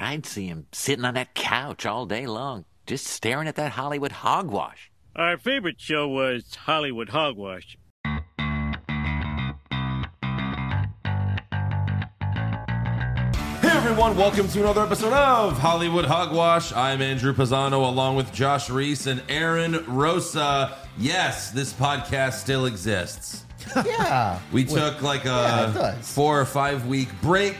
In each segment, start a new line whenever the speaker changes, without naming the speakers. I'd see him sitting on that couch all day long, just staring at that Hollywood hogwash.
Our favorite show was Hollywood Hogwash.
Hey everyone, welcome to another episode of Hollywood Hogwash. I'm Andrew Pisano along with Josh Reese and Aaron Rosa. Yes, this podcast still exists.
Yeah.
We took like a
Yeah, it does.
four or five week break.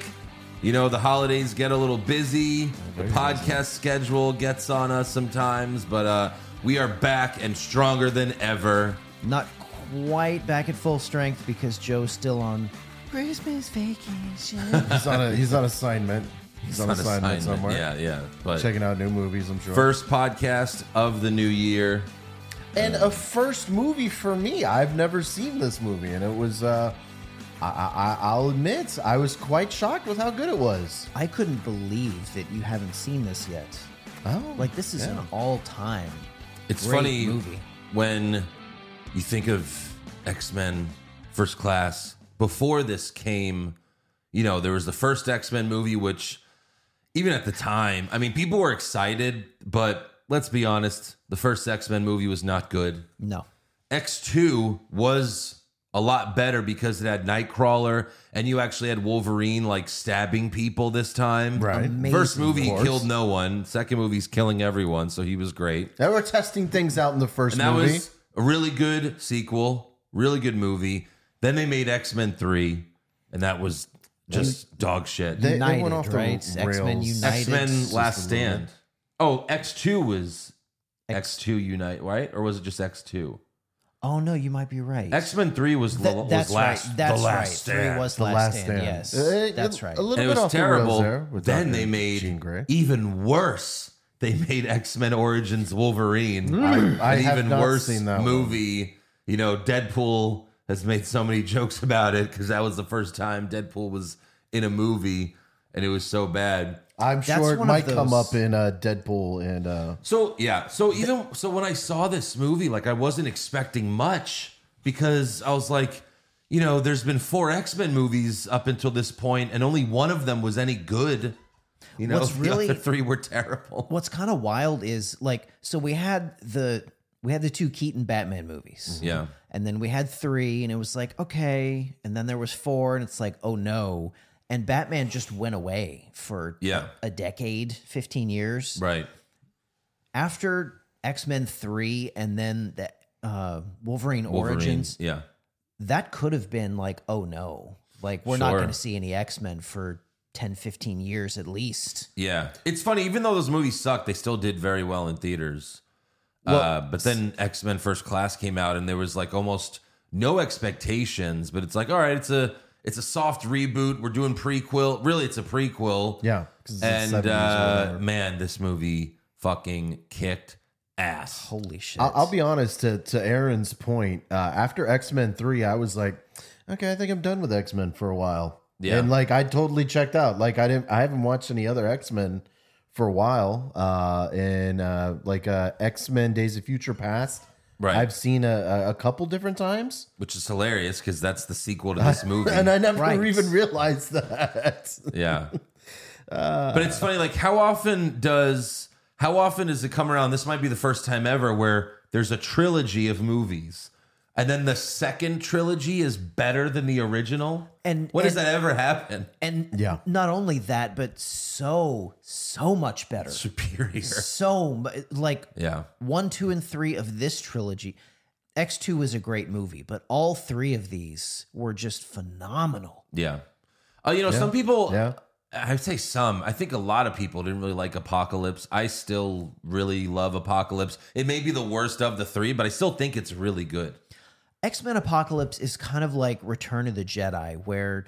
You know, the holidays get a little busy. The
very
podcast schedule gets on us sometimes, but uh, we are back and stronger than ever.
Not quite back at full strength because Joe's still on Christmas vacation.
He's on a he's on assignment. He's, on,
It's not
assignment, somewhere.
Yeah, yeah. But
Checking out new movies, I'm sure.
first podcast of the new year.
and a first movie for me. I've never seen this movie, and it was. Uh, I, I, I'll admit, I was quite shocked with how good it was.
I couldn't believe that you haven't seen this yet.
Oh,
Like this is an all-time.
It's
Great
funny
movie.
when you think of X Men First Class. Before this came, you know, there was the first X Men movie, which even at the time, I mean, people were excited, but let's be honest, the first X Men movie was not good.
No.
X2 was a lot better because it had Nightcrawler and you actually had Wolverine like stabbing people this time.
Right.
Amazing.
First movie, he
Of course.
killed no one. Second movie, he's killing everyone. So he was great.
They were testing things out in the first
And that
movie.
was a really good sequel, really good movie. Then they made X Men 3, and that was just dog shit.
They- they
United,
went off the
right? X-Men
rails.
United.
X Men
Just
Last
a little
Stand. Oh, X2 was X2 Unite, right? Or was it just X2?
Oh no, you might be right.
X Men 3 was,
Th-
the- was
that's
last.
right. That's
the last
right.
Stand.
Three was
The
last,
Last
stand.
Stand.
Yes,
Uh,
that's
it-
right.
a little-
And it
bit
was
off the rails
terrible.
there with
then
Dr.
they made
Jean Grey.
even worse. They made X Men Origins Wolverine.
Mm. I
an
have
even
not
worse
seen that one.
movie. You know, Deadpool has made so many jokes about it because that was the first time Deadpool was in a movie, and it was so bad.
I'm
That's
sure it
one of
might come
those-
up in uh, Deadpool and uh,
So yeah, so even so, when I saw this movie, like I wasn't expecting much because I was like, you know, there's been four X Men movies up until this point, and only one of them was any good. You know,
What's
the
really-
other three were terrible.
What's kind of wild is like so we had the we had the two Keaton Batman movies.
Yeah.
And then we had three, and it was like, okay. And then there was four, and it's like, oh no. And Batman just went away for
Yeah.
a decade, 15 years.
Right.
After X Men 3 and then the uh, Wolverine,
Wolverine,
Origins,
Yeah.
that could have been like, oh no. Like, we're not
Sure.
going to see any X Men for 10, 15 years at least.
Yeah. It's funny, even though those movies sucked, they still did very well in theaters. uh, but then X Men First Class came out, and there was like almost no expectations. But it's like, all right, it's a it's a soft reboot. We're doing prequel. Really, it's a prequel.
yeah, 'cause it's the
And
70s or
uh,
whatever.
man, this movie fucking kicked ass.
Holy shit.
I'll, I'll be honest to to Aaron's point. Uh, after X Men Three, I was like, okay, I think I'm done with X Men for a while.
Yeah.
and like I totally checked out. Like I didn't, I haven't watched any other X Men for a while. Uh, and uh, like uh, X Men Days of Future Past,
Right.
I've seen a, a, a couple different times,
Which is hilarious because that's the sequel to this movie.
and I never
Right.
even realized that.
Yeah. but it's funny, like how often does how often does it come around? This might be the first time ever where there's a trilogy of movies. And then the second trilogy is better than the original.
And-
when does
and-
that ever happen?
and
Yeah.
not only that, but so, so much better.
Superior.
So, mu- like,
Yeah.
one, two, and three of this trilogy. X2 is a great movie, but all three of these were just phenomenal.
Yeah. Oh, you know, some people
Yeah.
I would say some. I think a lot of people didn't really like Apocalypse. I still really love Apocalypse. It may be the worst of the three, but I still think it's really good.
X Men Apocalypse is kind of like Return of the Jedi, where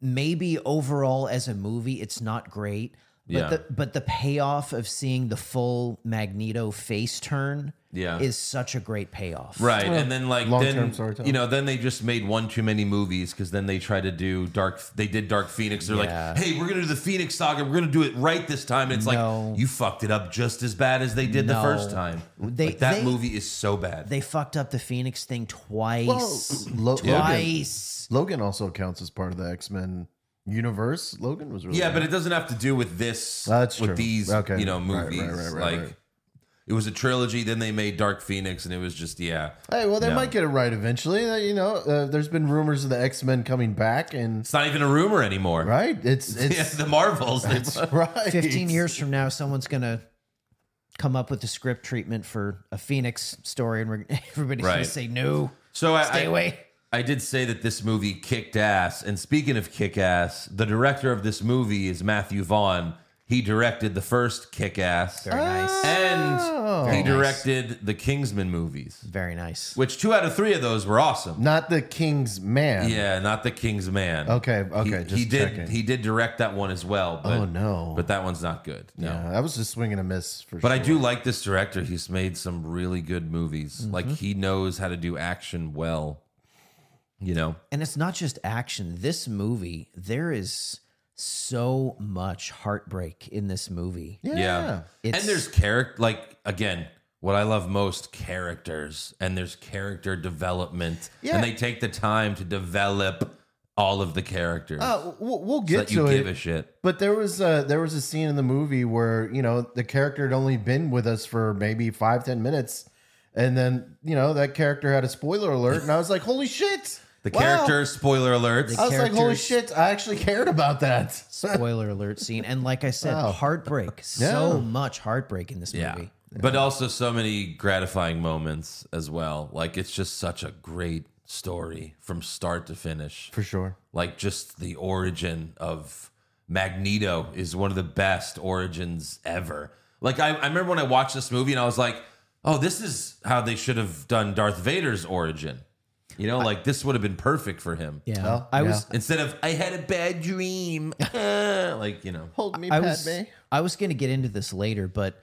maybe overall as a movie, it's not great. But,
Yeah.
the, but the payoff of seeing the full Magneto face turn
Yeah.
is such a great payoff.
Right, and then like
long-term
then
storytelling.
you know then they just made one too many movies because then they try to do dark. They did Dark Phoenix. They're
Yeah.
like, hey, we're gonna do the Phoenix saga. We're gonna do it right this time. And it's
No.
like you fucked it up just as bad as they did the
No.
first time.
They-
like, that
they-
movie is so bad.
They fucked up the Phoenix thing twice.
Lo- Logan,
twice.
Logan also counts as part of the X Men universe. Logan was really
Yeah, but
good.
it doesn't have to do with this.
That's
with
true.
these,
Okay.
you know,
Right, right,
movies.
right, right,
like
right.
it was a trilogy. Then they made Dark Phoenix, and it was just yeah.
hey, well, they
No.
might get it right eventually. Uh, You know, uh, there's been rumors of the X Men coming back, and
It's not even a rumor anymore.
right, it's
Yeah,
it's
the Marvels. It's,
right.
15 years from now, someone's going to come up with the script treatment for a Phoenix story, and we're, everybody's going
Right.
to say, no,
so I,
stay
I-
away.
I did say that this movie kicked ass. And speaking of kick ass, the director of this movie is Matthew Vaughn. He directed the first kick ass.
Very nice.
And he
Oh.
nice.
directed the Kingsman movies,
Very nice.
which two out of three of those were awesome.
Not the King's Man.
Yeah, not the King's Man.
Okay, okay,
He,
just
he did.
checking.
He did direct that one as well. But,
Oh, no.
But that one's not good. No.
Yeah, that was just swinging a miss for
But
sure.
I do like this director. He's made some really good movies. Like
Mm-hmm.
he knows how to do action well. You know.
And it's not just action. This movie, there is so much heartbreak in this movie.
Yeah.
Yeah.
It's-
and there's character like again, what I love most characters and there's character development.
Yeah.
And they take the time to develop all of the characters.
Uh, we'll, we'll
so
get
that you
to
give
it.
a shit.
But there was a, there was a scene in the movie where you know the character had only been with us for maybe five ten minutes, and then you know that character had a spoiler alert, and I was like, "Holy shit!"
The
Wow.
character spoiler alerts.
I was like, "Holy
characters-
shit!" I actually cared about that.
Spoiler alert scene. And like I said,
Wow.
heartbreak.
Yeah.
So much heartbreak in this
yeah.
movie.
But also so many gratifying moments as well. Like it's just such a great story from start to finish.
For sure.
like just the origin of Magneto is one of the best origins ever. Like I, I remember when I watched this movie and I was like, oh, this is how they should have done Darth Vader's origin. You know, like this would have been perfect for him.
Yeah.
Well,
I
yeah.
was
Instead of I had a bad dream. like, you know.
Hold me,
I
Padme.
was I was going to get into this later, but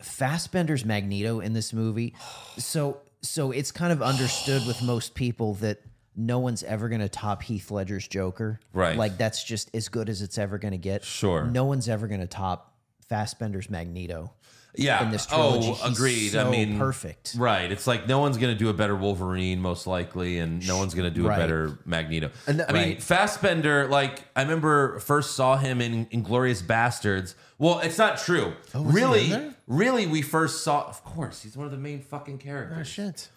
Fassbender's Magneto in this movie, so so it's kind of understood with most people that no one's ever going to top Heath Ledger's Joker,
Right.
Like that's just as good as it's ever going to get.
Sure.
no one's ever going to top Fassbender's Magneto
Yeah.
in this trilogy.
Oh,
He's
agreed. I
so
mean
perfect.
Right. It's like no one's going to do a better Wolverine, most likely, and no one's going to do
Right.
a better Magneto.
And-
I mean,
right.
Fassbender, like, I remember first saw him in Inglorious Bastards. Well, it's not true.
was Oh, he in
really,
there?
really, we first saw, of course, he's one of the main fucking characters.
Shit.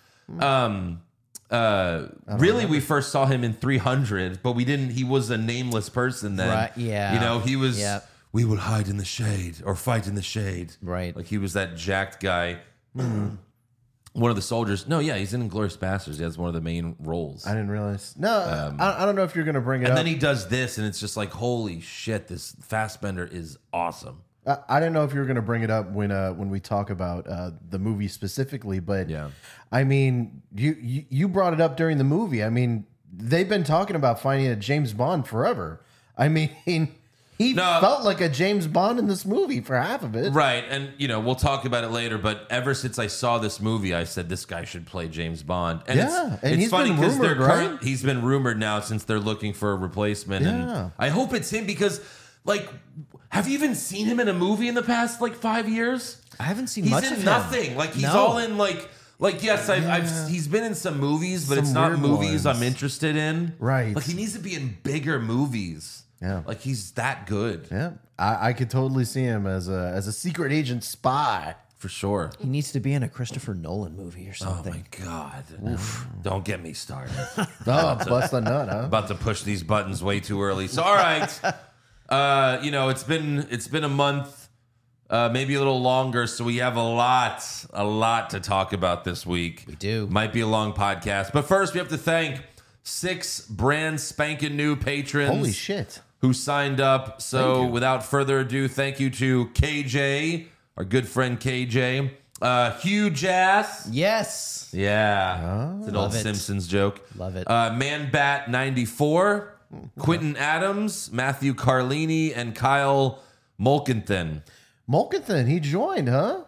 Um, uh, really, we first saw him in 300, but we didn't, he was a nameless person then.
Right, yeah.
You know, he was,
Yep.
we will hide in the shade or fight in the shade.
Right. Hmm.
Like he was that jacked guy. one of the soldiers. No, yeah, he's in Glorious Bastards. He has one of the main roles.
I didn't realize. No, I, I don't know if you're going to bring it
Um, and
up.
then he does this, and it's just like, holy shit, this Fastbender is awesome.
I, I didn't know if you were going to bring it up when uh, when we talk about uh, the movie specifically, but
Yeah.
I mean, you, you you brought it up during the movie. I mean, they've been talking about finding a James Bond forever. I mean, he
No.
felt like a James Bond in this movie for half of it.
Right, and you know we'll talk about it later. But ever since I saw this movie, I said this guy should play James Bond. And
Yeah,
it's,
and
it's
he's
funny
been
because they're
rumored, right?
current- he's been rumored now since they're looking for a replacement.
Yeah.
And I hope it's him because, like, have you even seen him in a movie in the past like five years?
I haven't seen
He's
much
in
of him.
nothing. Like he's
No.
all in like like yes, I've, I've he's been in some movies, but it's
Some
not
weird
movies
ones.
I'm interested in.
Right.
Like he needs to be in bigger movies.
Yeah.
Like he's that good
Yeah, I, I could totally see him as a as a secret agent spy.
for sure.
He needs to be in a Christopher Nolan movie or
Oh
something.
my god! Don't get me started.
Oh, bust a nut, huh?
About to push these buttons way too early. So all right, uh, you know it's been it's been a month, uh, maybe a little longer. So we have a lot a lot to talk about this week. We
do.
Might be a long podcast, but first we have to thank six brand spanking new patrons.
Holy shit!
who signed up. So without further ado, thank you to KJ, our good friend KJ, uh, Hugh Jass.
Yes.
Yeah. it's an old
Love it.
Simpsons joke.
Love it.
Uh, Man Bat 94, Quentin Adams, Matthew Carlini, and Kyle Mulkenthin.
Mulkathan, he joined, huh?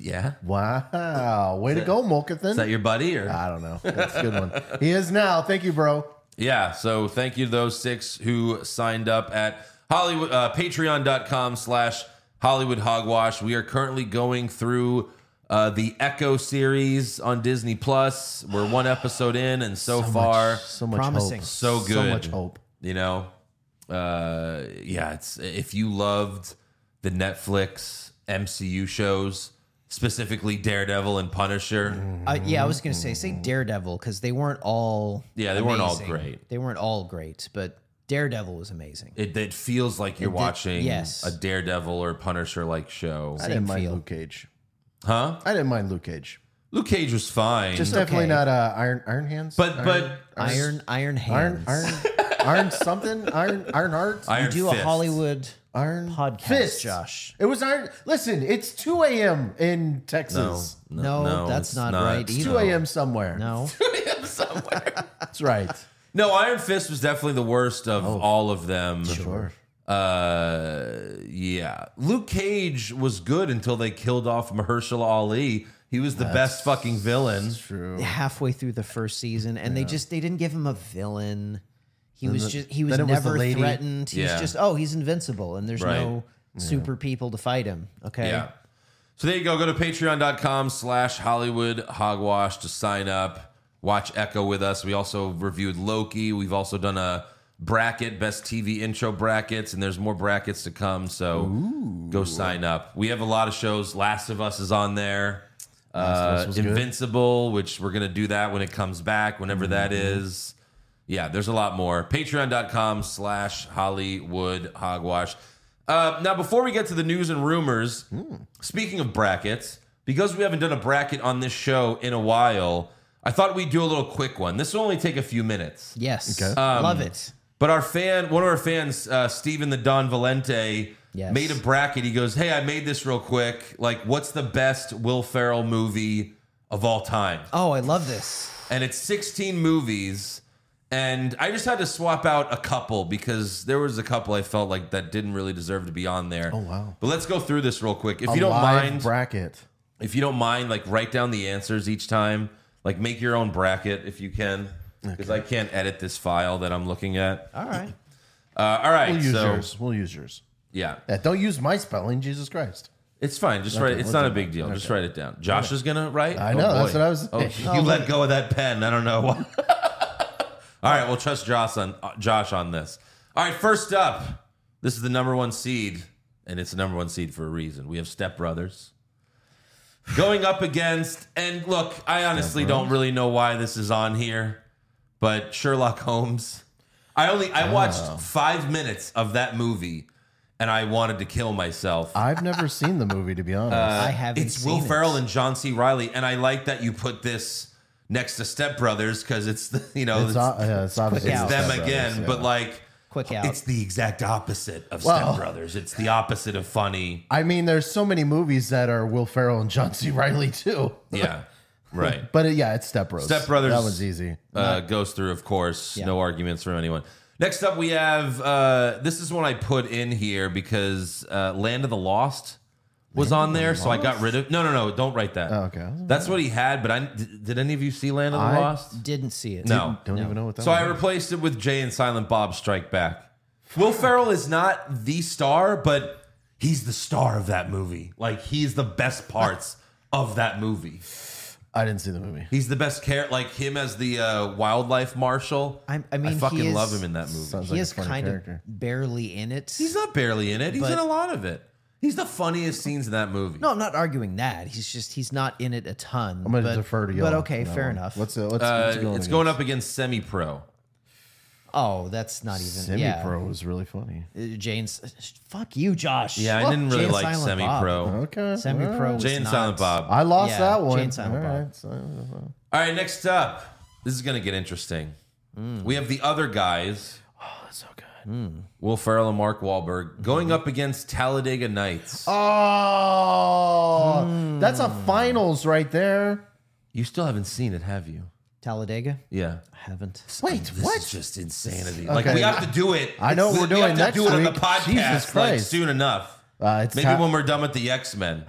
yeah.
Wow, way to go, Mulkathan.
Is that your buddy? Or?
I don't know. That's a good one. He is now. Thank you, bro.
Yeah. So thank you to those six who signed up at Hollywood uh, Patreon.com slash Hollywood Hogwash. We are currently going through uh, the Echo series on Disney Plus. We're one episode in, and so, far,
So much
Promising.
hope.
so good.
So much hope.
You know, uh, yeah, it's if you loved the Netflix MCU shows, specifically Daredevil and Punisher,
Mm.
I, Uh, yeah, I was gonna say say Daredevil because they weren't all
Yeah, they weren't all
amazing.
great.
They weren't all great, but Daredevil was amazing.
it, it feels like you're watching
yes.
a Daredevil or Punisher like show,
I didn't mind
feel.
Luke Cage.
huh?
I didn't mind Luke Cage.
Luke Cage was fine,
Just definitely not uh, Iron Iron Hands.
but
Iron-
but
Iron Iron
Iron
Hands.
Iron Iron something Iron Iron Heart
Iron
Do a
Fist.
Hollywood
Iron
podcast,
Fist.
Josh.
It was Iron. Listen, it's two a.m. in
No,
Texas.
no,
No,
no,
that's
it's
not right
It's
either.
two a.m. somewhere.
No,
That's right.
No, Iron Fist was definitely the worst of all of them.
Oh, Sure.
Uh, yeah. Luke Cage was good until they killed off Mahershala Ali. He was the best fucking villain.
True.
halfway through the first season, and they just they didn't give him a villain. He was
the-
just he was
then it was the
never
lady.
threatened. He's
Yeah.
just oh he's invincible, and there's
Right.
no super people to fight him. Okay,
Yeah. So there you go. Go to patreon.com slash Hollywood Hogwash to sign up. Watch Echo with us. We also reviewed Loki. We've also done a bracket, best TV intro brackets, and there's more brackets to come. So go sign up. We have a lot of shows. Last of Us is on there. Uh, Invincible, which we're going to do that when it comes back, whenever that is. Yeah, there's a lot more. Patreon.com slash Hollywood Hogwash. Uh, now, before we get to the news and rumors, speaking of brackets, because we haven't done a bracket on this show in a while, I thought we'd do a little quick one. This will only take a few minutes.
yes,
Okay.
Um,
love it.
But our fan, one of our fans, uh, Steven the Don Valente,
Yes.
made a bracket. He goes, Hey, I made this real quick. Like, what's the best Will Ferrell movie of all time?
Oh, I love this.
and it's 16 movies and i just had to swap out a couple because there was a couple i felt like that didn't really deserve to be on there oh
wow.
but let's go through this real quick if
A
you don't
live
mind
bracket.
if you don't mind like write down the answers each time like make your own bracket if you can because i can't edit this file that i'm looking at
All right.
uh, all right,
We'll use
so
yours. We'll use yours.
yeah
Yeah, don't use my spelling, Jesus Christ.
it's fine just write it. it's
let's
not a
do
big
that.
deal just write it down josh is gonna write
I know, that's
boy.
what I was-
oh, you let go of that pen i don't know why. All right, we'll trust Josh on uh, Josh on this. All right, first up, this is the number one seed, and it's the number one seed for a reason. We have Step Brothers going up against, and look, I honestly don't really know why this is on here, but Sherlock Holmes. I only
Oh.
I watched five minutes of that movie, and I wanted to kill myself.
I've never seen the movie to be honest.
I haven't.
Uh, It's
seen
Will
it.
Ferrell and John C. Riley, and I like that you put this next to Step Brothers because Oh, it's the, you know
it's, o- yeah, it's obviously
out.
Step
it's them
Brothers,
again,
yeah.
but like
Quick out.
it's the exact opposite of
Well-
Step Brothers. It's the opposite of funny.
I mean, there's so many movies that are Will Ferrell and John C. Riley too.
Yeah, right.
But uh, yeah, it's Step Brothers.
Step Brothers-
That one's easy.
Uh, goes through, of course. No arguments from anyone. Next up, we have uh, this is one I put in here because uh, Land of the Lost was on there, so I got rid of. No, no, no, don't write that.
Oh, okay.
That's what he had, but I did, did any of you see Land of the
I
Lost?
Didn't see it.
No.
Don't even know what that.
So I
one is.
replaced it with Jay and Silent Bob Strike Back. Will Ferrell is not the star, but he's the star of that movie. Like he's the best parts of that movie.
I didn't see the movie.
He's the best character. Like him as the uh, wildlife marshal.
I'm- I mean,
I
he
fucking
is-
love him in that movie.
Sounds
He
like a
is
funny
kind
character.
of barely in it.
He's not barely in it. He's
But-
in a lot of it. He's the funniest scenes in that movie.
no, I'm not arguing that. He's just he's not in it a ton.
I'm gonna
but,
defer to you.
But okay, fair enough.
What's it? What's,
Uh,
what's it going
it's going up against Semi Pro.
oh, that's not even.
Semi
yeah.
Pro was really funny.
Uh, Jane's. Fuck you, Josh.
Yeah, I
Fuck
didn't really
Jane
like
Silent
Semi
Bob.
Pro.
Okay.
Semi
all right.
Pro. was
Jay and
not-
Silent Bob.
I lost
Yeah,
that one.
Jane Silent
All
Bob.
right, so-
All right, next up. This is going to get interesting.
Hmm.
We have the other guys. Oh, that's so good. Will Ferrell and Mark Wahlberg
Mm-hmm.
going up against Talladega Nights.
Oh, that's
Hmm.
a finals right there.
You still haven't seen it, have you?
Talladega.
Yeah.
I haven't.
Wait,
This
what?
is just insanity. Like
Okay.
we have to do it.
I know what
We-
we're
We
doing
have to
next
do it on the
week.
podcast
Jesus
like
Christ.
soon enough.
Uh, it's
Maybe
ta-
when we're done with the X Men.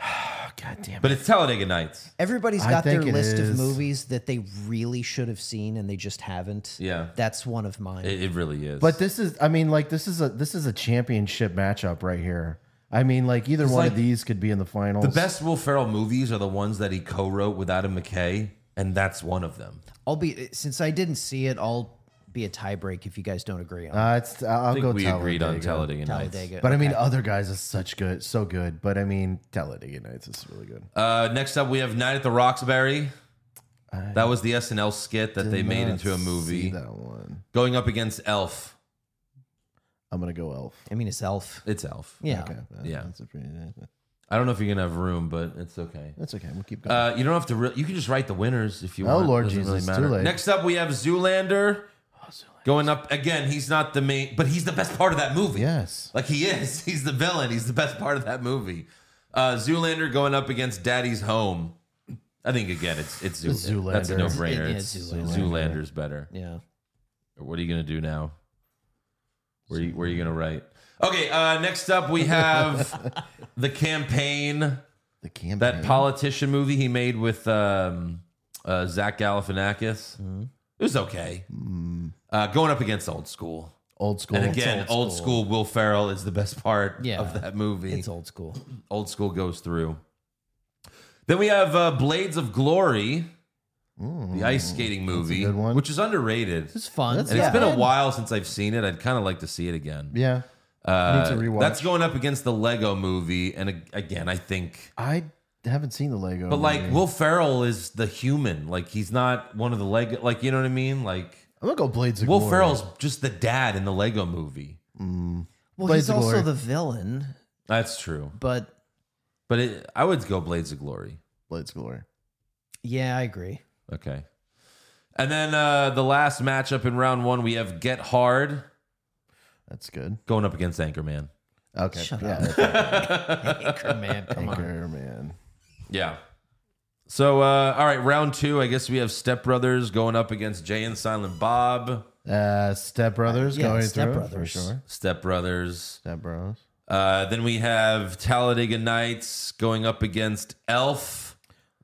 God damn it.
But it's Talladega Nights.
Everybody's
I
got their
think it
list of
is.
movies that they really should have seen and they just haven't.
Yeah.
That's one of mine.
It, it really is.
But this is, I mean, like this is a this is a championship matchup right here. I mean, like either one
like
of these could be in the finals.
the best Will Ferrell movies are the ones that he co-wrote with Adam McKay, and that's one of them.
I'll be since I didn't see it, I'll be a tie break if you guys don't agree on. it.
Uh, it's, I'll, I'll
I
go
think we
Talladega.
agreed on Talladega Nights.
Talladega.
But I mean, other guys is such good, so good. But I mean, Talladega Nights is really good.
Uh, next up, we have Night at the Roxbury. That was the SNL skit that they
Did
made
not
into a
see
movie,
that one.
going up against Elf.
I'm gonna go Elf.
I mean, it's Elf.
It's Elf.
Yeah.
Okay.
Yeah.
That's, a pretty,
I don't know if you're gonna have room, but it's okay.
that's okay. We'll keep going.
Uh, you don't have to. Re- you can just write the winners if you
Oh,
want.
Lord
Doesn't
Jesus,
really matter.
too late.
Next up, we have Zoolander. Going up again. He's not the main, but he's the best part of that movie.
yes.
Like he is. He's the villain. He's the best part of that movie. Uh, Zoolander going up against Daddy's Home. I think again, it's it's Zool-
Zoolander.
That's a no brainer.
It- yeah,
It's
Zoolander.
Zoolander's better.
Yeah.
What are you gonna do now? Where you, where are you gonna write? Okay. Uh, next up, we have the campaign.
The campaign.
That politician movie he made with um, uh, Zach Galifianakis. It was okay. Uh, going up against old school.
old school.
And again, old, school. Will Ferrell is the best part
Yeah.
of that movie.
It's old school.
old school goes through. Then we have uh, Blades of Glory, the ice skating movie,
good one.
which is underrated.
It's fun.
That's-
And
yeah.
it's been a
good.
while since I've seen it. I'd kind of like to see it again.
yeah.
Uh,
need to rewatch.
That's going up against the Lego movie. And ag- again, I think
I haven't seen the Lego.
But like
movie.
Will Ferrell is the human. Like he's not one of the Lego. Like you know what I mean? Like
I'm gonna go Blades of
Will
Glory.
Ferrell's just the dad in the Lego movie.
well,
Blades
he's
of
also
Glory.
the villain,
That's true.
but
But it, I would go Blades of Glory.
Blades of Glory.
yeah, I agree.
Okay. And then uh the last matchup in round one, we have Get Hard
That's good.
going up against Anchorman.
Okay.
Shut
yeah.
up.
that's it.
Anchorman, come on.
Anchor, man.
Yeah. So uh all right, round two. I guess we have Step Brothers going up against Jay and Silent Bob.
Uh, Step Brothers
Yeah,
going
Step
through for
Brothers.
sure.
Step Brothers.
Step Bros.
Uh, then we have Talladega Nights going up against Elf.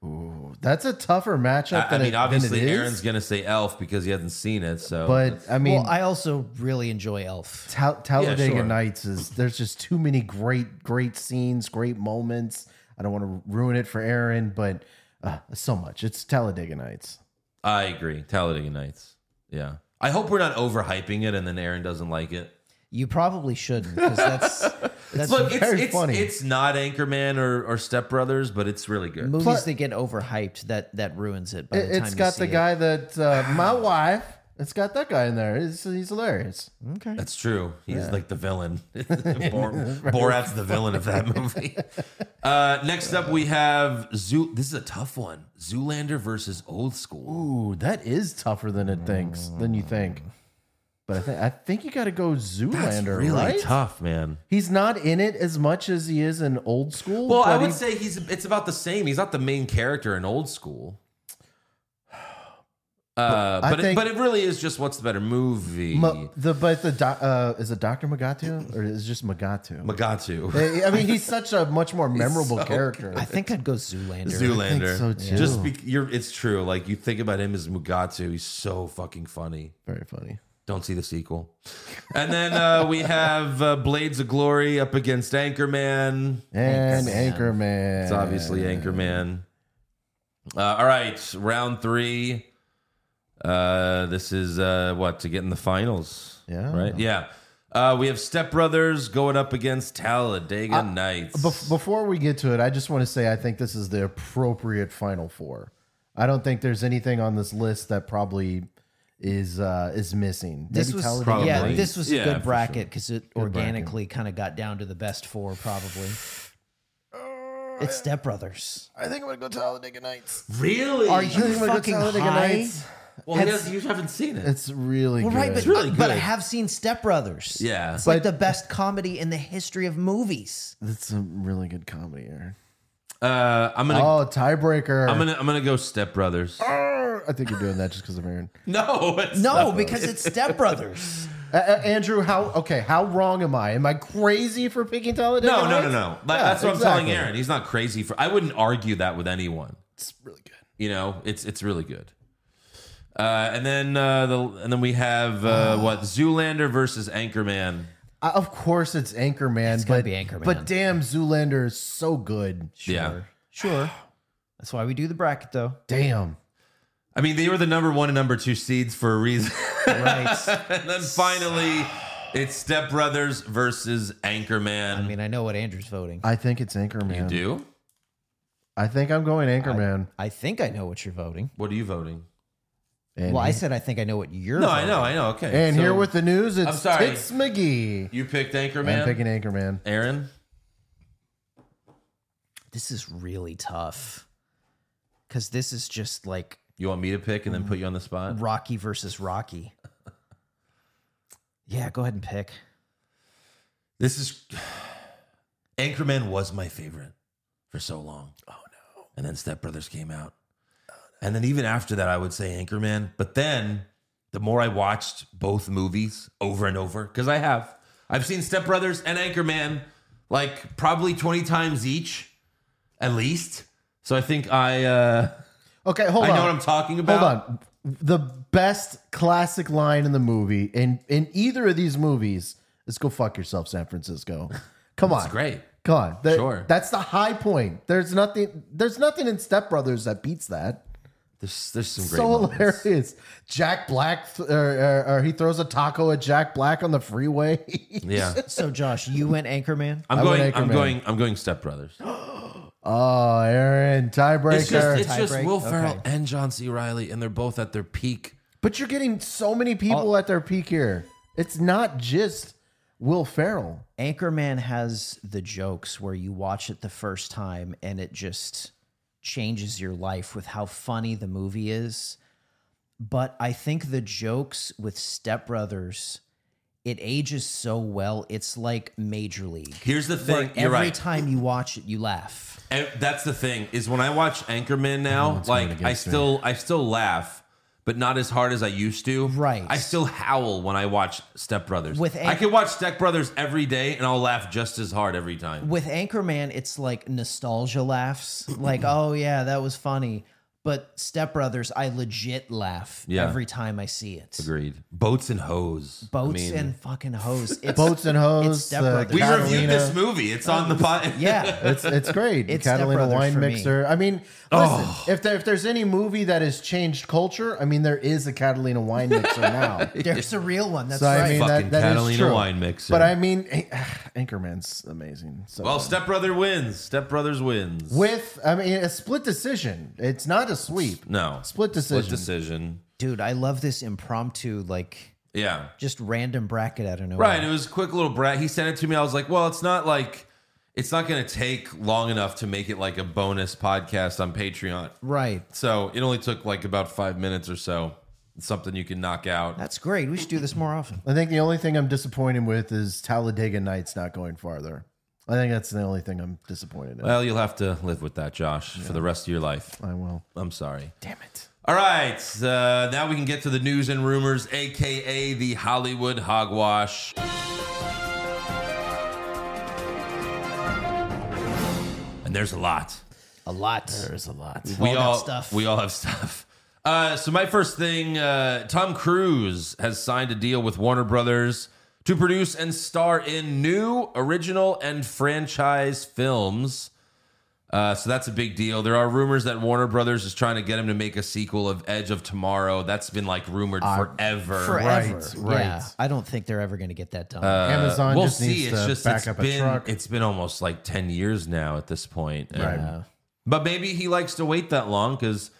Ooh, that's a tougher matchup.
I, I
than it-
mean,
than
obviously,
it is,
Aaron's going to say Elf because he hasn't seen it. So,
But I mean,
well, I also really enjoy Elf.
Tal- Talladega
sure.
Nights is there's just too many great, great scenes, great moments. I don't want to ruin it for Aaron, but uh, so much. It's Talladega Nights.
I agree. Talladega Nights. Yeah. I hope we're not overhyping it and then Aaron doesn't like it.
You probably shouldn't because that's that's
Look, it's,
very
it's,
funny.
it's not Anchorman or, or Step Brothers, but it's really good.
movies
Plus-
that get overhyped that that ruins it. By
It,
the time
has
you
got
see
the
it.
guy that uh, my wife. It's got that guy in there. It's, he's hilarious.
That's true. He's like the villain. Bor- Borat's the villain of that movie. Uh, next up, we have Zoo. This is a tough one Zoolander versus Old School.
Ooh, that is tougher than it thinks than you think. But I, th- I think you got to go Zoolander,
really
right?
tough, man.
He's not in it as much as he is in old school.
Well, I
but
would
he-
say he's it's about the same. He's not the main character in old school. Uh,
I
but it,
think-
but it really is just what's the better movie?
Ma- the but the doc- uh, is it Doctor Magatu or is it just Magatu?
Magatu,
I I mean, he's such a much more memorable character.
I think I'd go Zoolander.
Zoolander.
so, too.
Just be, you're, it's true. Like you think about him as Mugatu, he's so fucking funny.
Very funny.
Don't see the sequel. And then uh, we have uh, Blades of Glory up against Anchorman.
And
Anchorman.
Anchorman.
It's obviously Anchorman. Uh, all right, round three. Uh, this is uh, what to get in the finals.
Yeah.
Right. Yeah. Uh, we have Step Brothers going up against Talladega Nights.
Uh, Bef- before we get to it, I just want to say I think this is the appropriate Final Four. I don't think there's anything on this list that probably is uh, is missing.
This
Maybe
was
Talladega
Probably.
yeah,
Nights.
this was
Yeah,
a
for
good
sure.
bracket because it organically kind of got down to the best four probably. It's Step Brothers.
I think I'm gonna go Talladega Nights.
really?
Are
I think I'm
you
gonna go
fucking
Talladega
high?
Nights.
well, he has- you haven't seen it.
It's really
Well,
good.
right, but,
really
but I
good.
have seen Step Brothers.
Yeah.
It's like the best comedy in the history of movies.
that's a really good comedy, Aaron.
Uh, I'm gonna.
Oh, tiebreaker.
I'm gonna. I'm gonna go Step Brothers.
I think you're doing that just because of Aaron.
No. It's
No, because it's Step Brothers.
Uh, uh, Andrew, how okay? How wrong am I? Am I crazy for picking Talladega?
No, no, no,
Nights?
no. That-
Yeah,
That's what I'm telling
exactly.
Aaron. He's not crazy for. I wouldn't argue that with anyone.
It's really good.
You know, it's it's really good. Uh, and then uh, the and then we have uh,
Oh.
what Zoolander versus Anchorman.
Uh, of course, it's Anchorman. It's
gotta
but,
be Anchorman.
But damn, Zoolander is so good.
Yeah,
Sure. That's why we do the bracket though.
Damn.
I mean they were the number one and number two seeds for a reason.
right.
and then finally, it's Step Brothers versus Anchorman.
I mean, I know what Andrew's voting.
I think it's Anchorman.
you do?
I think I'm going Anchorman.
I think I know what you're voting.
What are you voting?
And,
well, I said I think I know what you're
No, I
voting.
know, I know. Okay.
and
So
here with the news, it's
I'm sorry.
Tits McGee.
you picked
I'm
Anchorman.
picking Anchorman.
Aaron.
This is really tough. Because this is just like
You want me to pick and
Mm-hmm.
then put you on the spot?
Rocky versus Rocky. Yeah, go ahead and pick.
This is Anchorman was my favorite for so long. Oh no. And then Step Brothers came out. And then even after that, I would say Anchorman. But then the more I watched both movies over and over, because I have. I've seen Step Brothers and Anchorman like probably 20 times each, at least. So I think I uh
Okay, hold
I
on.
know what I'm talking about.
Hold on. The best classic line in the movie, in, in either of these movies, is go fuck yourself, San Francisco. Come on.
It's great.
Come on. That-
Sure.
That's the high point. There's nothing there's nothing in Step Brothers that beats that.
There's there's some great
so
moments.
hilarious. Jack Black th- or, or, or he throws a taco at Jack Black on the freeway.
Yeah.
So, Josh, you went Anchorman.
I'm
I went
going I'm
Anchorman.
going I'm going Step Brothers.
oh, Aaron, tiebreaker.
It's just, it's just
Tiebreak?
Will Ferrell
Okay.
and John C. Riley, and they're both at their peak.
But you're getting so many people at their peak here. It's not just Will Ferrell.
Anchorman has the jokes where you watch it the first time and it just changes your life with how funny the movie is. But I think the jokes with Step Brothers, it ages so well. It's like Major League.
Here's the
Where
thing.
every
You're right.
time you watch it, you laugh.
And that's the thing is when I watch Anchorman now, like I still I still laugh, but not as hard as I used to.
Right.
I still howl when I watch Step Brothers.
With
I
Anch-
can watch Step Brothers every day, and I'll laugh just as hard every time.
with Anchorman, it's like nostalgia laughs. like, oh yeah, that was funny. But Step Brothers, I legit laugh
Yeah.
every time I see it.
Agreed. Boats and hose. I
Boats
mean,
and fucking hose. It's,
Boats and Hoes.
It's Step
uh,
Brothers.
we reviewed
Catalina.
this movie. It's on the pot.
yeah.
It's it's great.
It's
Catalina
Step Brothers
wine
for me.
mixer. I mean, listen,
Oh.
if there, if there's any movie that has changed culture, I mean, there is a Catalina wine mixer now.
There's a real one. That's
So I
right.
mean,
Fucking
that, that is
Catalina
true.
wine mixer.
But I mean, Anchorman's amazing. So
well, Step Brother wins. Step Brothers wins.
with I mean a split decision. It's not a sweep.
no
Split decision.
Split decision.
Dude, I love this impromptu, like
Yeah.
just random bracket out of nowhere.
Right. It was a quick little brat. He sent it to me. I was like, well, it's not like it's not going to take long enough to make it like a bonus podcast on Patreon.
Right.
So it only took like about five minutes or so. It's something you can knock out.
That's great. We should do this more often.
I think the only thing I'm disappointed with is Talladega Nights not going farther. I think that's the only thing I'm disappointed in.
Well, you'll have to live with that, Josh, for the rest of your life.
I will.
I'm sorry.
Damn it.
All right. Uh, now we can get to the news and rumors, AKA the Hollywood hogwash. And there's a lot.
A lot. There's a lot.
we all
got stuff.
we all have stuff. Uh, so my first thing, uh, Tom Cruise has signed a deal with Warner Brothers to produce and star in new original and franchise films. Uh, so that's a big deal. There are rumors that Warner Brothers is trying to get him to make a sequel of Edge of Tomorrow. That's been like rumored
Uh,
forever. Uh,
forever.
Right,
Yeah.
right.
I don't think they're ever going to get that done.
Amazon
We'll
just
see.
needs
It's
to
just
back
it's
up a
been
truck.
it's been almost like ten years now at this point. And-
Right.
But maybe he likes to wait that long because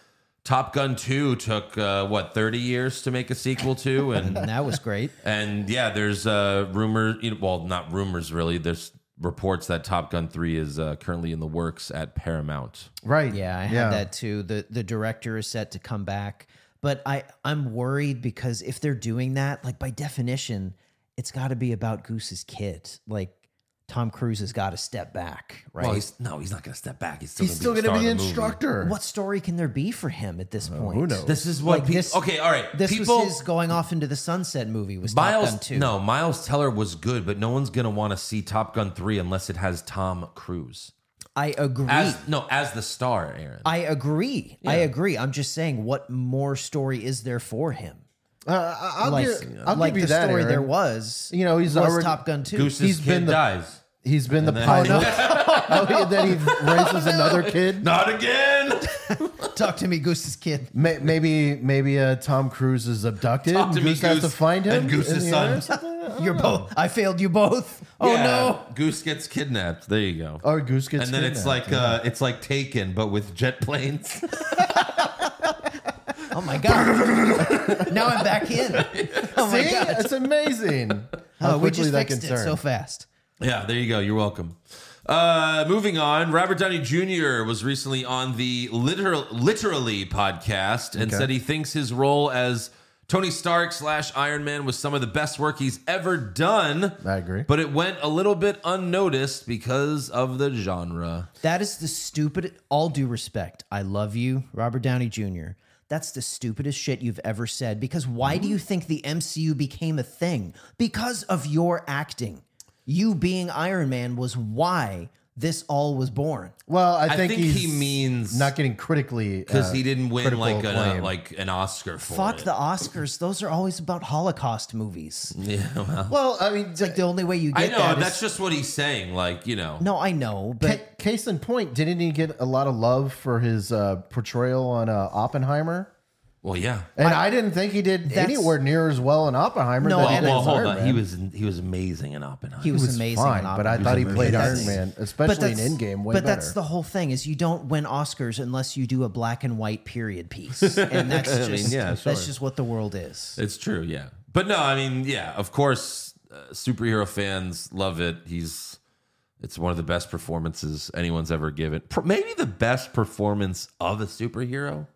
Top Gun Two took uh, what thirty years to make a sequel to,
and
and
that was great.
and yeah, there's uh, rumors. Well, not rumors really. There's reports that Top Gun Three is uh, currently in the works at Paramount.
right.
Yeah, I had that too. The the director is set to come back, but I I'm worried because if they're doing that, like by definition, it's got to be about Goose's kid. Like Tom Cruise has got to step back, right?
Well, he's, no, he's not going to step back. He's still
He's still
going
going to be
star of
the
movie.
instructor.
what story can there be for him at this point?
Uh, who knows?
This is what
Like
people.
this-
okay, all right.
This
people,
was his going off into the sunset movie was Top Gun
Miles,
too.
no, Miles Teller was good, but no one's gonna want to see Top Gun three unless it has Tom Cruise
I agree.
as no as the star. Aaron,
I agree. I agree. I'm just saying, what more story is there for him?
Uh, I- I'll,
Like,
give, I'll
like
give you
the
that.
story
Aaron.
there was.
You know, he's
was
already-
Top Gun too.
Goose's
he's
kid
been the-
dies.
He's been the pilot. oh, yeah, then he raises another kid.
Not again.
Talk to me, Goose's kid.
May- maybe maybe uh, Tom Cruise is abducted.
Talk to
and
me,
Goose has to
Goose,
find him.
and Goose's
in the
son.
air or something? I don't
You're
know.
both. I failed you both. Oh
Yeah,
no.
Goose gets kidnapped. There you go.
Or Goose Oh, gets
and then it's
kidnapped.
like uh, it's like Taken, but with jet planes.
Oh my god. now I'm back in. Oh my
See?
god.
It's amazing. How
Oh, we just
quickly that
fixed
can
it
turn.
so fast.
Yeah, there you go. You're welcome. Uh, moving on, Robert Downey Jr. was recently on the literal, literally podcast and said he thinks his role as Tony Stark slash Iron Man was some of the best work he's ever done.
I agree.
but it went a little bit unnoticed because of the genre.
That is the stupid. All due respect, I love you, Robert Downey Jr. That's the stupidest shit you've ever said. Because why
Mm-hmm.
do you think the MCU became a thing? Because of your acting. You being Iron Man was why this all was born.
well, I
I
think,
think, he
he's
means
not getting critically
because
uh,
he didn't win
critical
like an, uh,
acclaim.
like an Oscar for
Fuck
it.
the Oscars. Those are always about Holocaust movies.
yeah, well,
Well, I mean,
Like the only way you
I
get
know
that is-
that's just what he's saying. Like you know,
no, I know,
ca-
but
case in point, didn't he get a lot of love for his uh, portrayal on uh, Oppenheimer?
well, yeah.
And I, didn't think he did
That's-
anywhere near as well in Oppenheimer.
No,
that he
Well,
did
well,
as
hold
Iron
on.
Man.
He was he was amazing in Oppenheimer.
he was, amazing.
fine,
in
but I
Oppenheimer.
thought he
amazing.
played
But
Iron
that's-
Man, especially in
that's-
Endgame. Way
but
better.
that's the whole thing is you don't win Oscars unless you do a black and white period piece, and that's just
mean, yeah, sure.
that's just what the world is.
It's true, yeah. But no, I mean, yeah, of course, uh, superhero fans love it. He's it's one of the best performances anyone's ever given. Pro- Maybe the best performance of a superhero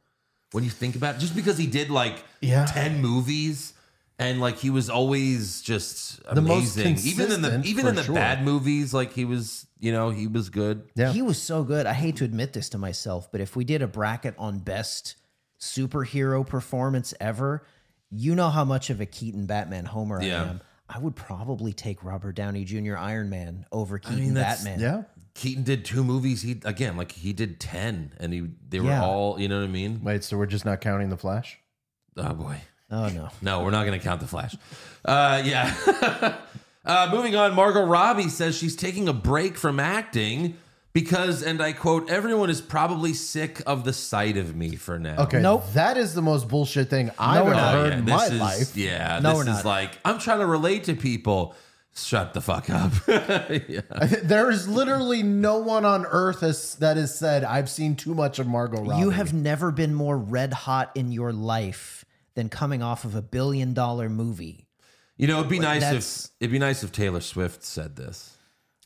when you think about it, just because he did like
Yeah.
10 movies and like he was always just
The most
amazing. even in the
consistent,
even
for
in the
sure.
bad movies like he was, you know, he was good.
Yeah.
He was so good. I hate to admit this to myself, but if we did a bracket on best superhero performance ever, you know how much of a Keaton Batman Homer
Yeah.
I am. I would probably take Robert Downey Jr. Iron Man over Keaton
that's-
Batman.
yeah.
Keaton did two movies. He again, like he did 10 and he they were
Yeah.
all, you know what I mean?
Wait, so we're just not counting the Flash?
Oh boy.
Oh no.
No, we're not going to count the Flash. Uh, yeah. uh, moving on, Margot Robbie says she's taking a break from acting because, and I quote, everyone is probably sick of the sight of me for now.
Okay,
Nope.
That is the most bullshit thing I've
we're
ever
not.
Oh,
heard
yeah,
in
this
my
is,
life.
Yeah.
No,
this
we're
is
not.
like, I'm trying to relate to people. Shut the fuck up. yeah.
There is literally no one on earth has, that has said I've seen too much of Margot Robbie.
You have never been more red hot in your life than coming off of a billion dollar movie.
You know, it'd be nice if
that's-
it'd be nice if Taylor Swift said this.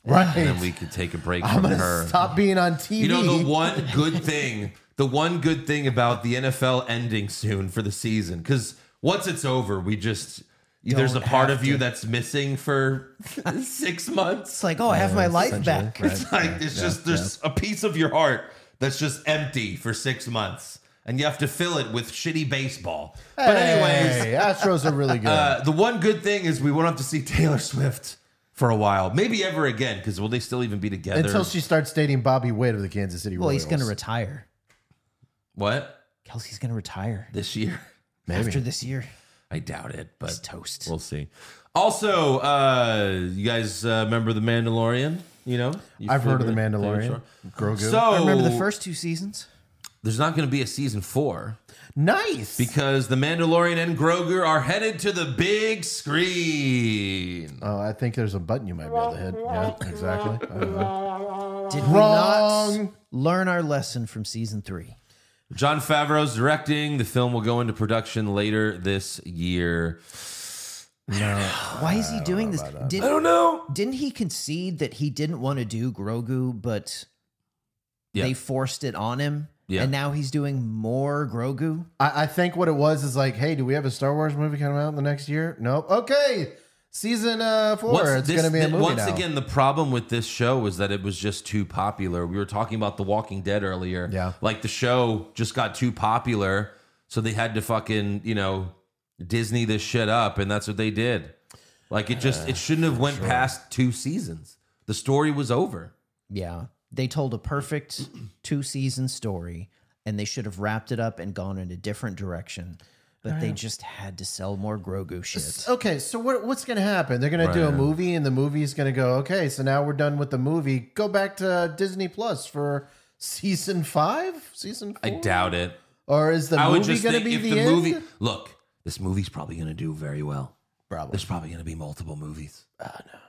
And then
right.
we could take a break
I'm
from
gonna
her.
stop being on TV.
You know the one good thing, the one good thing about the NFL ending soon for the season, because once it's over, we just there's a
Don't
part
have
of you
to.
that's missing for six months.
It's like, oh, I have
Uh,
my life back.
It's like it's just there's a piece of your heart that's just empty for six months, and you have to fill it with shitty baseball. But anyways,
Hey, Astros are really good.
uh, the one good thing is we won't have to see Taylor Swift for a while, maybe ever again, because will they still even be together?
Until she starts dating Bobby Witt of the Kansas City
Well,
Royals.
he's going to retire.
what
Kelsey's going to retire
this year?
after this year.
I doubt it, but
It's toast.
We'll see. Also, uh, you guys uh, remember The Mandalorian? You know, You
I've heard of the
familiar-
Mandalorian. Grogu.
So
I remember the first two seasons.
There's not going to be a season four
nice.
because The Mandalorian and Grogu are headed to the big screen.
oh, I think there's a button you might be able to hit. Yeah, exactly. I don't know.
Did we not
Wrong.
learn our lesson from season three?
John Favreau's directing. The film will go into production later this year.
Why is he doing this? Did,
I don't know.
Didn't he concede that he didn't want to do Grogu, but
Yeah.
they forced it on him?
Yeah.
And now he's doing more Grogu?
I, I think what it was is like, hey, do we have a Star Wars movie coming out in the next year? Nope. Okay. Season uh, four.
Once
it's
this-
going to be a
th-
movie
once
now.
again, the problem with this show was that it was just too popular. We were talking about The Walking Dead earlier.
Yeah.
Like the show just got too popular. So they had to fucking, you know, Disney this shit up. And that's what they did. Like it just, it shouldn't have went past two seasons. The story was over.
Yeah. They told a perfect two season story and they should have wrapped it up and gone in a different direction. But they just had to sell more Grogu shit.
Okay, so what, what's going to happen? They're going to do a movie, and the movie's going to go, okay, so now we're done with the movie. Go back to Disney Plus for season five, season. Four?
I doubt it.
Or is the
I would
movie
just
going to
think
be
if
the,
the,
end?
movie look, this movie's probably going to do very well.
Probably.
There's probably going to be multiple movies. Uh, no.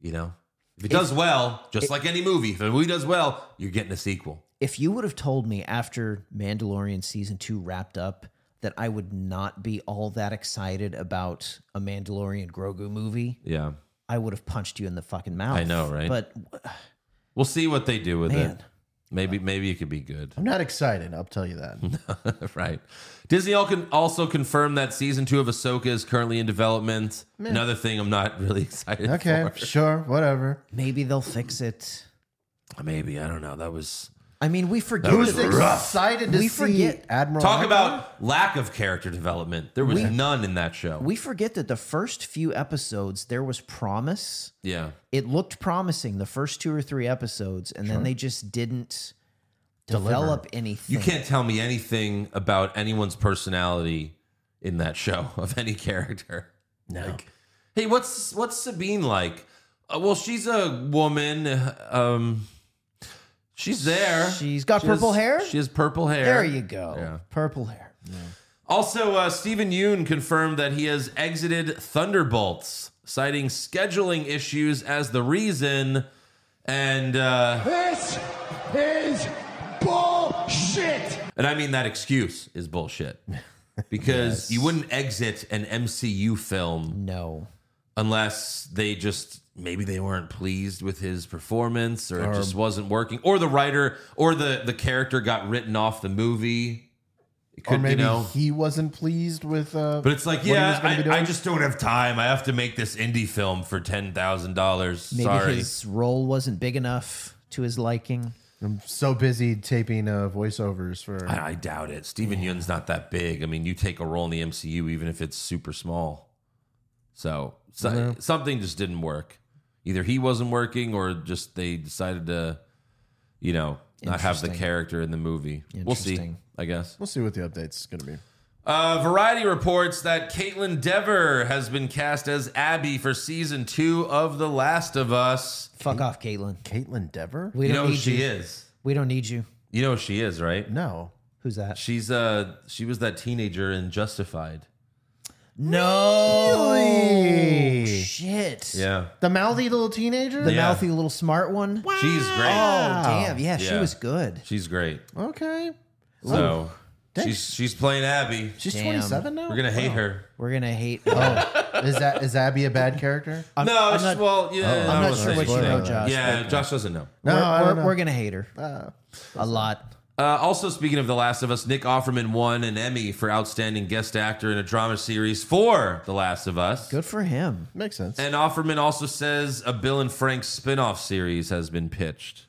You know, if it does well, just like any movie, if a movie does well, you're getting a sequel.
If you would have told me after Mandalorian season two wrapped up that I would not be all that excited about a Mandalorian Grogu movie,
Yeah,
I would have punched you in the fucking mouth.
I know, right?
But
we'll see what they do with it.
Man.
Maybe, maybe it could be good.
I'm not excited. I'll tell you that.
right. Disney al- can also confirmed that season two of Ahsoka is currently in development. Another thing I'm not really excited.
Okay, sure, whatever.
maybe they'll fix it.
for. maybe I don't know. That was
I mean, we forget.
Who's
that-
excited to
We
see
forget-
Admiral?
talk
Akbar?
about lack of character development. There was none in that show.
we forget that the first few episodes there was promise.
yeah,
It looked promising the first two or three episodes, and then they just didn't develop anything.
you can't tell me anything about anyone's personality in that show of any character. No. Like, hey, what's what's Sabine like? Uh, well, she's a woman. uh, Um, she's there.
She's got
She
purple
has-
hair?
She has purple hair.
There you go.
Yeah.
Purple hair.
Also, uh, Stephen Yoon confirmed that he has exited Thunderbolts, citing scheduling issues as the reason. And uh, this is bullshit. And I mean that excuse is bullshit because you wouldn't exit an MCU film
No.
unless they just maybe they weren't pleased with his performance or it just wasn't working or the writer or the the character got written off the movie. It could
Or maybe
you know
he wasn't pleased with. Uh,
but it's like,
what he was
yeah,
gonna be doing.
I, I just don't have time. I have to make this indie film for ten thousand dollars.
Maybe
Sorry,
his role wasn't big enough to his liking.
I'm so busy taping uh, voiceovers for.
I, I doubt it. Steven Yeun's not that big. I mean, you take a role in the MCU, even if it's super small. So, so- something just didn't work. Either he wasn't working, or just they decided to, you know, not have the
Interesting.
character in the movie. We'll see.
Interesting.
I guess.
We'll see what the update's going to be.
Uh, Variety reports that Caitlin Dever has been cast as Abby for season two of The Last of Us.
Fuck off, Caitlin.
Caitlin Dever?
We
You
don't
know who
need
she
you.
is.
We don't need you.
You know who she is, right?
No.
Who's that?
She's uh she was that teenager in Justified.
no.
Hey.
Oh, Shit.
Yeah.
The mouthy little teenager?
The
Yeah.
mouthy little smart one.
She's great.
Oh, damn. Yeah, she
Yeah.
was good.
She's great.
Oh,
Okay.
So she's she's playing Abby.
She's
Damn.
27 now?
We're gonna hate her.
We're going to hate.
Oh, is that is Abby a bad character?
no, it's-
not-
well, yeah, I
I'm not
wouldn't
sure
say
what
she's
you know,
bad.
Josh. uh,
Yeah, Josh doesn't know.
No,
we're,
I don't
we're-
know. Uh,
we're gonna hate her a lot.
Uh, also, speaking of The Last of Us, Nick Offerman won an Emmy for Outstanding Guest Actor in a Drama Series for The Last of Us.
Good for him.
Makes sense.
And Offerman also says a Bill and Frank spin-off series has been pitched.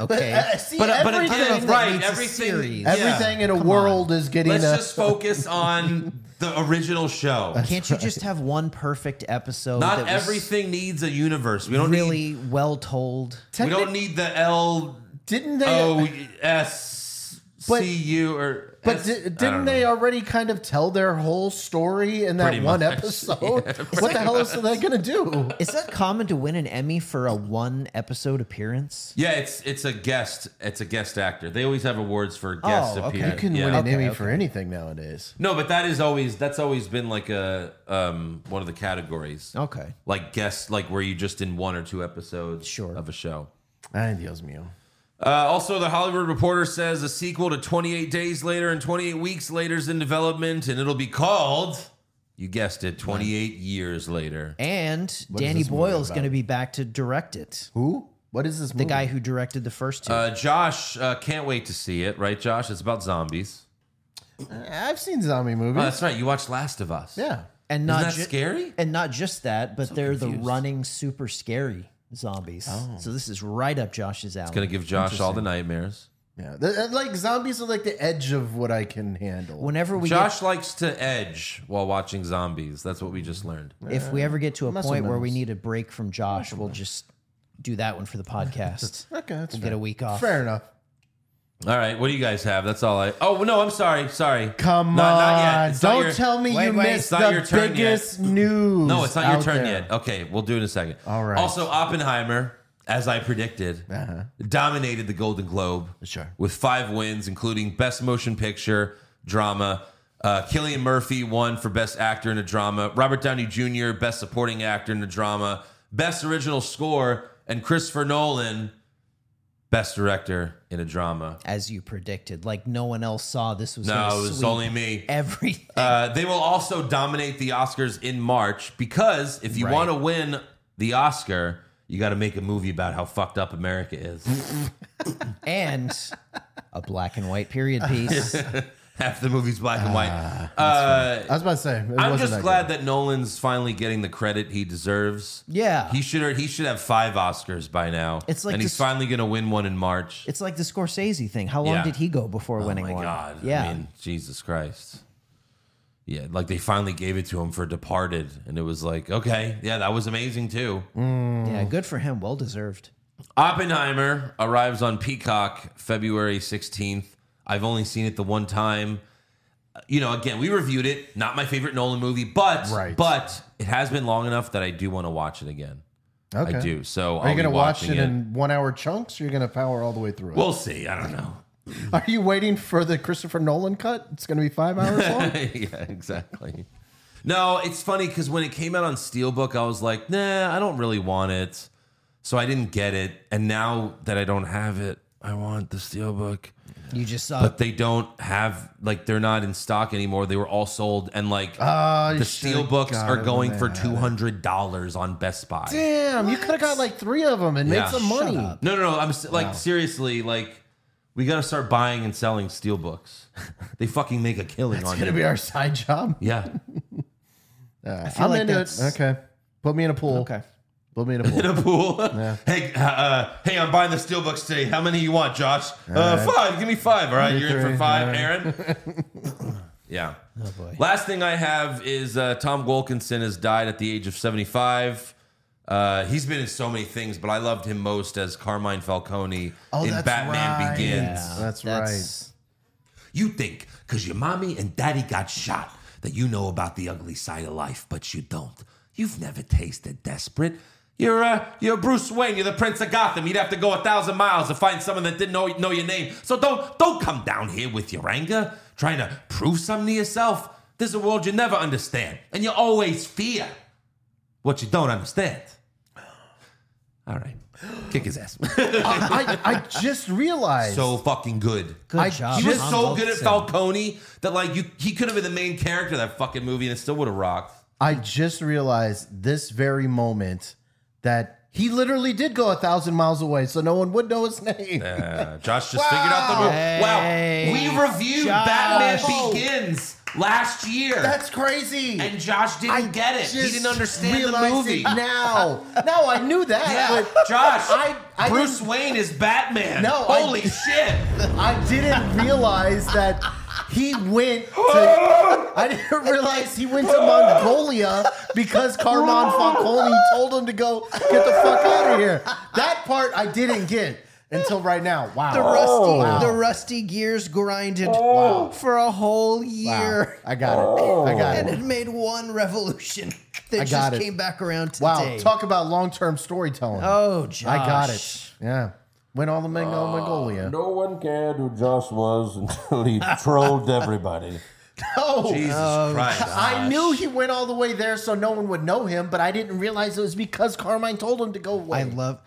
Okay,
uh, see,
but it
everything-
right,
doesn't- that needs a
everything-
series.
yeah.
Everything in a world is getting uh,
Let's
a.
just focus on the original show.
Can't you just have one perfect episode?
Not
that was
everything needs a universe. We don't need
really well told.
we don't need the L
didn't they?
O S
But-
C U or
but
S-
di-
I don't
didn't
know.
they already kind of tell their whole story in that
Pretty
one
much.
episode? what the hell is that going to do?
Is that common to win an Emmy for a one episode appearance?
Yeah, it's it's a guest. It's a guest actor. They always have awards for guest
okay.
appearance.
Oh, You can
Yeah.
win an
Okay,
Emmy
okay.
for anything nowadays.
No, but that is always that's always been like a um one of the categories.
Oh.
Okay,
Like guest, like where you just in one or two episodes
Sure.
of a show.
Ay, Dios mío.
Uh, also, the Hollywood Reporter says a sequel to 28 Days Later and 28 Weeks Later is in development, and it'll be called, you guessed it, 28 Years Later.
and Danny
this movie
Boyle's going to
about?
be back to direct it.
Who? What is this
The
movie?
guy who directed the first two.
Uh, Josh uh, can't wait to see it, right, Josh? It's about zombies.
I've seen zombie
Oh,
movies.
that's right. You watched Last of Us.
yeah.
and
Isn't
not
that
ju-
scary?
And not just that, but they're the
confused.
running super scary zombies.
Oh.
So this is right up Josh's alley.
Gonna give Josh all the nightmares.
Yeah. The- uh, like zombies are like the edge of what I can handle.
Whenever we get
Josh likes to edge while watching zombies. That's what we just learned.
If we ever get to a point where we need a break from Josh, we'll just do that one for the podcast.
okay, that's
We'll
fair.
get a week off.
Fair enough.
All right, what do you guys have? That's all I. Oh no, I'm sorry. Sorry.
Come
Not-
on.
not yet. It's not
Don't
your-
tell me
Wait,
you
wait.
It's
missed
not your
the
turn yet.
biggest news.
No, it's not your
out
turn
there.
yet. Okay, we'll do it in a second.
All right. Uh-huh.
Also, Oppenheimer as I predicted, dominated the Golden Globe
Sure.
with five wins, including Best Motion Picture Drama. Uh, Killian Murphy won for Best Actor in a Drama. Robert Downey Jr. Best Supporting Actor in a Drama. Best Original Score, and Christopher Nolan Best Director in a Drama.
as you predicted. Like no one else saw this was
No,
gonna
it was
sweep
only me.
everything.
Uh, they will also dominate the Oscars in March because if you
Right.
want to win the Oscar, you got to make a movie about how fucked up America is.
and a black and white period piece.
Half the movie's black and
Ah,
white. Uh,
I was about to say. It
I'm
wasn't
just
that
glad
good.
that Nolan's finally getting the credit he deserves.
Yeah.
He should he should have five Oscars by now.
It's like
and he's
this-
finally gonna win one in March.
it's like the Scorsese thing. How long
Yeah.
did he go before winning
oh my
one?
god.
Yeah.
I mean, Jesus Christ. Yeah, like they finally gave it to him for Departed, and it was like, okay, yeah, that was amazing too.
yeah,
hmm.
good for him. Well deserved.
Oppenheimer arrives on Peacock February 16th. I've only seen it the one time. You know, again, we reviewed it. Not my favorite Nolan movie, but
Right.
but it has been long enough that I do want to watch it again. I do. So
Are
I'll
you going
be
to watch
watching
it in one hour chunks or you're going to power all the way through it?
We'll see. I don't know.
Are you waiting for the Christopher Nolan cut? It's going to be five hours long?
yeah, exactly. No, it's funny because when it came out on Steelbook, I was like, nah, I don't really want it. So I didn't get it. And now that I don't have it, I want the Steelbook.
You just saw
but they don't have like they're not in stock anymore. They were all sold, and like
Ah, you
the
should've
steel books
got
are
it when
going
they
for
had it.
two hundred dollars on Best Buy.
Damn, you could have got like three of them and
Yeah.
made some
Shut
money.
up.
No, no, no. I'm s- like seriously, like we got to start buying and selling steel books. they fucking make a killing
It's
on
going to
it.
be our side job.
yeah,
Uh,
feel
I'm
like
into it.
that's-
Okay. Put me in a pool.
Okay.
Put me in a
in
pool.
a pool. Hey, uh, uh, hey, I'm buying the steel books today. How many you want, Josh? Uh, Five. Give me five. All right,
me
you're in
three.
for five,
All right.
Aaron. yeah.
Oh boy.
Last thing I have is uh, Tom Wilkinson has died at the age of 75. Uh, he's been in so many things, but I loved him most as Carmine Falcone
Oh,
in
that's
Batman
right.
Begins.
Yeah,
That's
You think because your mommy and daddy got shot that you know about the ugly side of life, but you don't. You've never tasted desperate. You're uh, you're Bruce Wayne. You're the Prince of Gotham. You'd have to go a thousand miles to find someone that didn't know know your name. So don't don't come down here with your anger, trying to prove something to yourself. This is a world you never understand, and you always fear what you don't understand. All right, kick his ass.
I, I just realized.
so fucking good.
Good
I-
job.
He was
Tom
so good at
Wilkinson.
Falcone that like you, he could have been the main character of that fucking movie and it still would have rocked.
I just realized this very moment that he literally did go a thousand miles away, so no one would know his name.
Uh, Josh just figured out the rule.
Hey,
wow, we reviewed
Josh.
Batman Begins last year,
Oh. That's crazy.
and Josh didn't get it. He
just
didn't understand the
realized
movie.
it now. no, I knew
Yeah,
that.
Josh,
I- I
Bruce
didn't-
Wayne is Batman.
No, I-
holy shit!
But I didn't realize that he went to. I didn't realize he went to Mongolia because Carmon Falcone told him to go get the fuck out of here. That part I didn't get until right now. Wow.
The rusty,
Oh! Wow. Oh!
the rusty gears grinded for a whole
Wow.
year,
I got it. I got
and
it.
it made one revolution that
I
just
got it.
came back around today.
Wow. Talk about long term storytelling.
Oh, Josh.
I got it. Yeah. Went all the way to Mongolia.
Oh,
No one cared who Josh was until he trolled everybody.
No.
Jesus Christ!
Oh, I knew he went all the way there so no one would know him, but I didn't realize it was because Carmine told him to go away.
I love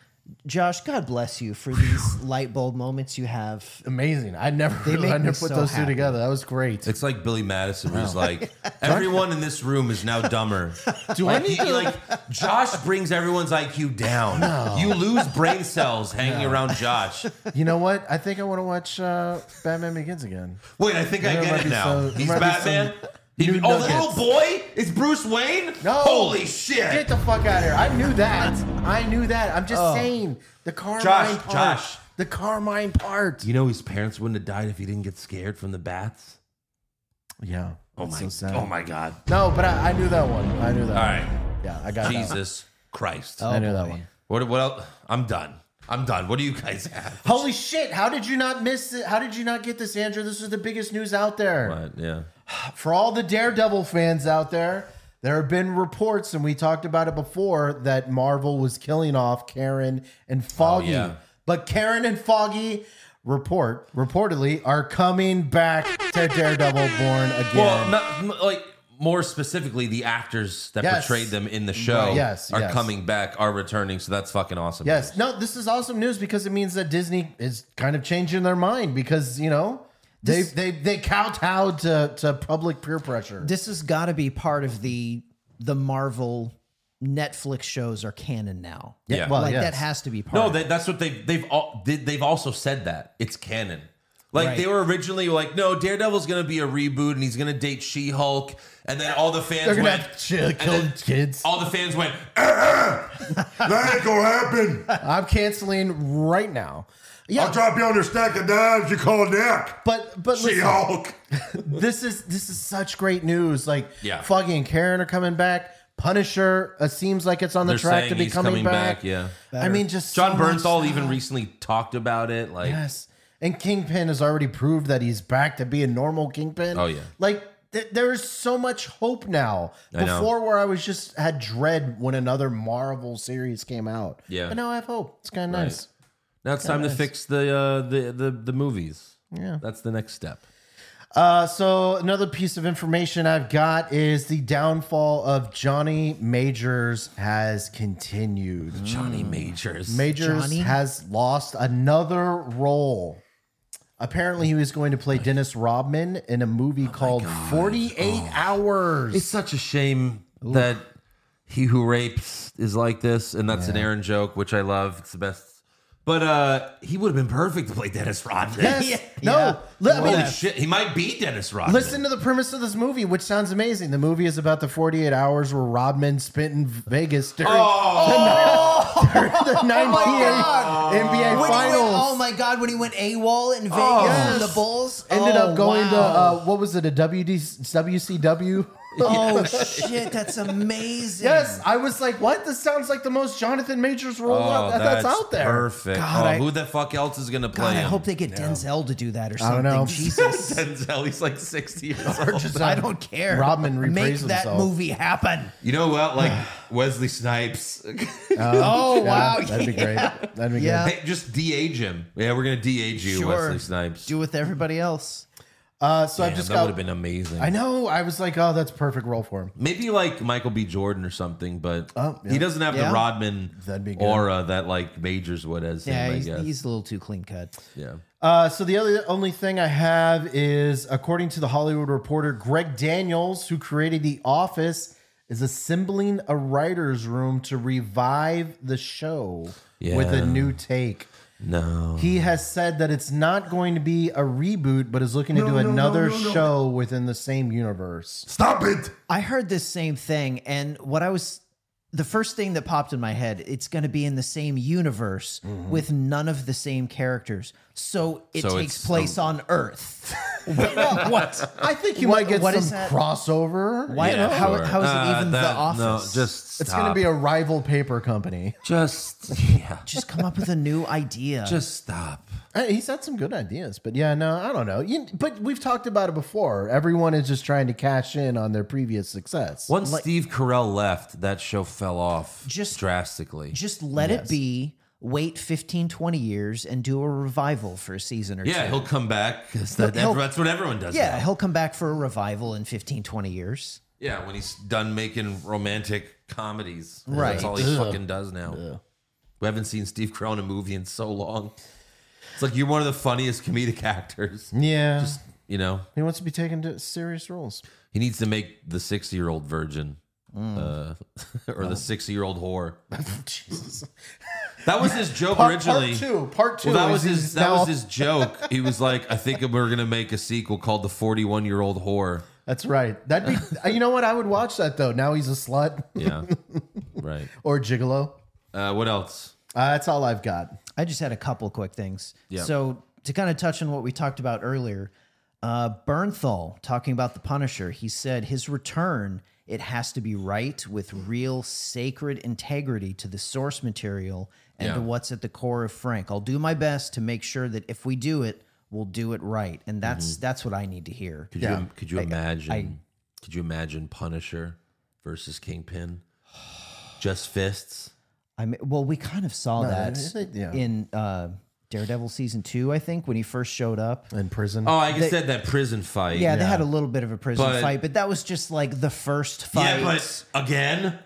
Josh. God bless you for these light bulb moments you have.
Amazing. I never,
make
I
me
never put
so
those
happy.
two together. That was great.
It's like Billy Madison
Oh.
who's like, everyone in this room is now dumber.
Do I
Like,
need
he,
to
like Josh brings everyone's IQ down. You lose brain cells hanging around Josh.
You know what? I think I want to watch uh, Batman Begins again.
Wait, I think I
There might
get it
be
now.
some-
He's
there might be
Batman.
some
He-
new
oh, the little
nuggets.
boy is Bruce Wayne.
No.
holy shit!
Get the fuck out of here. I knew that. I knew that. I'm
Oh.
just saying the Carmine
Josh,
part.
Josh.
The Carmine part.
You know his parents wouldn't have died if he didn't get scared from the bats.
Yeah.
Oh
That's
my!
so sad.
oh my God!
No, but I, I knew that one. I knew that
All
one.
right,
Yeah, I got that.
Jesus Christ!
I knew that
boy.
one.
What? What else? I'm done. I'm done. What do you guys have?
Holy shit. How did you not miss it? How did you not get this, Andrew? This is the biggest news out there.
What? Yeah.
For all the Daredevil fans out there, There have been reports, and we talked about it before, that Marvel was killing off Karen and Foggy.
Oh, yeah.
But Karen and Foggy report reportedly are coming back to Daredevil Born Again.
Well, not m- like more specifically, the actors that
Yes.
portrayed them in the show
Right. Yes,
are
yes.
coming back, are returning. So that's fucking awesome.
yes. No, this is awesome news because it means that Disney is kind of changing their mind because, you know, they
This-
they they kowtowed to, to public peer pressure.
This has got to be part of the the Marvel Netflix shows are canon now.
Yeah.
well,
like
yes.
that has to be part.
No,
of it.
they, that's what they've they've all did. They've also said that it's canon. Like
Right.
they were originally like, no, Daredevil's gonna be a reboot and he's gonna date She Hulk, and then all the fans
They're gonna
went,
have to kill
and then
kids.
all the fans went, "Uh-uh. that ain't gonna happen.
I'm canceling right now. Yeah,
drop you on your stack of dimes. You call Nick
but but listen,
Hulk.
this is this is such great news. Like
Yeah.
Foggy and Karen are coming back. Punisher uh, seems like it's on the
They're
track to
saying
be
he's
coming,
coming
back.
back, yeah.
I mean, just so
John
much
Bernthal
stuff.
even recently talked about it. Like,
yes, and Kingpin has already proved that he's back to be a normal Kingpin.
Oh, yeah.
like. th- There is so much hope now.
I know.
Before, where I was just had dread when another Marvel series came out.
Yeah.
but now I have hope. It's kind of nice.
now it's time to fix the uh, the the the movies. Yeah, that's the next step.
Uh, so another piece of information I've got is the downfall of Johnny Majors has continued.
Johnny Majors.
Hmm. Majors
Mm-hmm. Johnny?
has lost another role. Apparently, he was going to play Dennis Rodman in a
Oh
movie called 48 Hours.
It's such a shame that he who rapes is like this, and that's an Aaron joke, which I love. It's the best. But uh he would have been perfect to play Dennis Rodman.
yes. No.
Yeah.
Let- I mean,
Holy shit, he might be Dennis Rodman.
Listen to the premise of this movie, which sounds amazing. The movie is about the 48 hours where Rodman spent in Vegas during
Oh.
Oh.
the, the 98
God. When
NBA
he went-
Finals. Oh.
oh my god! When he went AWOL in Vegas
Yes.
on the Bulls,
ended
Oh,
up going to
wow.
uh, what was it a WD WCW?
oh shit! That's amazing.
yes, I was like, what? This sounds like the most Jonathan Majors role
Oh,
that- that's, out there.
Perfect.
God,
oh,
I-
who the fuck else is gonna play
God, I
him?
hope they get Denzel to do that or
don't
something.
know.
Jesus,
Denzel, he's like sixty years old.
I don't care.
Rodman
make
repraised
that
himself.
movie happen.
You know what? Like Wesley Snipes.
oh wow!
that'd be great. That'd be
Yeah.
good.
hey, just de-age him. Yeah, we're gonna de-age you,
Sure.
Wesley Snipes.
Do with everybody else.
Uh, so I've
Man,
just
that would
got.
have been amazing.
I know. I was like, oh, that's perfect role for him.
Maybe like Michael B. Jordan or something, but
Oh, yeah.
he doesn't have
Yeah.
the Rodman
That'd be good.
aura that like Majors would as
Yeah,
him, I
he's,
guess.
he's a little too clean cut.
yeah.
Uh, so the other only thing I have is, according to the Hollywood Reporter, Greg Daniels, who created The Office, is assembling a writers' room to revive the show with
Yeah.
a new take.
No.
He has said that it's not going to be a reboot, but is looking to do another show within the same universe.
Stop it!
I heard this same thing, and what I was the first thing that popped in my head, it's going to be in the same universe with none of the same characters. So it
Mm-hmm. So
takes
it's
place
some-
on Earth. what?
I think you
What-
might get
what is
some
that?
crossover.
Why- how- how is it even The Office?
Uh, No, just
It's going to be a rival paper company.
just yeah.
Just come up with a new idea.
just stop.
Uh, He's had some good ideas, but yeah, no, I don't know. You, but we've talked about it before. Everyone is just trying to cash in on their previous success.
Once Steve Carell left, that show fell off
Just-
drastically.
Just let it be. Wait 15, 20 years and do a revival for a season or
yeah,
two.
he'll come back. 'cause that-
He'll-
that's what everyone does.
Yeah,
now.
he'll come back for a revival in 15, 20 years.
yeah. When he's done making romantic comedies,
Right.
That's all he fucking does now. We haven't seen Steve Carell in a movie in so long. It's like you're one of the funniest comedic actors.
yeah,
You know,
he wants to be taken to serious roles.
he needs to make the 60 year old virgin
Mm.
uh, or the 60 year old whore.
Jesus.
That was his joke
Part, part
originally.
two, part two.
Well, that was
is
his.
he's
That was
now-
his joke. He was like, "I think we're gonna make a sequel called the Forty One Year Old Whore."
That's right. That'd be. uh, you know what? I would watch that though. Now he's a slut
Yeah, right.
or gigolo.
Uh, what else?
Uh, that's all I've got.
I just had a couple quick things.
Yeah.
So to kind of touch on what we talked about earlier, uh, Bernthal talking about the Punisher, he said his return it has to be right with real sacred integrity to the source material and to
Yeah.
what's at the core of Frank. I'll do my best to make sure that if we do it, we'll do it right, and
Mm-hmm.
that's that's what I need to hear.
Could you could you imagine? could you imagine Punisher versus Kingpin. Just fists.
I mean, well, we kind of saw that
it- yeah.
in uh, Daredevil season two, I think, when he first showed up.
in prison.
Oh, I just said that prison fight.
Yeah, they had a little bit of a prison
But-
fight, but that was just like the first fight.
Yeah, but again,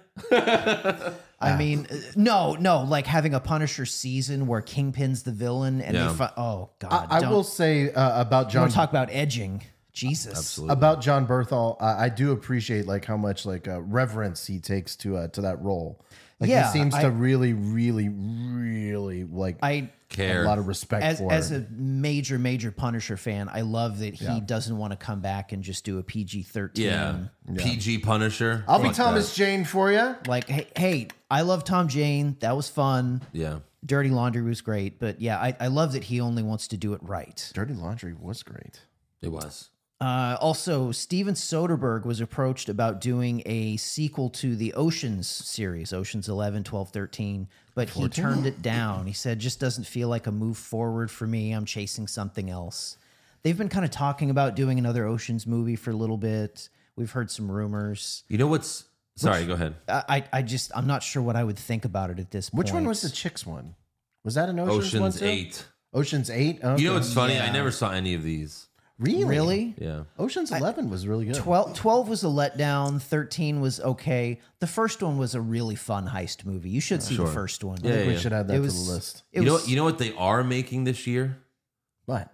I mean, uh, no, no, like having a Punisher season where Kingpin's the villain, and
Yeah.
they fi- oh god,
I, I
don't,
will say uh, about
We're
John
talk about edging. Jesus,
about John Berthal. I, I do appreciate like how much like uh, reverence he takes to uh, to that role. Like
Yeah,
he seems
I-
to really, really, really like
I
a
care.
lot of respect
as
for.
as
it.
a major major Punisher fan, I love that he doesn't want to come back and just do a PG thirteen.
yeah. PG Punisher.
I'll be
Fuck
Thomas Jane for you.
Like, hey, hey, I love Tom Jane. That was fun.
that. Yeah.
Dirty Laundry was great, but yeah, I, I love that he only wants to do it right.
Dirty Laundry was great.
It was.
Uh, also, Steven Soderbergh was approached about doing a sequel to the Oceans series, Oceans 11, 12, 13, but he turned it down. He said, just doesn't feel like a move forward for me. I'm chasing something else. They've been kind of talking about doing another Oceans movie for a little bit. We've heard some rumors.
You know what's sorry, go ahead.
I, I, I just, I'm not sure what I would think about it at this point.
Which one was the chicks one? Was that an Ocean's, one
Oceans
too?
eight.
Ocean's eight.
You know
Okay.
what's funny? I never saw any of these.
really?
Really?
Yeah.
Ocean's Eleven was really good.
12, 12 was a letdown. 13 was okay. The first one was a really fun heist movie. You should see the first one.
I
Yeah,
think
yeah,
we should add that
It
to
was-
the list.
It
you know
was-
you know what they are making this year?
But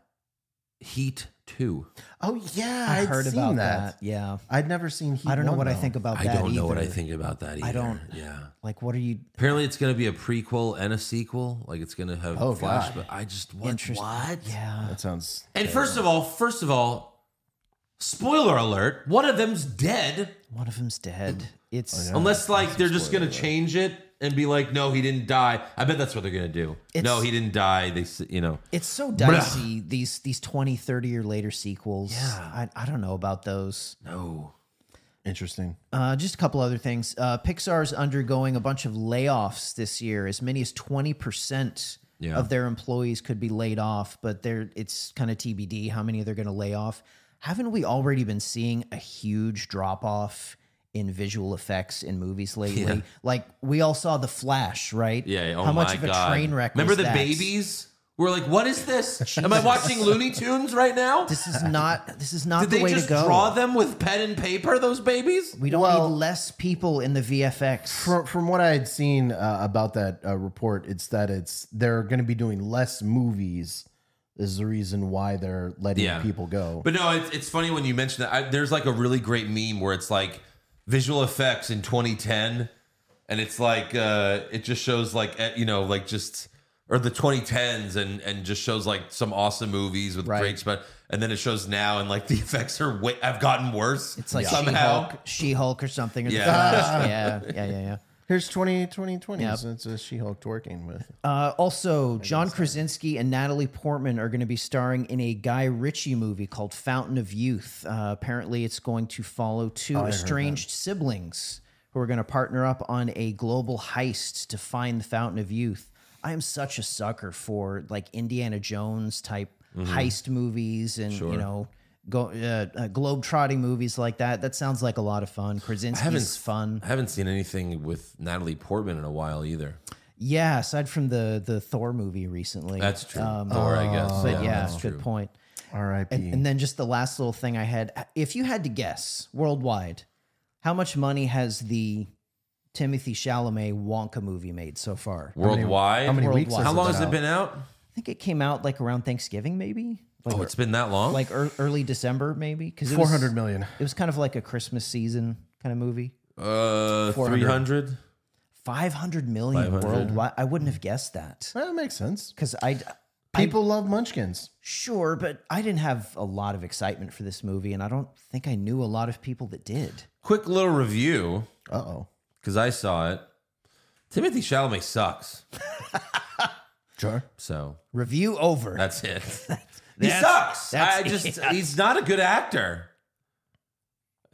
Heat two.
oh yeah,
I
I'd
heard
seen
about
that.
that. Yeah.
I'd never seen. Heat
I don't know
one,
what I
though.
think about
I
that.
don't know what I
either.
think about that either.
don't-
Yeah.
Like, what are you
Apparently, it's going to be a prequel and a sequel. Like it's going to have
Oh,
flash.
God.
But I just what?
interested?
What?
Yeah.
That sounds.
And first of all, first of all, spoiler alert: one of them's dead.
One of them's dead. It's
Oh,
Unless like they're just going to change it and be like, no, he didn't die. I bet that's what they're going to do. no,
It's-
he didn't die. They, s- you know,
it's so dicey. These these 20, 30 year later sequels. Yeah. I, I don't know about those.
no.
Interesting.
Uh, just a couple other things. Uh, Pixar's undergoing a bunch of layoffs this year. As many as twenty percent
Yeah.
of their employees could be laid off, but they're, it's kind of TBD how many they're going to lay off. Haven't we already been seeing a huge drop off in visual effects in movies lately?
Yeah.
Like we all saw The Flash, right?
Yeah. Oh
how
my
much of a
God.
train wreck?
Remember
was
the
that?
babies? We're like, what is this? Am I watching Looney Tunes right now?
This is not. This is not
Did
the
they
way
just
to go.
draw them with pen and paper? Those babies?
we don't
Well-
need less people in the VFX.
From, from what I had seen uh, about that uh, report, it's that it's they're going to be doing less movies. Is the reason why they're letting
Yeah.
people go.
But no, it's, it's funny when you mention that. I, there's like a really great meme where it's like visual effects in 2010, and it's like uh, it just shows like eh, you know like just or the 2010s and and just shows like some awesome movies with great spe- and then it shows now and like the effects are way have gotten worse.
It's like
somehow.
She-Hulk, She-Hulk or something. Or
Yeah.
yeah. Flash. yeah, yeah, yeah, yeah.
Here's 20, 2020. So it's a uh, She-Hulk twerking with.
Uh, also, John Krasinski and Natalie Portman are going to be starring in a Guy Ritchie movie called Fountain of Youth. Uh, apparently, it's going to follow two estranged siblings who are going to partner up on a global heist to find the Fountain of Youth. I am such a sucker for like Indiana Jones type heist movies and you know go uh, uh, globe trotting movies like that. That sounds like a lot of fun. Krasinski's fun.
I haven't seen anything with Natalie Portman in a while either.
Yeah, aside from the the Thor movie recently. Uh,
That's true. Thor, I guess.
Um, oh, but yeah,
that's
good
true.
point.
R.I.P.
And, and then just the last little thing I had, if you had to guess worldwide, how much money has the Timothy Chalamet Wonka movie made so far?
Worldwide.
how many weeks?
Worldwide.
has
How long
been
has it
out?
been out?
I think it came out like around Thanksgiving, maybe, like
Oh, it's been that long.
like ear early December, maybe. Because
Four hundred million.
It was kind of like a Christmas season kind of movie.
uh, three hundred.
Five hundred million
500.
worldwide. I wouldn't have guessed that
Well, that makes sense.
because I
People love Munchkins.
Sure, but I didn't have a lot of excitement for this movie, and I don't think I knew a lot of people that did.
Quick little review
Uh oh.
because I saw it. Timothy Chalamet sucks.
Sure.
So
Review over.
that's it. he
That's-
sucks.
that's-
I just he's not a good actor.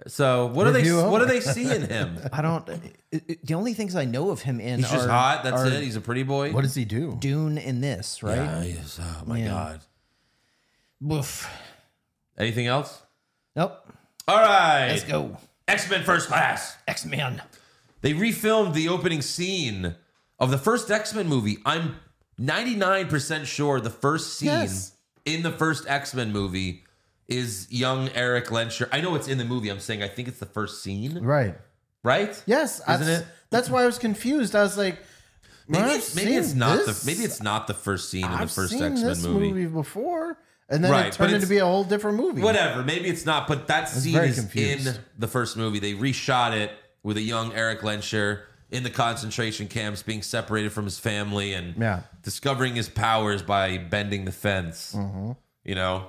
So what are
Review
they?
over.
What do they see in him?
I don't. it- it- the only things I know of him in
He's just
are
hot. That's
are
it. He's a pretty boy.
What does he do?
Dune in this, right?
Yeah, he is. Oh my
Yeah.
god.
Woof.
Anything else?
Nope.
All right.
Let's go.
X Men First Class.
X Men.
They refilmed the opening scene of the first X Men movie. I'm 99% sure the first scene
Yes.
in the first X Men movie is young Eric Lencher. I know it's in the movie. I'm saying I think it's the first scene,
Right.
right?
Yes. I-
Isn't it?
That's why I was confused. I was like,
Maybe,
I've
it's, maybe
seen
it's not
this.
the maybe it's not the first scene in the
I've
first
seen
X Men
this
movie.
before, and then
Right,
it
but
turned into
it's-
be a whole different movie.
Whatever, maybe it's not, but that scene
very
is
confused.
in the first movie. They reshot it with a young Eric Lenscher in the concentration camps, being separated from his family and
Yeah.
discovering his powers by bending the fence. You know,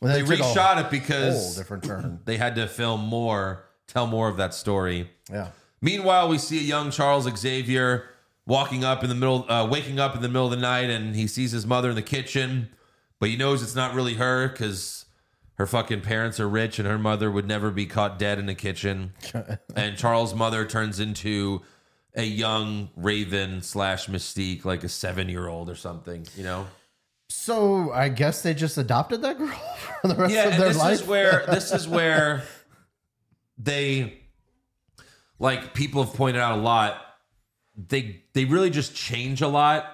Well,
they
then it Mm-hmm. took a
reshot it
Whole
because
different turn.
they had to film more, tell more of that story.
Yeah.
Meanwhile, we see a young Charles Xavier walking up in the middle, uh, waking up in the middle of the night, and he sees his mother in the kitchen, but he knows it's not really her because her fucking parents are rich and her mother would never be caught dead in the kitchen. and Charles' mother turns into a young Raven slash Mystique, like a seven year old or something, you know?
So I guess they just adopted that girl for the rest
yeah,
of
and
their
this
life.
is where this is where they like people have pointed out a lot. They they really just change a lot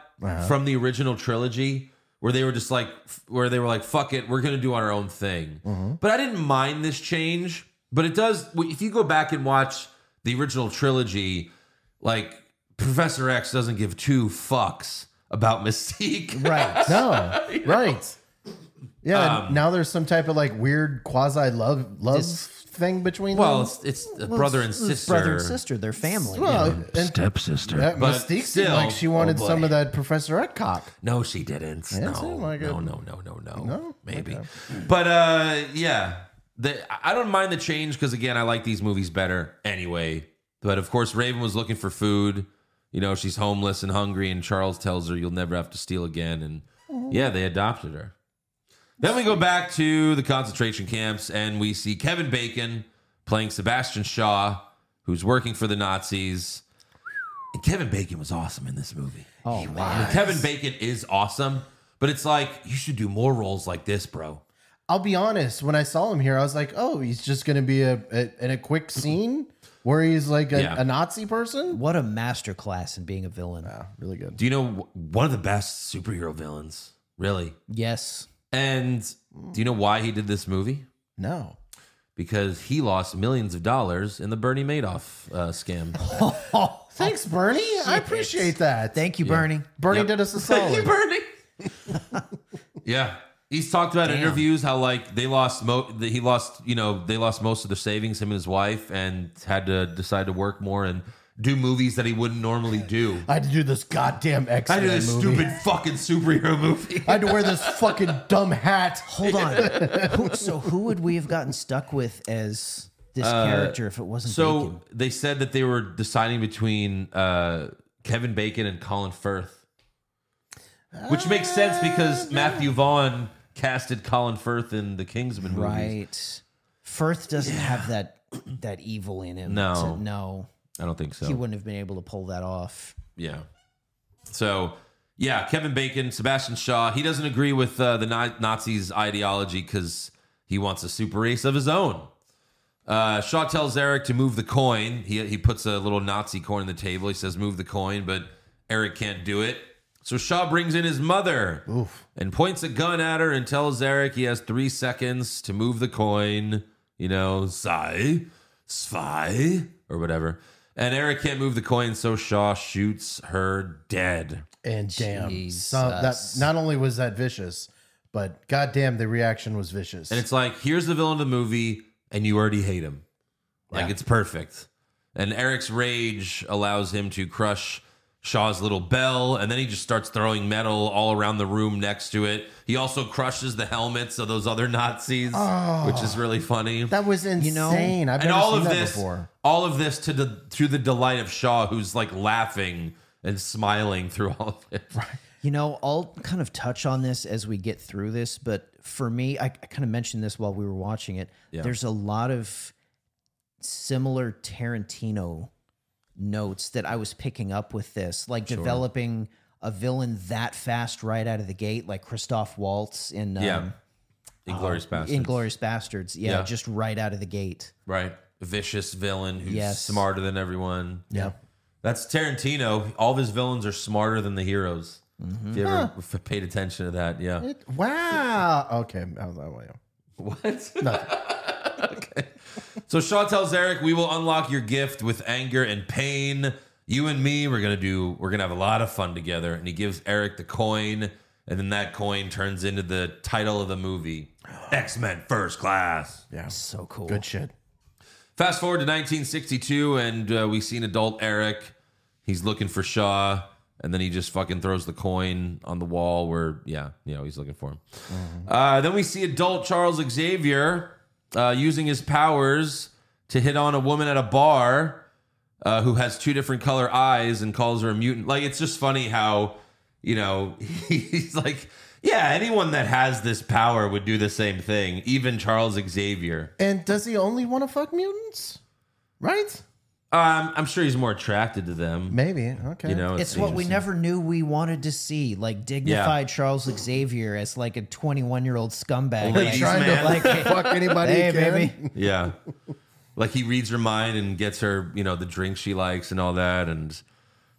from the original trilogy where they were just like f- where they were like fuck it, we're going to do our own thing. But I didn't mind this change, but it does if you go back and watch the original trilogy like Professor X doesn't give two fucks about Mystique.
Right.
no, right. Yeah.
Um,
and now there's some type of like weird quasi love love
Dis-
thing between
Well,
them.
it's, it's a brother and
It's
sister.
Brother and sister. They're family.
well, and
stepsister.
that
But
Mystique seemed
still- oh
like she wanted some of that Professor Ed cock.
No, she didn't.
it
no,
seemed like
no,
it.
no, no, no, no, Maybe. But uh yeah. The, I- I don't mind the change because again, I like these movies better anyway. But of course, Raven was looking for food. You know, she's homeless and hungry, and Charles tells her you'll never have to steal again. And yeah, they adopted her. Then we go back to the concentration camps and we see Kevin Bacon playing Sebastian Shaw, who's working for the Nazis. And Kevin Bacon was awesome in this movie.
Oh,
I
man.
mean, Kevin Bacon is awesome, but it's like you should do more roles like this, bro.
I'll be honest. When I saw him here, I was like, "Oh, he's just going to be a, a in a quick scene where he's like a,
Yeah.
a Nazi person."
What a masterclass in being a villain.
Really good.
Do you know wh- one of the best superhero villains, really?
Yes.
And do you know why he did this movie?
No,
Because he lost millions of dollars in the Bernie Madoff uh, scam.
thanks, Bernie. I appreciate that.
Thank you, Bernie.
Bernie
Yep.
did us a solid.
yeah, he's talked about in interviews how like they lost mo- that he lost you know they lost most of their savings him and his wife and had to decide to work more and do movies that he wouldn't normally do.
I had to do this goddamn X
I
Men
do this
movie.
stupid fucking superhero movie.
I had to wear this fucking dumb hat.
Hold on. who, so who would we have gotten stuck with as this character if it wasn't Bacon?
Uh, So they said that they were deciding between uh, Kevin Bacon and Colin Firth, which makes sense because
Uh,
Matthew Vaughn casted Colin Firth in the Kingsman movies.
Right. Firth doesn't have that that evil in him.
No.
So, no.
I don't think so.
He wouldn't have been able to pull that off.
Yeah. So, yeah, Kevin Bacon, Sebastian Shaw, he doesn't agree with uh, the Na- Nazis' ideology because he wants a super race of his own. Uh, Shaw tells Eric to move the coin. He, he puts a little Nazi coin on the table. He says, move the coin, but Eric can't do it. So Shaw brings in his mother and points a gun at her and tells Eric he has three seconds to move the coin. You know, sigh, spy, or whatever. And Eric can't move the coin, so Shaw shoots her dead.
And damn, so that not only was that vicious, but goddamn, the reaction was vicious.
And it's like, here's the villain of the movie, and you already hate him. Like, it's perfect. And Eric's rage allows him to crush Shaw's little bell, and then he just starts throwing metal all around the room next to it. He also crushes the helmets of those other Nazis, which is really funny.
that was insane.
know,
I've
and
never
all
seen
of
that
this,
before.
all of this to the to the delight of Shaw, who's like laughing and smiling through all of it. Right.
You know, I'll kind of touch on this as we get through this, but for me, I, I kind of mentioned this while we were watching it. There's a lot of similar Tarantino notes that I was picking up with this, like developing a villain that fast right out of the gate, like Christoph Waltz in um,
Uh,
Yeah. Inglorious Bastards.
Inglorious Bastards. Yeah,
Yeah.
just right out of the gate.
Right. vicious villain who's
Yes.
smarter than everyone.
Yeah.
That's Tarantino. All of his villains are smarter than the heroes. If you ever f- paid attention to that, yeah.
It- wow. Okay. I was like, well,
What?
Nothing.
okay. So Shaw tells Eric, "We will unlock your gift with anger and pain. You and me, we're gonna do. We're gonna have a lot of fun together." And he gives Eric the coin, and then that coin turns into the title of the movie, X Men First Class.
yeah.
So cool.
Good shit.
Fast forward to 1962, and uh, we see an adult Eric. He's looking for Shaw, and then he just fucking throws the coin on the wall where, yeah, you know, he's looking for him. Uh, then we see adult Charles Xavier uh, using his powers to hit on a woman at a bar uh, who has two different color eyes and calls her a mutant. Like, it's just funny how, you know, he's like, yeah, anyone that has this power would do the same thing, even Charles Xavier.
And does he only want to fuck mutants? Right?
Um, I'm sure he's more attracted to them.
Maybe. Okay.
You know,
It's what we
interesting.
never knew we wanted to see, like dignified Charles Xavier as like a 21 year old scumbag.
Ladies
Like,
trying to
man.
like,
fuck anybody.
hey,
he can.
baby.
Yeah, like he reads her mind and gets her, you know, the drink she likes and all that. And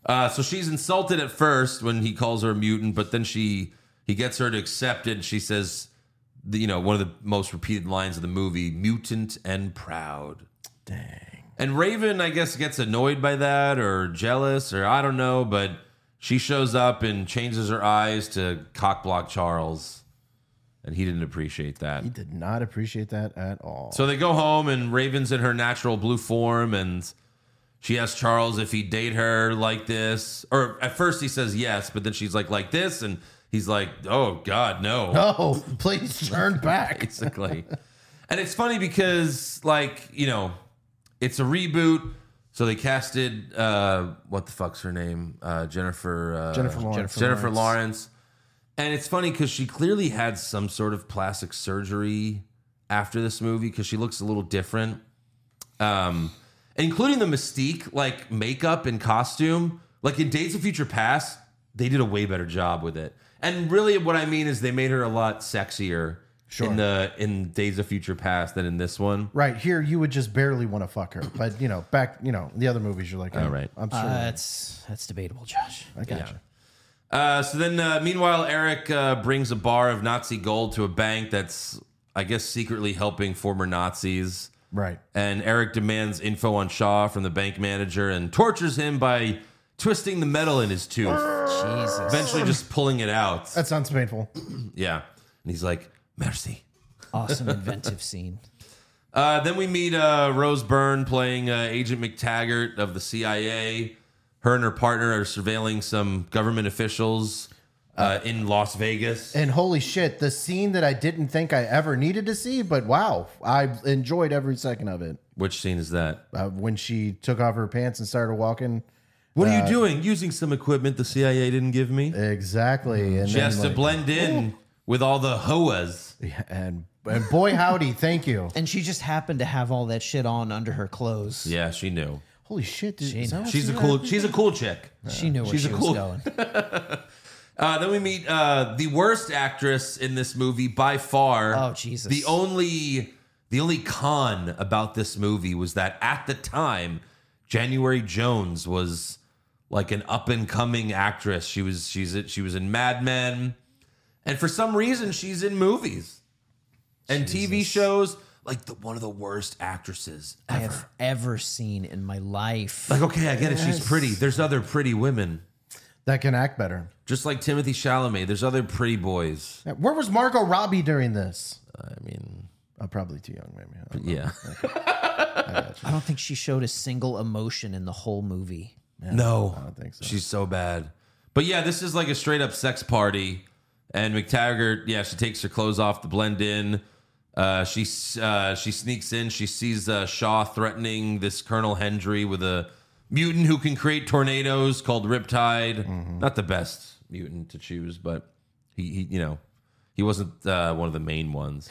uh, so she's insulted at first when he calls her a mutant, but then she he gets her to accept it. And she says, the, you know, one of the most repeated lines of the movie: "Mutant and proud."
Dang.
And Raven, I guess, gets annoyed by that or jealous or I don't know, but she shows up and changes her eyes to cockblock Charles. And he didn't appreciate that.
He did not appreciate that at all.
So they go home, and Raven's in her natural blue form, and she asks Charles if he'd date her like this. Or at first he says yes, but then she's like, like this, and he's like, oh God, no,
no, please turn back.
basically. and it's funny because, like, you know, it's a reboot. So they casted uh, what the fuck's her name? Uh, Jennifer uh,
Jennifer Lawrence.
Jennifer Lawrence. And it's funny because she clearly had some sort of plastic surgery after this movie because she looks a little different. Um, including the mystique, like makeup and costume. Like in Days of Future Past, they did a way better job with it. And really, what I mean is they made her a lot sexier in the in Days of Future Past than in this one.
Right here, you would just barely want to fuck her, but you know, back you know, the other movies, you're like, all
Oh, right.
I'm sure.
Uh, that's that's debatable, Josh.
I got you.
Uh, so then, uh, meanwhile, Eric uh, brings a bar of Nazi gold to a bank that's, I guess, secretly helping former Nazis.
Right.
And Eric demands info on Shaw from the bank manager and tortures him by twisting the metal in his tooth,
Jesus.
eventually just pulling it out.
That sounds painful.
Yeah. And he's like, Merci.
Awesome inventive scene.
Uh, then we meet uh, Rose Byrne playing uh, Agent McTaggart of the CIA. Her and her partner are surveilling some government officials uh, in Las Vegas.
And holy shit, the scene that I didn't think I ever needed to see, but wow, I enjoyed every second of it.
Which scene is that?
Uh, when she took off her pants and started walking,
What are you doing? Using some equipment the CIA didn't give me.
Uh, exactly, and then,
Mm-hmm. Just to
like-
blend in with all the hoas.
Yeah, and and boy howdy, thank you.
And she just happened to have all that shit on under her clothes.
Yeah, she knew.
Holy shit, dude, is that what
She's
she
a cool. She's a cool chick.
She knew where
She's a
she
cool-
was going.
Uh, then we meet uh, the worst actress in this movie by far.
Oh, Jesus.
The only the only con about this movie was that at the time, January Jones was like an up and coming actress. She was she's she was in Mad Men, and for some reason she's in movies and TV shows. Like the one of the worst actresses
I
ever.
have ever seen in my life.
Like okay, I get it. She's pretty. There's other pretty women,
that can act better?
just like Timothy Chalamet. There's other pretty boys.
Yeah, Where was Margot Robbie during this?
Uh, I mean,
I'm probably too young, maybe. I don't know.
yeah.
I don't think she showed a single emotion in the whole movie.
no,
I don't think so.
She's so bad. But yeah, this is like a straight up sex party. And McTaggart, yeah, she takes her clothes off to blend in. Uh, she uh, she sneaks in. She sees uh, Shaw threatening this Colonel Hendry with a mutant who can create tornadoes called Riptide.
Mm-hmm.
Not the best mutant to choose, but he, he you know he wasn't uh, one of the main ones.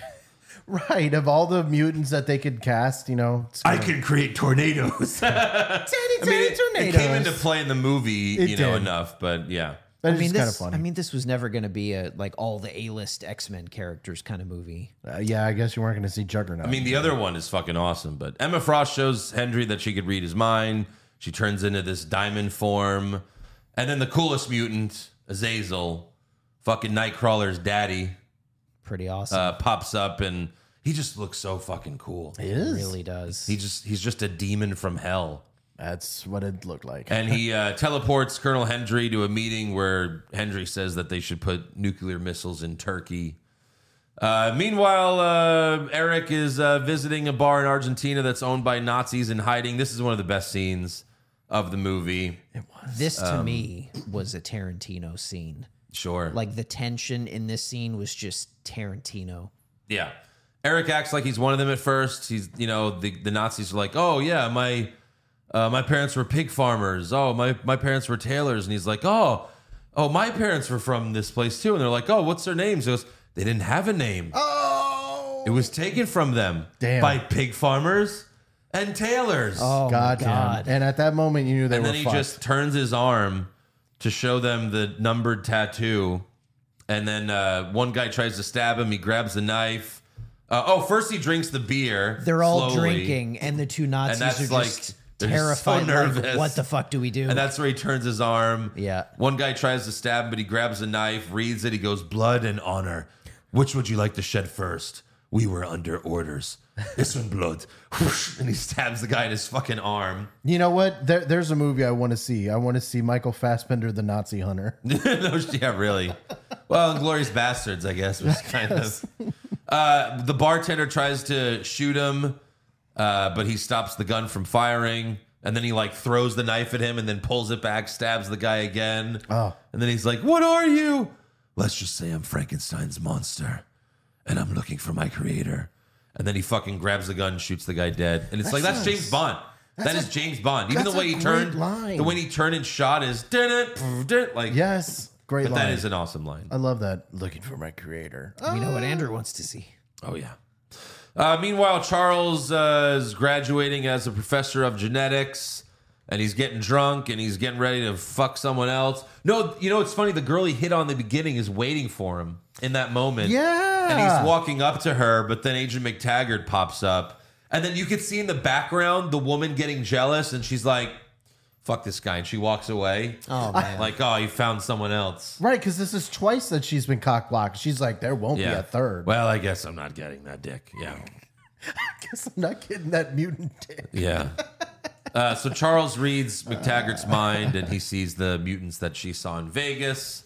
Right, of all the mutants that they could cast, you know, it's
I can create tornadoes. I mean, it, it came into play in the movie,
It
you know,
did.
enough, but yeah.
I
That is
mean,
kind of
this,
funny.
I mean, this was never going to be a like all the A list X Men characters kind of movie.
Uh, yeah, I guess you weren't going to see Juggernaut.
I mean, the other one is fucking awesome, but Emma Frost shows Hendry that she could read his mind. She turns into this diamond form. And then the coolest mutant, Azazel, fucking Nightcrawler's daddy,
Pretty awesome.
uh, pops up and he just looks so fucking cool.
it is.
really does.
He just he's just a demon from hell.
That's what it looked like.
And he uh, teleports Colonel Hendry to a meeting where Hendry says that they should put nuclear missiles in Turkey. Uh, meanwhile, uh, Eric is uh, visiting a bar in Argentina that's owned by Nazis in hiding. This is one of the best scenes of the movie.
this to
Um,
me was a Tarantino scene.
Sure.
Like the tension in this scene was just Tarantino.
Yeah. Eric acts like he's one of them at first. He's, you know, the, the Nazis are like, oh, yeah, my uh, my parents were pig farmers. Oh, my, my parents were tailors. And he's like, oh, oh, my parents were from this place too. And they're like, oh, what's their names? He goes, they didn't have a name. Oh. It was taken from them
Damn.
by pig farmers and tailors.
Oh my
God,
God.
damn. And at that moment, you knew they
and
were
then he
fucked.
just turns his arm to show them the numbered tattoo. And then uh, one guy tries to stab him. He grabs the knife. Uh, oh, first he drinks the beer.
They're all
slowly.
drinking, and the two Nazis
that's
are just
like- they're so
terrified. like,
nervous.
what the fuck do we do?
And that's where he turns his arm.
Yeah.
One guy tries to stab him, but he grabs a knife, reads it. He goes, Blood and honor. Which would you like to shed first? We were under orders. This one, blood. Whoosh. And he stabs the guy in his fucking arm.
You know what? There, there's a movie I want to see. I want to see Michael Fassbender, the Nazi hunter.
No, yeah, really. Well, Glorious Bastards, I guess, was kind of. Uh, the bartender tries to shoot him, uh, but he stops the gun from firing. And then he like throws the knife at him and then pulls it back, stabs the guy again.
Oh.
And then he's like, What are you? Let's just say I'm Frankenstein's monster and I'm looking for my creator. And then he fucking grabs the gun, shoots the guy dead. And it's like, That's
sounds-
James Bond. That's
that's a-
James Bond. Even the
that's
way he
a great
turned,
line.
the way he turned and shot is, did it, like,
Yes, great
but
line.
that is an awesome line.
I love that. Uh, Looking for my creator.
we know what Andrew wants to see.
Oh yeah. Uh, meanwhile, Charles uh, is graduating as a professor of genetics, and he's getting drunk and he's getting ready to fuck someone else. No, you know it's funny. The girl he hit on in the beginning is waiting for him in that moment.
Yeah.
and he's walking up to her, but then Agent McTaggart pops up, and then you could see in the background the woman getting jealous, and she's like, "Fuck this guy," and she walks away.
Oh, man.
like oh, you found someone else.
Right, because this is twice that she's been cock blocked. She's like, there won't be a third.
Well, I guess I'm not getting that dick. Yeah.
I guess I'm not getting that mutant dick.
Yeah. Uh, so Charles reads McTaggart's mind and he sees the mutants that she saw in Vegas.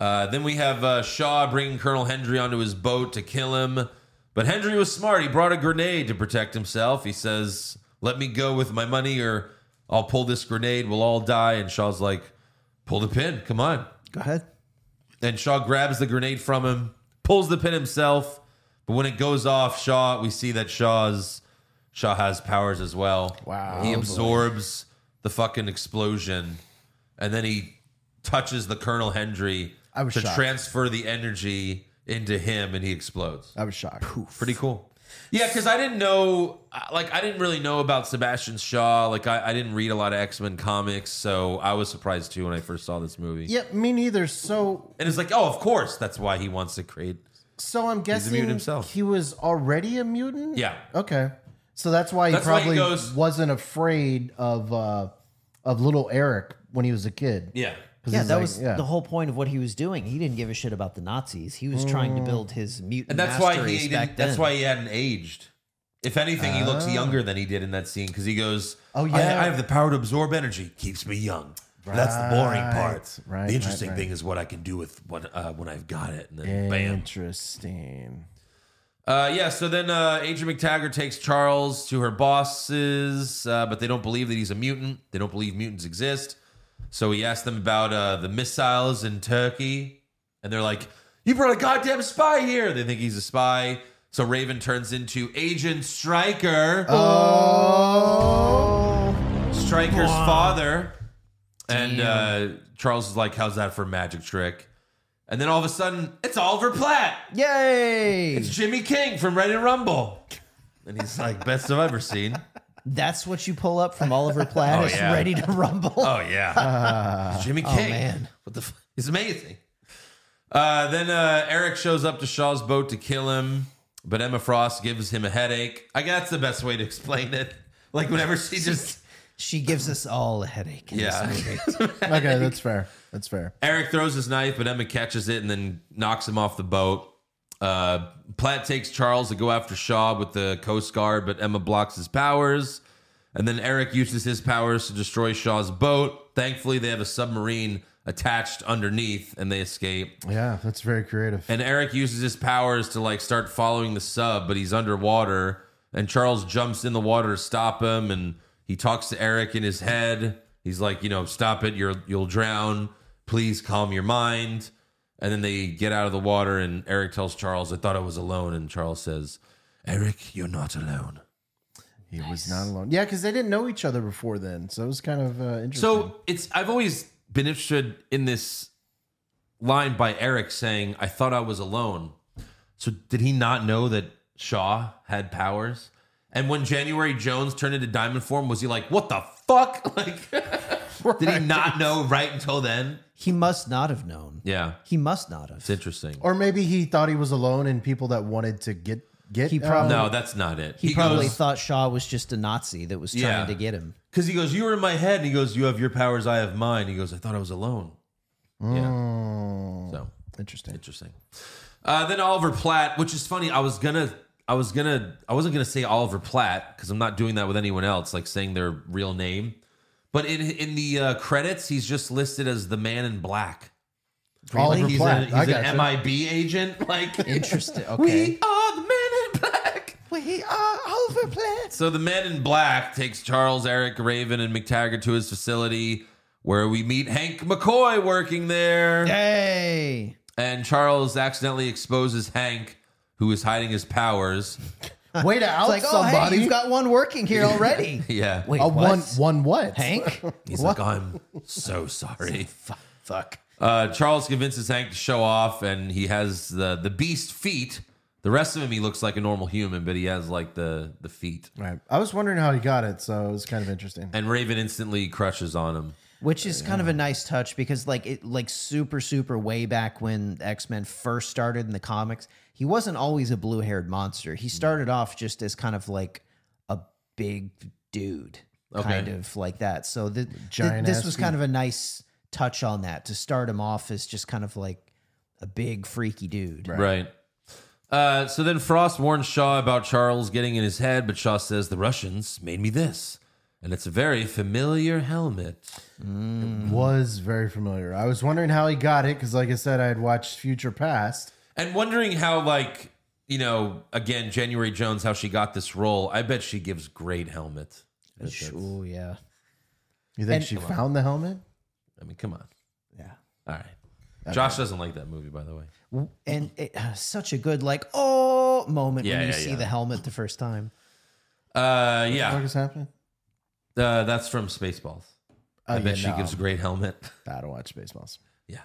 Uh, then we have uh, Shaw bringing Colonel Hendry onto his boat to kill him. But Hendry was smart. He brought a grenade to protect himself. He says, Let me go with my money or I'll pull this grenade. We'll all die. And Shaw's like, Pull the pin. Come on.
Go ahead.
And Shaw grabs the grenade from him, pulls the pin himself. But when it goes off, Shaw, we see that Shaw's Shaw has powers as well.
Wow. Oh,
He absorbs the fucking explosion, and then he touches the Colonel Hendry
I was
to
shocked.
transfer the energy into him, and he explodes.
I was shocked.
Pretty cool. Yeah, because I didn't know, uh, like, I didn't really know about Sebastian Shaw. Like, I, I didn't read a lot of X Men comics, so I was surprised too when I first saw this movie.
Yeah, me neither. So,
And it's like, oh, of course, that's why he wants to create.
so I'm guessing
mutant himself.
he was already a mutant.
Yeah.
Okay. So that's why he
That's why he
probably
goes-
wasn't afraid of uh, of little Eric when he was a kid.
Yeah.
'Cause
Yeah,
he's
that
like,
was
yeah.
the whole point of what he was doing. He didn't give a shit about the Nazis. He was trying to build his mutant.
And that's why
masteries
he
back
didn't, that's
then.
why he hadn't aged. If anything, he looks younger than he did in that scene because he goes,
Oh, yeah.
I, I have the power to absorb energy. Keeps me young. That's the boring part.
Right, right,
the interesting
right, right.
thing is what I can do with what uh, when I've got it. And then bam.
Interesting.
Uh, yeah, so then uh, Agent McTaggart takes Charles to her bosses, uh, but they don't believe that he's a mutant. They don't believe mutants exist. So he asks them about uh, the missiles in Turkey, and they're like, You brought a goddamn spy here. They think he's a spy. So Raven turns into Agent Stryker,
Oh.
Stryker's father. And uh, Charles is like, How's that for a magic trick? And then all of a sudden, it's Oliver Platt.
Yay!
It's Jimmy King from Ready to Rumble. And he's like, best I've ever seen.
That's what you pull up from Oliver Platt.
Oh,
is
yeah.
ready to rumble.
Oh, yeah. It's Jimmy King.
man.
What the f- It's amazing. Uh, then uh, Eric shows up to Shaw's boat to kill him, but Emma Frost gives him a headache. I guess that's the best way to explain it. Like whenever she just
She gives us all a headache. In
Yeah.
This movie.
Okay, that's fair. That's fair.
Eric throws his knife, but Emma catches it and then knocks him off the boat. Uh, Platt takes Charles to go after Shaw with the Coast Guard, but Emma blocks his powers. And then Eric uses his powers to destroy Shaw's boat. Thankfully, they have a submarine attached underneath and they escape.
Yeah, that's very creative.
And Eric uses his powers to like start following the sub, but he's underwater. And Charles jumps in the water to stop him, and he talks to Eric in his head. He's like, you know, stop it, you're you'll drown. Please calm your mind. And then they get out of the water, and Eric tells Charles, "I thought I was alone." And Charles says, "Eric, you're not alone."
He was not alone. Yeah, because they didn't know each other before then, so it was kind of uh, interesting.
So it's I've always been interested in this line by Eric saying, "I thought I was alone." So did he not know that Shaw had powers? And when January Jones turned into diamond form, was he like, "What the fuck?" Like, did he not know right until then?
He must not have known.
Yeah,
He must not
it's
have.
interesting.
or maybe he thought he was alone, and people that wanted to get get
He
uh,
probably-
No, that's not it.
um, He, probably
goes,
thought Shaw was just a Nazi that was trying
Yeah.
to get him.
because he goes, "You were in my head," and he goes, "You have your powers, I have mine." He goes, "I thought I was alone."
Mm.
Yeah. So
interesting.
Interesting. Uh, then Oliver Platt, which is funny. I was gonna, I was gonna, I wasn't gonna say Oliver Platt because I'm not doing that with anyone else, like saying their real name. But in in the uh, credits, he's just listed as the Man in Black.
Oliver
he's
Platt.
a- he's
I
an
gotcha.
MIB agent. Like
Interesting.
we
Okay.
are the Men in Black.
we are over plans.
So the Men in Black takes Charles, Eric, Raven, and McTaggart to his facility, where we meet Hank McCoy working there.
Yay.
and Charles accidentally exposes Hank, who is hiding his powers.
Way to out
It's like, oh,
somebody.
hey, you've got one working here already.
Yeah.
Wait,
a
what?
one one what?
Hank?
He's like, I'm so sorry.
Fuck.
Uh, Charles convinces Hank to show off, and he has the the beast feet. The rest of him, he looks like a normal human, but he has like the the feet.
Right. I was wondering how he got it, so it was kind of interesting.
And Raven instantly crushes on him.
Which is kind of a nice touch because, like, it like super, super way back when X Men first started in the comics, he wasn't always a blue haired monster.
Mm.
He started off just as kind of like a big dude, kind
Okay.
of like that. So the, th-
Giant
this
ass
was kind of a nice touch on that to start him off as just kind of like a big freaky dude.
Right. Uh, so then Frost warns Shaw about Charles getting in his head, but Shaw says the Russians made me this, and it's a very familiar helmet.
Mm. Was very familiar. I was wondering how he got it because, like I said, I had watched Future Past.
And wondering how, like, you know, again, January Jones, how she got this role. I bet she gives great helmet.
Oh yeah,
You think
And-
she found the helmet?
I mean, come on.
yeah.
All right. Josh doesn't like that movie, by the way.
and it, uh, such a good like oh moment
Yeah,
when you
yeah,
see
yeah.
the helmet the first time.
Uh,
What
yeah,
is happening?
uh, that's from Spaceballs. I
Oh,
bet
yeah,
she
no.
gives great helmet.
I don't watch Spaceballs.
yeah.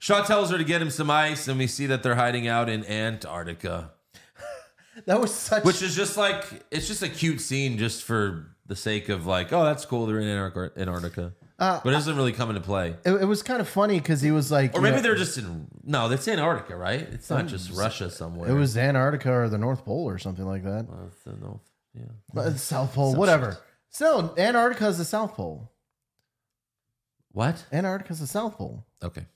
Shaw tells her to get him some ice, and we see that they're hiding out in Antarctica,
That was such.
which is just like it's just a cute scene, just for the sake of like, oh, that's cool. They're in Antar- Antarctica,
Uh,
but it doesn't really come into play.
it, it was kind of funny because he was like,
Or
you
maybe
know,
they're just in no, that's Antarctica, right? It's not just Russia somewhere.
Mm. It was Antarctica or the North Pole or something like that.
Uh, it's the North- yeah.
But the South Pole, whatever. So Antarctica is the South Pole.
What?
Antarctica is the South Pole.
Okay.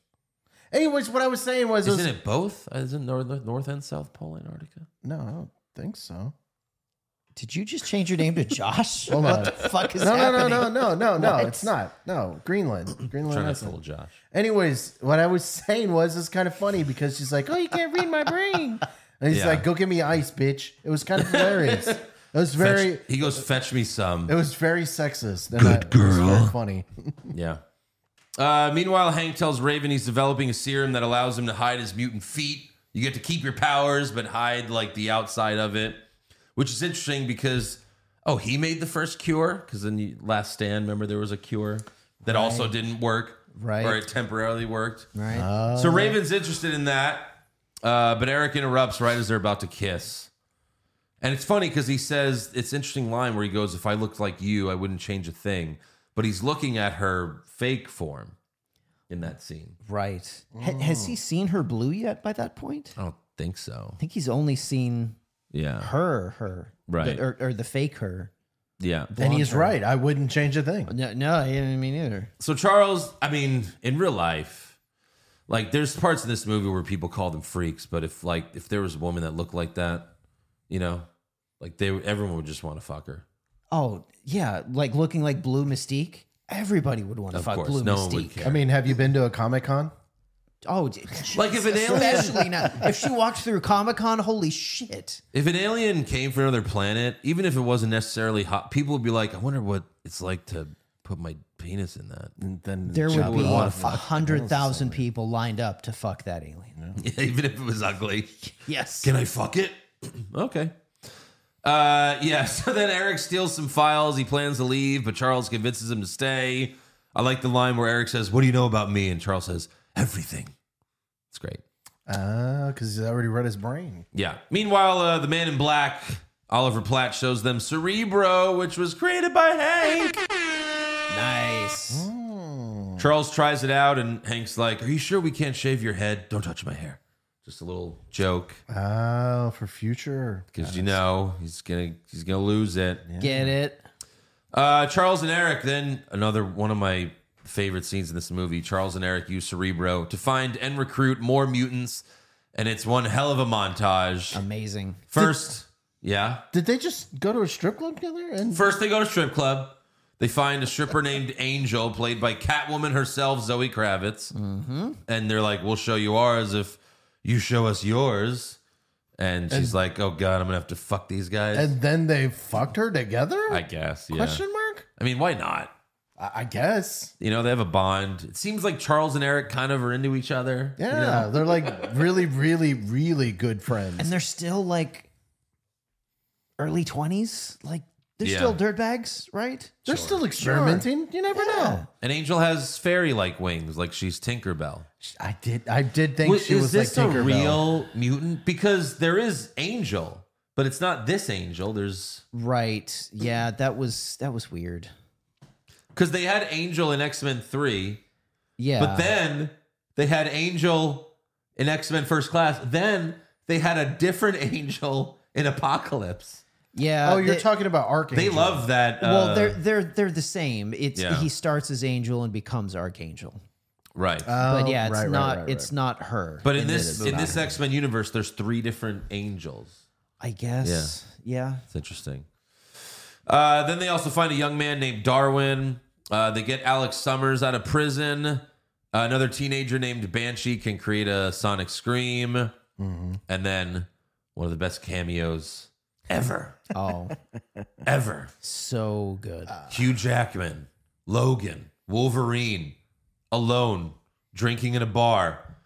Anyways, what I was saying was, it was-
Isn't it both? Isn't North, North and South Pole Antarctica?
no, I don't think so.
Did you just change your name to Josh?
Hold
what
on.
the fuck is
No, no, no,
happening?
no, no, no, no.
What?
It's not. No, Greenland, Greenland.
Trying to
Iceland.
fool Josh.
Anyways, what I was saying was it's kind of funny because she's like, "Oh, you can't read my brain," and he's
Yeah.
like, "Go get me ice, bitch." It was kind of hilarious. it was very,
Fetch- he goes, fetch me some.
it was very sexist. And Good girl. funny.
Yeah. Uh, meanwhile, Hank tells Raven he's developing a serum that allows him to hide his mutant feet. You get to keep your powers, but hide like the outside of it, which is interesting because oh, he made the first cure because in the Last Stand, remember there was a cure that also didn't work,
Right.
Or it temporarily worked.
Right? Oh.
So Raven's interested in that, uh, but Eric interrupts right as they're about to kiss. And it's funny because he says it's an interesting line where he goes, "If I looked like you, I wouldn't change a thing." But he's looking at her fake form, in that scene.
Right. Ha- has he seen her blue yet by that point?
I don't think so.
I think he's only seen
Yeah.
her, her. the-
Right.
or, or the fake her.
Yeah.
and he's right. I wouldn't change a thing.
No, no, he didn't mean either.
So Charles, I mean, in real life, like there's parts of this movie where people call them freaks, but if like if there was a woman that looked like that, you know, like they everyone would just want to fuck her.
Oh, yeah. Like looking like Blue Mystique. Everybody would want to
Of
fuck
course,
Blue
no one
Mystique.
would care.
I mean, have you been to a Comic Con?
Oh, d-
Like if an alien
especially now. If she walked through Comic Con, holy shit.
if an alien came from another planet, even if it wasn't necessarily hot, people would be like, I wonder what it's like to put my penis in that.
And then
There
John
would be
wanna
a
fuck.
hundred thousand people lined up to fuck that alien.
even if it was ugly.
Yes.
Can I fuck it? okay. Uh, yeah. So then Eric steals some files. He plans to leave, but Charles convinces him to stay. I like the line where Eric says, "What do you know about me?" and Charles says, "Everything." It's great.
Ah, because he's already read his brain.
Yeah. Meanwhile, uh, the Man in Black, Oliver Platt, shows them Cerebro, which was created by Hank.
Nice.
Charles tries it out, and Hank's like, "Are you sure we can't shave your head? Don't touch my hair." Just a little joke,
Oh, for future.
because you know he's gonna he's gonna lose it.
Get it?
Uh, Charles and Eric, then another one of my favorite scenes in this movie. Charles and Eric use Cerebro to find and recruit more mutants, and it's one hell of a montage.
Amazing.
First, yeah.
Um, Did they just go to a strip club together? And
First, they go to strip club. They find a stripper named Angel, played by Catwoman herself, Zoe Kravitz. Mm-hmm. And they're like, We'll show you ours if you show us yours. And she's like, Oh, God, I'm going to have to fuck these guys.
and then they fucked her together?
I guess, yeah.
Question mark?
I mean, why not?
I, I guess.
You know, they have a bond. It seems like Charles and Eric kind of are into each other.
Yeah, they're like really, really, really good friends.
And they're still like early 20s. Like they're
Yeah.
still dirtbags, right?
they're still experimenting. You never know.
And Angel has fairy like wings, like she's Tinkerbell.
I did. I did think
Wait,
she
is
was
this
like
a
Tinkerbell.
real mutant? Because there is Angel, but it's not this Angel. There's
Right. Yeah, that was that was weird.
because they had Angel in X Men 3,
Yeah.
but then they had Angel in X Men First Class. Then they had a different Angel in Apocalypse.
yeah.
Oh, you're
they-
talking about Archangel.
uh, They love that. Uh,
Well, they're they're they're the same. It's
Yeah.
he starts as angel and becomes archangel.
right.
Oh,
but yeah, it's
right, right,
not
right, right.
it's not her.
but in this
movie.
in this X Men universe, there's three different angels.
I guess. Yeah.
It's interesting. Uh, then they also find a young man named Darwin. Uh, they get Alex Summers out of prison. Uh, another teenager named Banshee can create a sonic scream. And then one of the best cameos ever,
Oh,
ever.
so good.
Hugh Jackman, Logan, Wolverine, alone, drinking in a bar.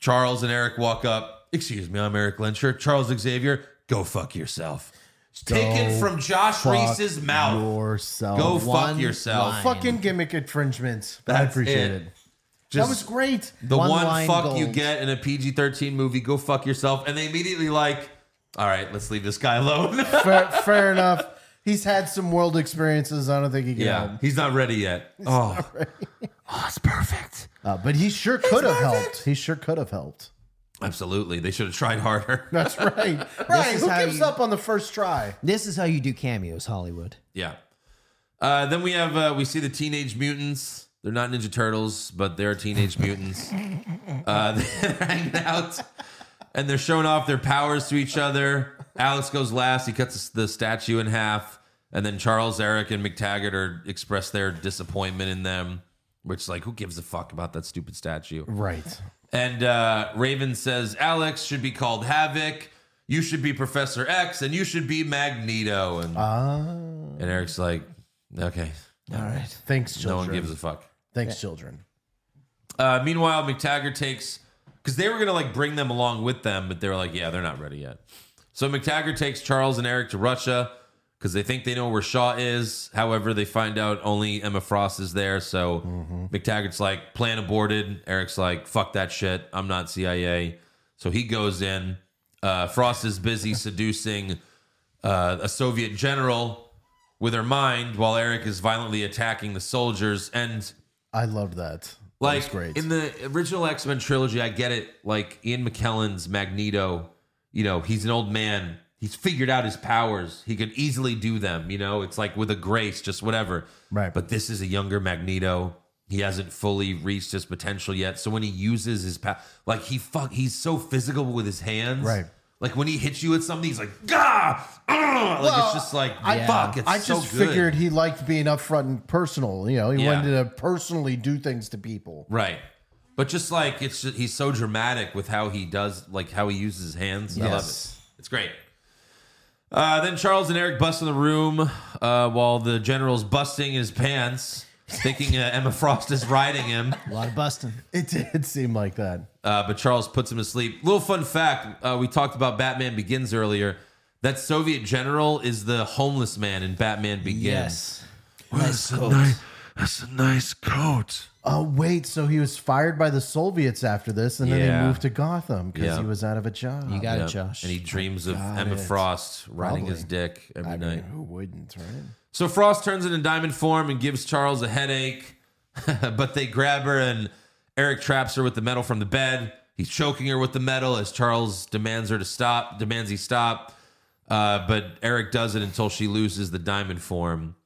Charles and Eric walk up. Excuse me, I'm Eric Lencher. Charles Xavier, go fuck yourself. It's Taken
Go
from Josh
Fuck
Reese's mouth.
Yourself.
go fuck
one
yourself.
line.
Fucking gimmick infringements. I
That's
appreciate
it.
it.
Just
that was great.
the one,
one line
fuck you
gold.
get in a PG 13 movie, go fuck yourself. And they immediately, like, all right, let's leave this guy alone.
fair, fair enough. He's had some world experiences. I don't think he can
yeah,
help.
he's not ready yet. oh. oh, it's perfect.
Uh, but he sure could have helped. He sure could have helped.
Absolutely. They should have tried harder.
That's right. right.
is
Who
how
gives
you-
up on the first try?
This is how you do cameos, Hollywood.
Yeah. Uh, then we have uh, we see the teenage mutants. They're not Ninja Turtles, but they're teenage mutants. Uh, they're hanging out and they're showing off their powers to each other. Alex goes last. He cuts the statue in half, and then Charles, Eric, and McTaggart are express their disappointment in them. Which, like, who gives a fuck about that stupid statue?
Right.
And uh, Raven says Alex should be called Havoc. You should be Professor X, and you should be Magneto. And
Uh,
and Eric's like, okay,
All right.
thanks, children.
no one gives a fuck.
thanks, children.
Uh, meanwhile, McTaggart takes because they were gonna like bring them along with them, but they're like, yeah, they're not ready yet. So McTaggart takes Charles and Eric to Russia because they think they know where Shaw is. However, they find out only Emma Frost is there. So McTaggart's like, plan aborted. Eric's like, fuck that shit. I'm not CIA. So he goes in. Uh, Frost is busy seducing uh, a Soviet general with her mind while Eric is violently attacking the soldiers. And
I loved that.
Like
great.
in the original X Men trilogy, I get it. Like Ian McKellen's Magneto, you know, he's an old man. He's figured out his powers. He could easily do them. You know, it's like with a grace, just whatever.
Right.
But this is a younger Magneto. He hasn't fully reached his potential yet. So when he uses his power, like he fuck, he's so physical with his hands.
Right.
Like when he hits you with something, he's like, gah, ah! like
Well,
it's just like,
I-
fuck, it's
I
so
just
good.
figured he liked being upfront and personal. You know, he
Yeah.
wanted to personally do things to people.
Right. But just like it's ju- he's so dramatic with how he does like how he uses his hands. I love it.
Yes.
It's great. Uh, then Charles and Eric bust in the room uh, while the general's busting his pants, thinking uh, Emma Frost is riding him.
A lot of busting.
It did seem like that.
Uh, but Charles puts him to sleep. Little fun fact: uh, we talked about Batman Begins earlier. That Soviet general is the homeless man in Batman Begins.
Yes.
that's, a nice, that's a nice coat.
Oh wait, so he was fired by the Soviets after this, and then
Yeah.
he moved to Gotham because
Yeah.
he was out of a job.
You got
Yeah.
it, Josh.
And he dreams of Emma Frost riding his dick every
I
night.
mean, who wouldn't, right?
So Frost turns into diamond form and gives Charles a headache, but they grab her and Eric traps her with the metal from the bed. He's choking her with the metal as Charles demands her to stop, demands he stop. Uh, but Eric does it until she loses the diamond form,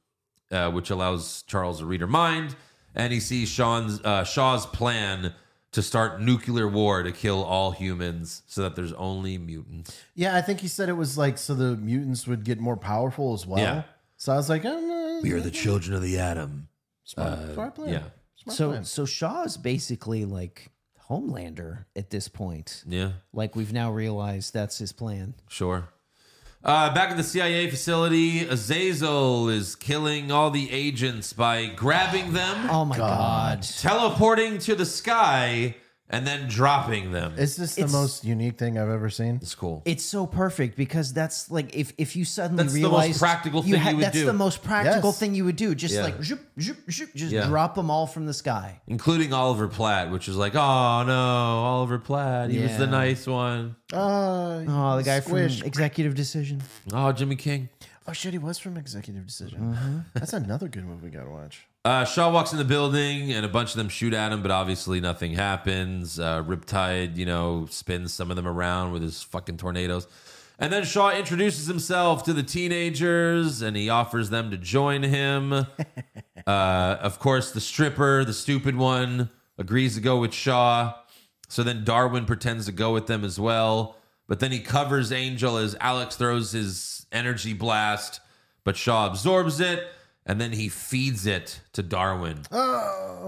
uh, which allows Charles to read her mind. And he sees Sean's, uh, Shaw's plan to start nuclear war to kill all humans so that there's only mutants.
Yeah, I think he said it was like so the mutants would get more powerful as well.
Yeah.
So I was like, I don't know.
We are the children of the atom.
smart, smart plan.
yeah.
Smart
so
plan.
so Shaw is basically like Homelander at this point.
Yeah.
Like we've now realized that's his plan.
Sure. Uh, back at the CIA facility, Azazel is killing all the agents by grabbing them,
Oh my god.
teleporting to the sky, and then dropping them.
Is this the
It's-
most unique thing I've ever seen?
It's cool.
It's so perfect because that's like if if you suddenly
That's the most
realize
practical thing you would
that's
do.
the most practical
Yes.
thing you would do. Just
Yeah.
like zoop, zoop, zoop, just
Yeah.
drop them all from the sky.
Including Oliver Platt, which is like, oh no, Oliver Platt. He was the
Yeah.
nice one.
Uh,
Oh, the guy
Squish.
from Executive Decision.
Oh, Jimmy King.
oh shit, he was from Executive Decision. That's another good movie we gotta watch.
Uh, Shaw walks in the building and a bunch of them shoot at him, but obviously nothing happens. Uh, Riptide, you know, spins some of them around with his fucking tornadoes. And then Shaw introduces himself to the teenagers and he offers them to join him. uh, of course, the stripper, the stupid one, agrees to go with Shaw. So then Darwin pretends to go with them as well. But then he covers Angel as Alex throws his energy blast, but Shaw absorbs it and then he feeds it to Darwin.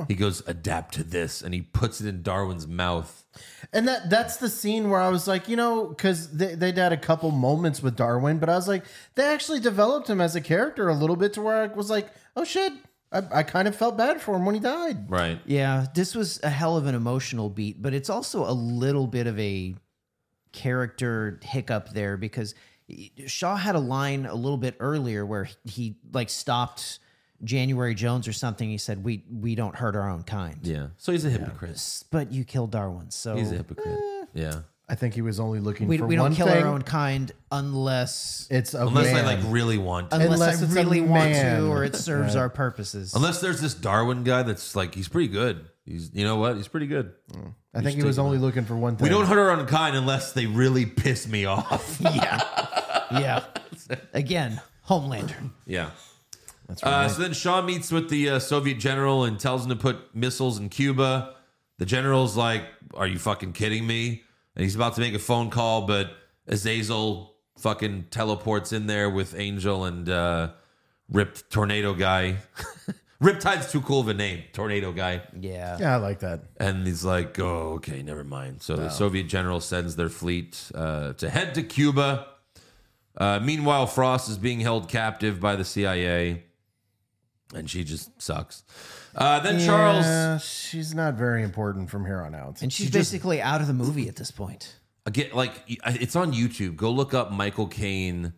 He goes, adapt to this, and he puts it in Darwin's mouth.
And that that's the scene where I was like, you know, because they, they'd had a couple moments with Darwin, but I was like, they actually developed him as a character a little bit to where I was like, oh shit, I, I kind of felt bad for him when he died.
Right.
Yeah, this was a hell of an emotional beat, but it's also a little bit of a character hiccup there because Shaw had a line a little bit earlier where he like stopped January Jones or something. He said, "We we don't hurt our own kind."
Yeah. Eh. So he's a hypocrite.
But you killed Darwin, so
He's a hypocrite. Yeah.
I think he was only looking
we,
for
we
one
don't kill
thing.
our own kind unless
It's a
Unless
man.
I like really want to.
unless,
Unless
I
it's a
really want
man.
to or it serves our purposes.
Unless there's this Darwin guy that's like, he's pretty good. He's, you know what? He's pretty good.
I think he was only looking for one thing.
We don't hurt our own kind unless they really piss me off.
yeah. Again, Homelander.
yeah. That's right. Uh, so then Shaw meets with the uh, Soviet general and tells him to put missiles in Cuba. The general's like, Are you fucking kidding me? And he's about to make a phone call, but Azazel fucking teleports in there with Angel and uh, Ripped Tornado Guy. Riptide's too cool of a name, Tornado Guy.
Yeah.
Yeah, I like that.
And he's like, oh, okay, never mind. So the Soviet general sends their fleet uh, to head to Cuba. Uh, meanwhile, Frost is being held captive by the CIA, and she just sucks. Uh, then Charles
Yeah, she's not very important from here on out.
And she's basically out of the movie at this point.
again, like it's on YouTube. Go look up Michael Caine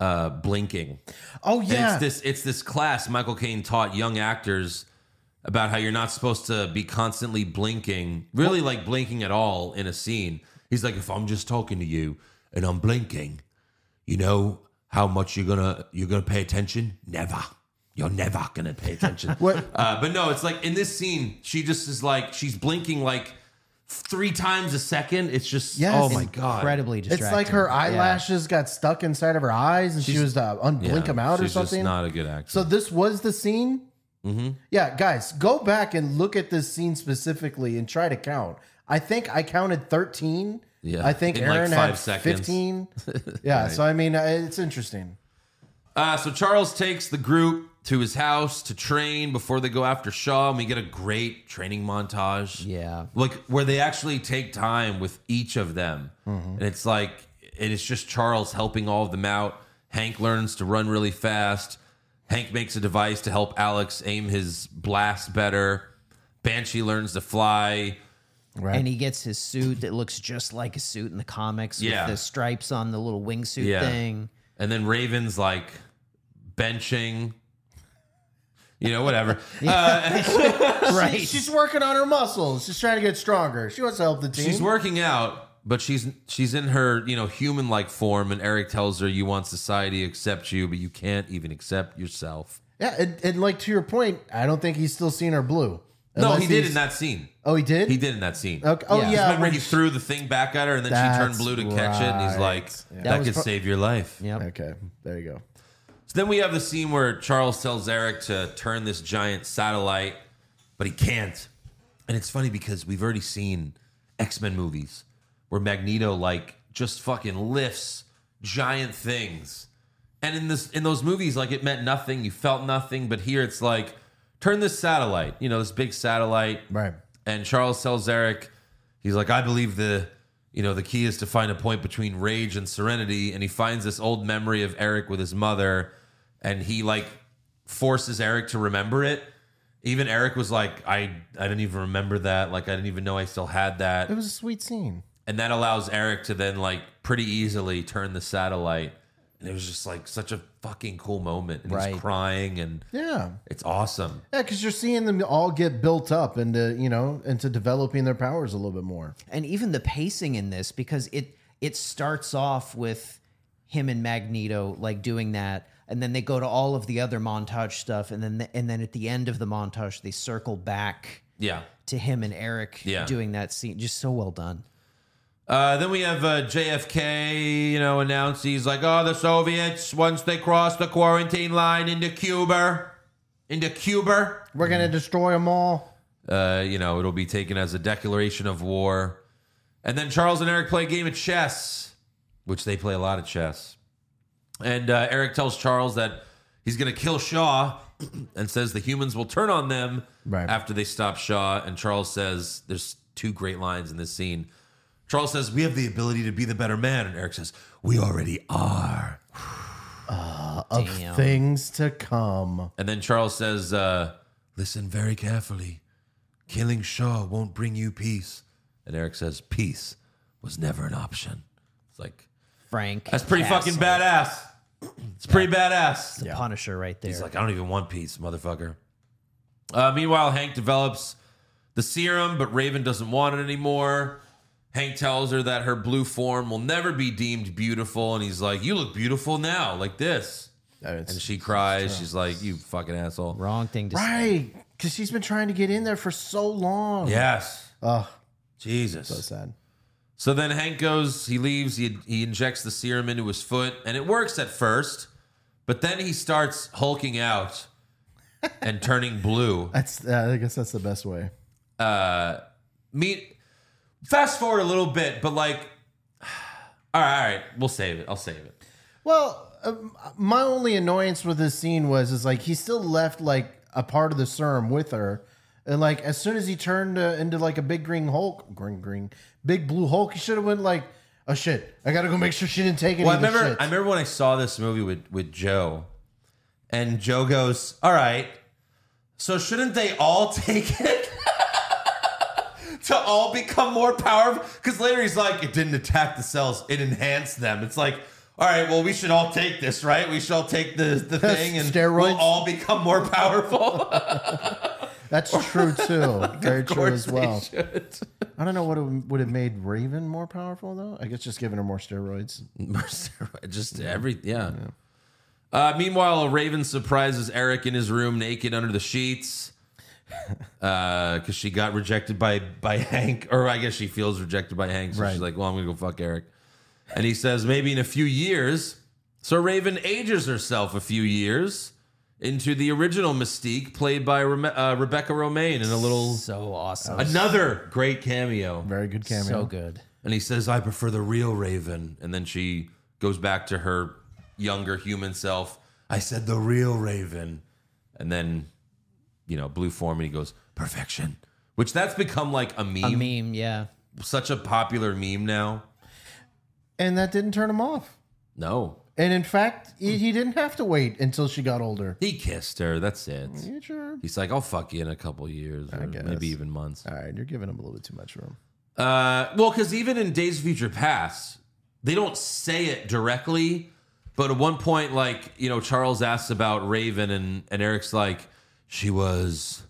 uh, blinking.
oh
And
yeah,
it's this it's this class Michael Caine taught young actors about how you're not supposed to be constantly blinking, really like blinking at all in a scene. He's like, if I'm just talking to you and I'm blinking, you know how much you're gonna you're gonna pay attention? Never. You're never gonna pay attention.
What-
Uh, but no, it's like in this scene, she just is like she's blinking like three times a second. It's just
Yes.
oh my god,
Incredibly
It's
distracting.
like her eyelashes got stuck inside of her eyes, and she was to unblink
Yeah,
them out or
she's
something.
Just not a good actor.
so this was the scene.
Mm-hmm.
Yeah, guys, go back and look at this scene specifically and try to count. I think I counted thirteen.
Yeah,
I think
in like
Aaron
five
had
seconds.
fifteen. Yeah, so I mean, uh, it's interesting.
Uh, so Charles takes the group to his house to train before they go after Shaw, and we get a great training montage.
Yeah.
like where they actually take time with each of them, and it's like, and it's just Charles helping all of them out. Hank learns to run really fast. Hank makes a device to help Alex aim his blast better. Banshee learns to fly.
and he gets his suit that looks just like a suit in the comics
Yeah.
with the stripes on the little wingsuit
Yeah.
thing.
And then Raven's like benching, you know, whatever.
Right. she's working on her muscles. She's trying to get stronger. She wants to help the team.
She's working out, but she's she's in her you know human like form, and Eric tells her you want society to accept you, but you can't even accept yourself.
yeah, and, and like to your point, I don't think he's still seen her blue.
no,
Unless
he did
he's-
in that scene.
Oh, he did.
He did in that scene.
Okay. Oh
Yeah.
yeah.
Just
Remember
when
he
she-
threw the thing back at her, and then she turned
That's
blue to catch it, and he's
right.
like,
Yeah.
"That
was
could
pro-
save your life."
Yep.
Okay, there you go.
So then we have the scene where Charles tells Eric to turn this giant satellite, but he can't. And it's funny because we've already seen X Men movies where Magneto like just fucking lifts giant things. And in this in those movies, like it meant nothing, you felt nothing. But here it's like, turn this satellite, you know, this big satellite.
Right.
And Charles tells Eric, he's like, I believe the you know the key is to find a point between rage and serenity. And he finds this old memory of Eric with his mother, and he like forces Eric to remember it. Even Eric was like, I I didn't even remember that. Like I didn't even know I still had that.
It was a sweet scene.
And that allows Eric to then like pretty easily turn the satellite. And it was just like such a fucking cool moment. And
Right.
he's crying and
Yeah.
it's awesome.
Yeah, because you're seeing them all get built up into you know into developing their powers a little bit more.
and even the pacing in this because it it starts off with him and Magneto like doing that and then they go to all of the other montage stuff and then and then at the end of the montage they circle back
Yeah.
to him and Eric
Yeah.
doing that scene just so well done
Uh, then we have uh, JFK, you know, announce he's like, oh, the Soviets, once they cross the quarantine line into Cuba, into Cuba,
We're gonna destroy them all.
uh, you know, it'll be taken as a declaration of war. And then Charles and Eric play a game of chess, which they play a lot of chess. And uh, Eric tells Charles that he's going to kill Shaw and says the humans will turn on them
Right.
after they stop Shaw. And Charles says, there's two great lines in this scene. Charles says, We have the ability to be the better man. And Eric says, We already are.
Of things to come.
And then Charles says, uh, Listen very carefully. Killing Shaw won't bring you peace. And Eric says, Peace was never an option. It's like,
Frank
That's pretty
Castle,
fucking badass. It's pretty badass.
the Punisher right there
He's like, I don't even want peace, motherfucker. Uh, meanwhile, Hank develops the serum, but Raven doesn't want it anymore. Hank tells her that her blue form will never be deemed beautiful. And he's like, You look beautiful now, like this. And she cries. She's like, You fucking asshole.
wrong thing to say
Right, because she's been trying to get in there for so long.
Yes.
Oh,
Jesus.
so sad.
So then Hank goes, he leaves, he, he injects the serum into his foot, and it works at first, but then he starts hulking out and turning blue.
That's uh, I guess that's the best way.
Meet, fast forward a little bit, but like, all right, all right, we'll save it. I'll save it.
Well, um, my only annoyance with this scene was is like he still left like a part of the serum with her, and like as soon as he turned uh, into like a big green Hulk, green green big blue Hulk, he should have went like, oh shit, I gotta go make sure she didn't take any
Well, I
of the
remember,
shit.
I remember when I saw this movie with, with Joe, and Joe goes, all right, so shouldn't they all take it? to all become more powerful? Because later he's like, it didn't attack the cells, it enhanced them. It's like, all right, well, we should all take this, right? We should all take the, the thing and we'll
Steroids.
all become more powerful.
That's true too, very true as well.
They should.
I don't know what it would have made Raven more powerful though. I guess just giving her more steroids.
Just every, yeah. Uh, meanwhile, Raven surprises Eric in his room naked under the sheets because she got rejected by by Hank, or I guess she feels rejected by Hank. So she's
Right.
like, "Well, I'm gonna go fuck Eric," and he says, "Maybe in a few years." So Raven ages herself a few years into the original Mystique, played by Reme- uh, Rebecca Romaine, in a little
So awesome.
another great cameo.
Very good cameo.
So good.
And he says, I prefer the real Raven. And then she goes back to her younger human self. I said, the real Raven. And then, you know, Blue Form, and he goes, perfection. Which that's become like a meme,
A meme, yeah.
such a popular meme now.
and that didn't turn him off.
No.
And in fact, he, he didn't have to wait until she got older.
He kissed her. That's it.
You sure?
He's like, I'll fuck you in a couple years, or
guess.
maybe even months.
All right, you're giving him a little bit too much room.
Uh, well, because even in Days of Future Past, they don't say it directly, but at one point, like you know, Charles asks about Raven, and and Eric's like, she was,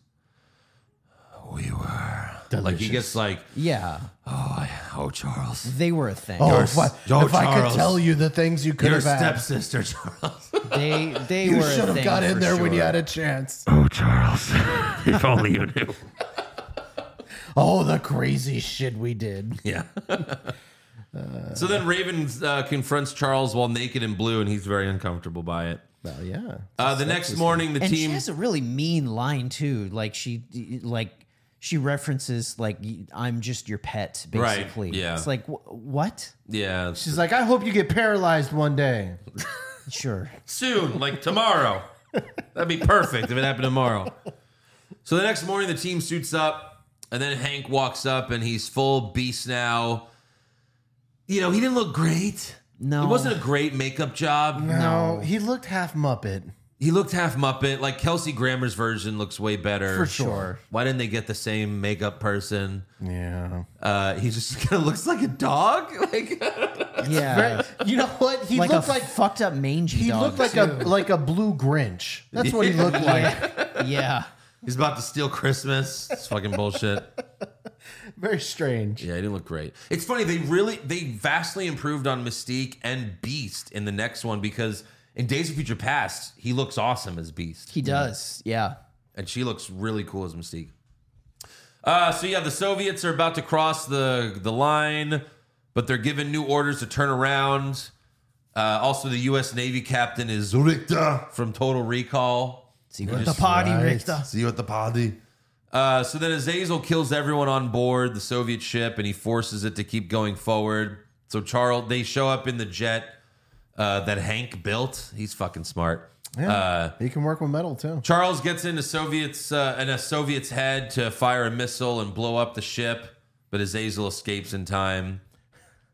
we were, like he gets like,
Yeah.
oh, I, oh, Charles,
They were a thing.
Oh,
Your
if, I,
s- oh,
if I
Charles.
could tell you the things you could
your
have asked,
stepsister, Charles.
They they
you
were a
should have
thing
got in
for
there when you
sure.
had a chance.
oh, Charles, if only you knew.
Oh, the crazy shit we did.
Yeah. so then Raven uh, confronts Charles while naked and blue, and he's very uncomfortable by it.
Well, yeah.
Uh, the next morning, the
and
team.
she has a really mean line too. Like she like she references like I'm just your pet
Right,
basically.
yeah.
It's like wh- what?
yeah.
She's like, I hope you get paralyzed one day.
Sure.
soon, like tomorrow. That'd be perfect if it happened tomorrow. So the next morning, the team suits up, and then Hank walks up, and he's full beast now. You know, he didn't look great.
No.
It wasn't a great makeup job.
No, he looked half Muppet.
He looked half Muppet. Like Kelsey Grammer's version looks way better.
For sure.
Why didn't they get the same makeup person?
Yeah.
Uh, he just kind of looks like a dog. Like
Yeah.
You know what? He
Like
looked
a
like
fucked up mangy
he
dog.
looked like a like a blue Grinch. That's what he looked like.
yeah.
he's about to steal Christmas. It's fucking bullshit.
Very strange.
Yeah, he didn't look great. It's funny they really they vastly improved on Mystique and Beast in the next one because in Days of Future Past he looks awesome as Beast
He does. Yeah.
and she looks really cool as Mystique. Uh, so yeah, the Soviets are about to cross the the line, but they're given new orders to turn around. Uh, also, the U.S. Navy captain is Richter from Total Recall.
See what the party
right.
Richter.
See you at the party. Uh, so then Azazel kills everyone on board the Soviet ship and he forces it to keep going forward. So Charles, they show up in the jet uh, that Hank built. He's fucking smart.
He can work with metal too.
Charles gets into Soviets uh, in a Soviet's head to fire a missile and blow up the ship, but Azazel escapes in time.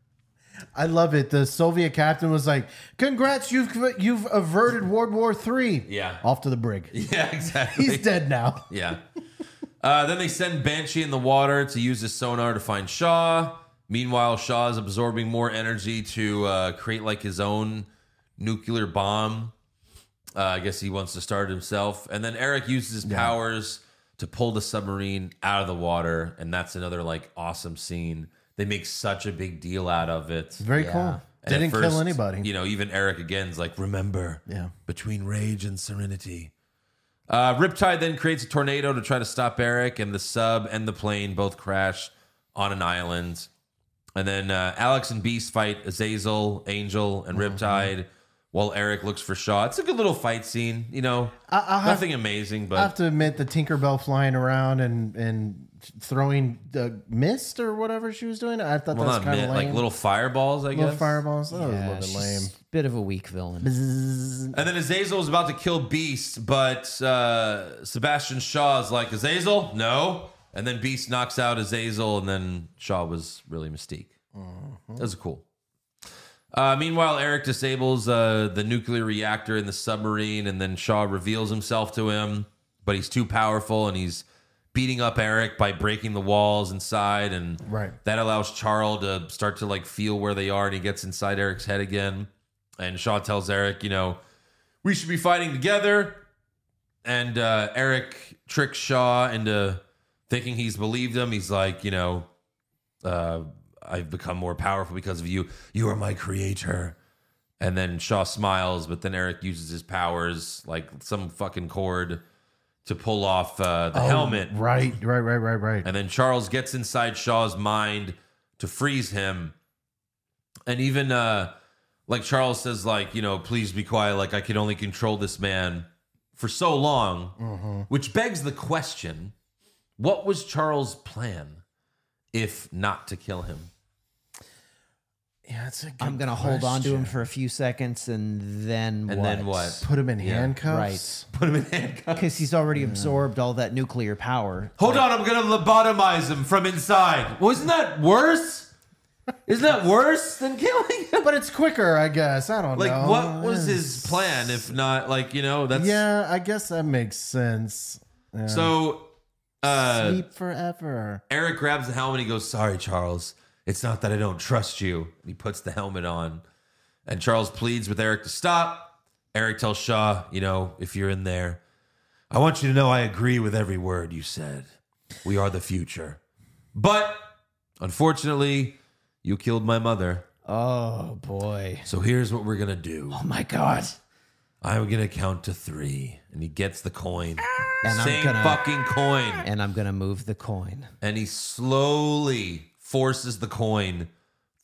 I love it. The Soviet captain was like, "Congrats, you've you've averted World War III.
Yeah.
off to the brig.
Yeah, exactly.
He's dead now.
Yeah. Uh, then they send Banshee in the water to use his sonar to find Shaw. Meanwhile, Shaw is absorbing more energy to uh, create like his own nuclear bomb. Uh, I guess he wants to start it himself. And then Eric uses his powers to pull the submarine out of the water. And that's another like awesome scene. They make such a big deal out of it.
Very
Yeah.
cool.
And at
Didn't
first,
kill anybody.
You know, even Eric again's like, remember,
Yeah.
between rage and serenity. Uh, Riptide then creates a tornado to try to stop Eric, and the sub and the plane both crash on an island. And then uh, Alex and Beast fight Azazel, Angel, and
Mm-hmm.
Riptide while Eric looks for Shaw. It's a good little fight scene, you know.
I have-
nothing amazing, but
I have to admit, the Tinkerbell flying around and and throwing the mist or whatever she was doing, I thought
well, not
that's kind
mid,
of
like
lame.
little fireballs, I
Little
guess.
fireballs. That was a little bit
she's
lame.
Bit of a weak villain.
And then Azazel is about to kill Beast, but uh, Sebastian Shaw is like, Azazel, no. And then Beast knocks out Azazel, and then Shaw was really Mystique. That was cool. Uh, meanwhile, Eric disables uh, the nuclear reactor in the submarine, and then Shaw reveals himself to him, but he's too powerful, and he's beating up Eric by breaking the walls inside, and
Right.
that allows Charles to start to like feel where they are, and he gets inside Eric's head again. And Shaw tells Eric, you know, we should be fighting together. And uh, Eric tricks Shaw into thinking he's believed him. He's like, you know, uh, I've become more powerful because of you. You are my creator. And then Shaw smiles, but then Eric uses his powers like some fucking cord to pull off uh,
Oh,
the helmet.
Right, right, right, right, right.
And then Charles gets inside Shaw's mind to freeze him. And even uh like Charles says like, you know, please be quiet like I can only control this man for so long, which begs the question, what was Charles' plan if not to kill him?
Yeah, it's a good
I'm gonna hold on to him
question.
for a few seconds and then
And
what?
then what?
Put him in handcuffs.
Put him in handcuffs.
Because he's
Uh.
already absorbed all that nuclear power.
Hold on, I'm gonna lobotomize him from inside. Wasn't that worse? Isn't that worse than killing him?
But it's quicker, I guess. I don't
Like
know.
what was his plan if not like, you know, that's
Yeah, I guess that makes sense. Yeah.
So uh,
Sleep forever.
Eric grabs the helmet. He goes, "Sorry, Charles. It's not that I don't trust you." And he puts the helmet on, and Charles pleads with Eric to stop. Eric tells Shaw, "You know, if you're in there, I want you to know I agree with every word you said. We are the future, but unfortunately, you killed my mother.
Oh boy.
So here's what we're gonna do.
Oh my god.
I'm gonna count to three, and he gets the coin,
And
same
I'm gonna
fucking coin."
and I'm gonna move the coin.
and he slowly forces the coin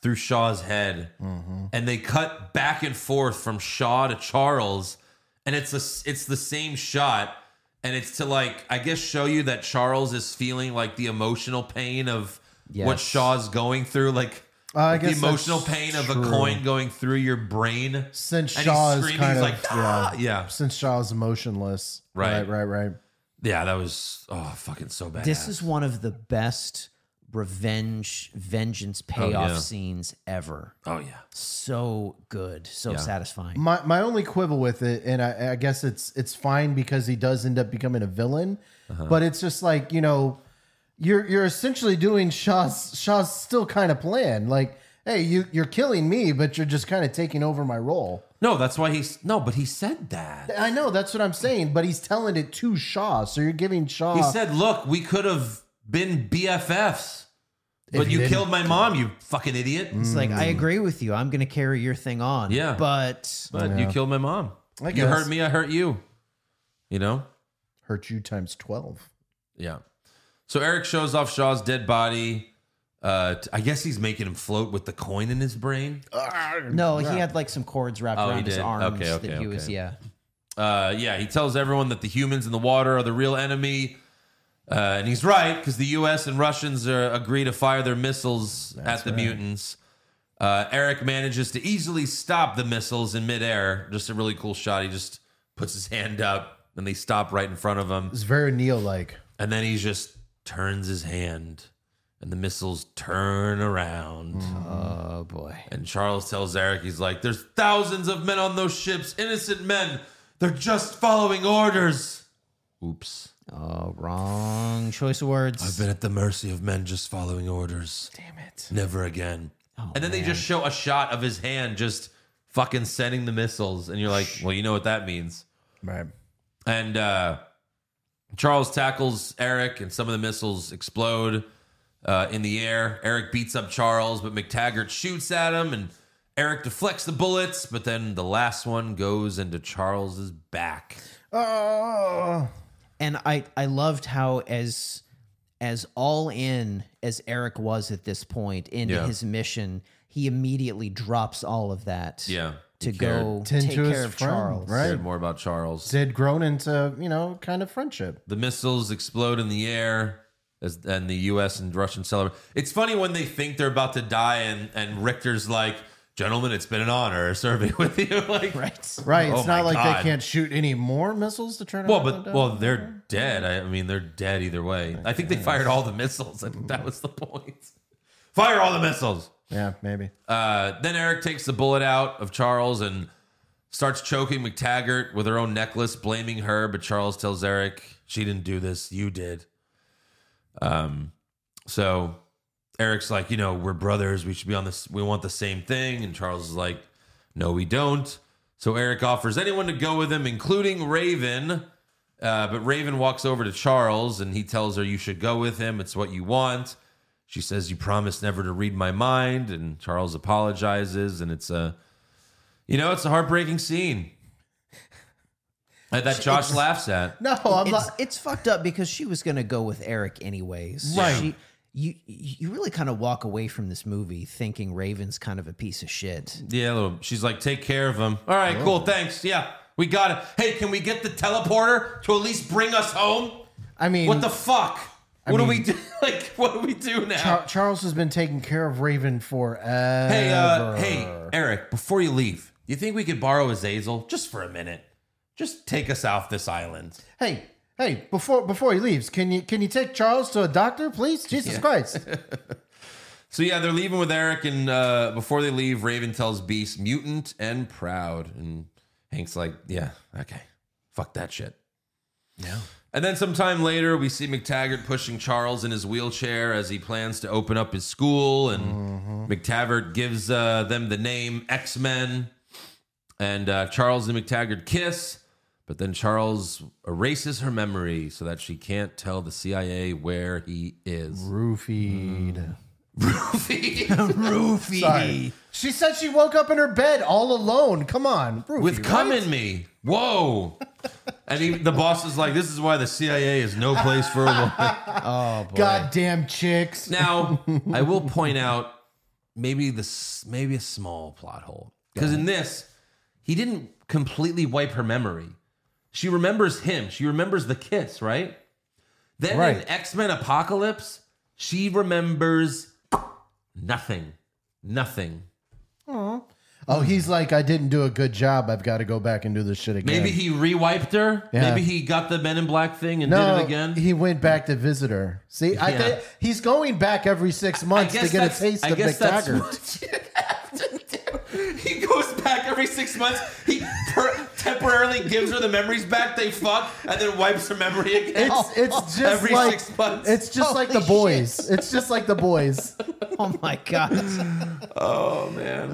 through Shaw's head, and they cut back and forth from Shaw to Charles, and it's a, it's the same shot, and it's to like I guess show you that Charles is feeling like the emotional pain of what
Yes.
Shaw's going through, like.
Uh, I
the
guess
emotional
that's
pain of a
true.
coin going through your brain.
Since
And he's
Shaw is
screaming,
kind
he's
of
like, "Ah!" yeah,
Since Shaw is emotionless.
Right.
Right, right, right.
yeah, that was oh fucking so bad.
This is one of the best revenge vengeance payoff
Oh, yeah.
scenes ever.
oh yeah,
So good. So satisfying.
My my only quibble with it, and I, I guess it's it's fine because he does end up becoming a villain,
Uh-huh.
but it's just like you know, you're you're essentially doing Shaw's Shaw's still kind of plan. Like, hey, you you're killing me, but you're just kind of taking over my role.
no, that's why he's no, but he said that.
I know that's what I'm saying, but he's telling it to Shaw, so you're giving Shaw.
He said, "Look, we could have been BFFs, but
he
you
didn't-
killed my mom, you fucking idiot."
It's like I agree with you. I'm gonna carry your thing on.
Mm. Yeah.
But
But you killed my mom.
I
You hurt
guess.
me, I hurt you. You know?
hurt you times twelve.
Yeah. So Eric shows off Shaw's dead body. Uh, t- I guess he's making him float with the coin in his brain.
no, he had like some cords wrapped
Oh, he
around his
did.
arms
Okay, okay,
that he was
okay.
yeah.
Uh, yeah, he tells everyone that the humans in the water are the real enemy. Uh, and he's right because the U.S. and Russians are, agree to fire their missiles at the mutants. Uh, Eric manages to easily stop the missiles in midair. Just a really cool shot. He just puts his hand up and they stop right in front of him.
It's very Neo like.
And then he just turns his hand and the missiles turn around.
Oh boy.
And Charles tells Eric, he's like, There's thousands of men on those ships, innocent men. They're just following orders. Oops.
Oh, wrong choice of words.
I've been at the mercy of men just following orders. Damn it. Never again. and then they just show a shot of his hand just fucking sending the missiles. And you're like, Well, you know what that means.
Right.
And uh, Charles tackles Eric, and some of the missiles explode uh, in the air. Eric beats up Charles, but McTaggart shoots at him, and Eric deflects the bullets. But then the last one goes into Charles's back.
Ah.
Oh.
and I I loved how as as all in as Eric was at this point into
Yeah.
his mission, he immediately drops all of that.
Yeah,
To
he cared-
go
Tend
take
to his
care of
friend,
Charles.
right?
cared more about Charles.
Zed grown into you know kind of friendship.
The missiles explode in the air. As, and the U.S. and Russian celebrate. It's funny when they think they're about to die, and, and Richter's like, "Gentlemen, it's been an honor serving with you." like,
Right.
Right. It's
Oh my
not like
God.
they can't shoot any more missiles to turn.
Well,
around and
but
die.
well, they're dead. I, I mean, they're dead either way. I think they fired all the missiles. I think that was the point. Fire all the missiles.
yeah, maybe.
Uh, then Eric takes the bullet out of Charles and starts choking McTaggart with her own necklace, blaming her. But Charles tells Eric, "She didn't do this. You did." Um, so Eric's like, you know, we're brothers. We should be on this. We want the same thing. And Charles is like, no, we don't. So Eric offers anyone to go with him, including Raven. Uh, but Raven walks over to Charles and he tells her, you should go with him. It's what you want. She says, you promised never to read my mind. And Charles apologizes. And it's a, You know, it's a heartbreaking scene that that Josh laughs at.
No, I'm
it's,
not.
it's fucked up because she was gonna go with Eric anyways. So
Right.
She, you you really kind of walk away from this movie thinking Raven's kind of a piece of shit.
Yeah, little, she's like, take care of him. All right, cool, thanks. Yeah, we got it. Hey, can we get the teleporter to at least bring us home?
I mean,
What the fuck? what do we do? Like, what do we do now?
Char- Charles has been taking care of Raven forever.
Hey, uh, hey, Eric, before you leave, you think we could borrow Azazel just for a minute? Just take us off this island.
hey, hey! Before before he leaves, can you can you take Charles to a doctor, please? Jesus Christ!
So yeah, they're leaving with Eric, and uh, before they leave, Raven tells Beast, "Mutant and proud," and Hank's like, "Yeah, okay, fuck that shit."
No.
And then sometime later, we see McTaggart pushing Charles in his wheelchair as he plans to open up his school, and McTaggart gives uh, them the name X Men, and uh, Charles and McTaggart kiss. But then Charles erases her memory so that she can't tell the CIA where he is.
Roofied.
Mm. Roofy.
Roofy.
Sorry. She said she woke up in her bed all alone. Come on, Roofied,
with come in me. Whoa. and he, the boss is like, this is why the CIA is no place for a woman.
Oh boy.
Goddamn chicks.
now, I will point out maybe this maybe a small plot hole. Because in this, he didn't completely wipe her memory. She remembers him. She remembers the kiss, right? Then
Right.
in X-Men Apocalypse, she remembers nothing. Nothing.
Oh, he's like, I didn't do a good job. I've got to go back and do this shit again.
Maybe he re-wiped her.
Yeah.
Maybe he got the Men in Black thing and
no,
did it again.
He went back to visit her. See, I
Yeah.
think he's going back every six months to get a
that's-
taste
I
of
guess that's
McTaggart.
what you have to do. He goes back every six months. He per- temporarily gives her the memories back. They fuck, and then wipes her memory again.
It's it's just
Every
like
six months.
it's just like the
Holy
boys. It's just like the boys.
Oh my god.
oh man,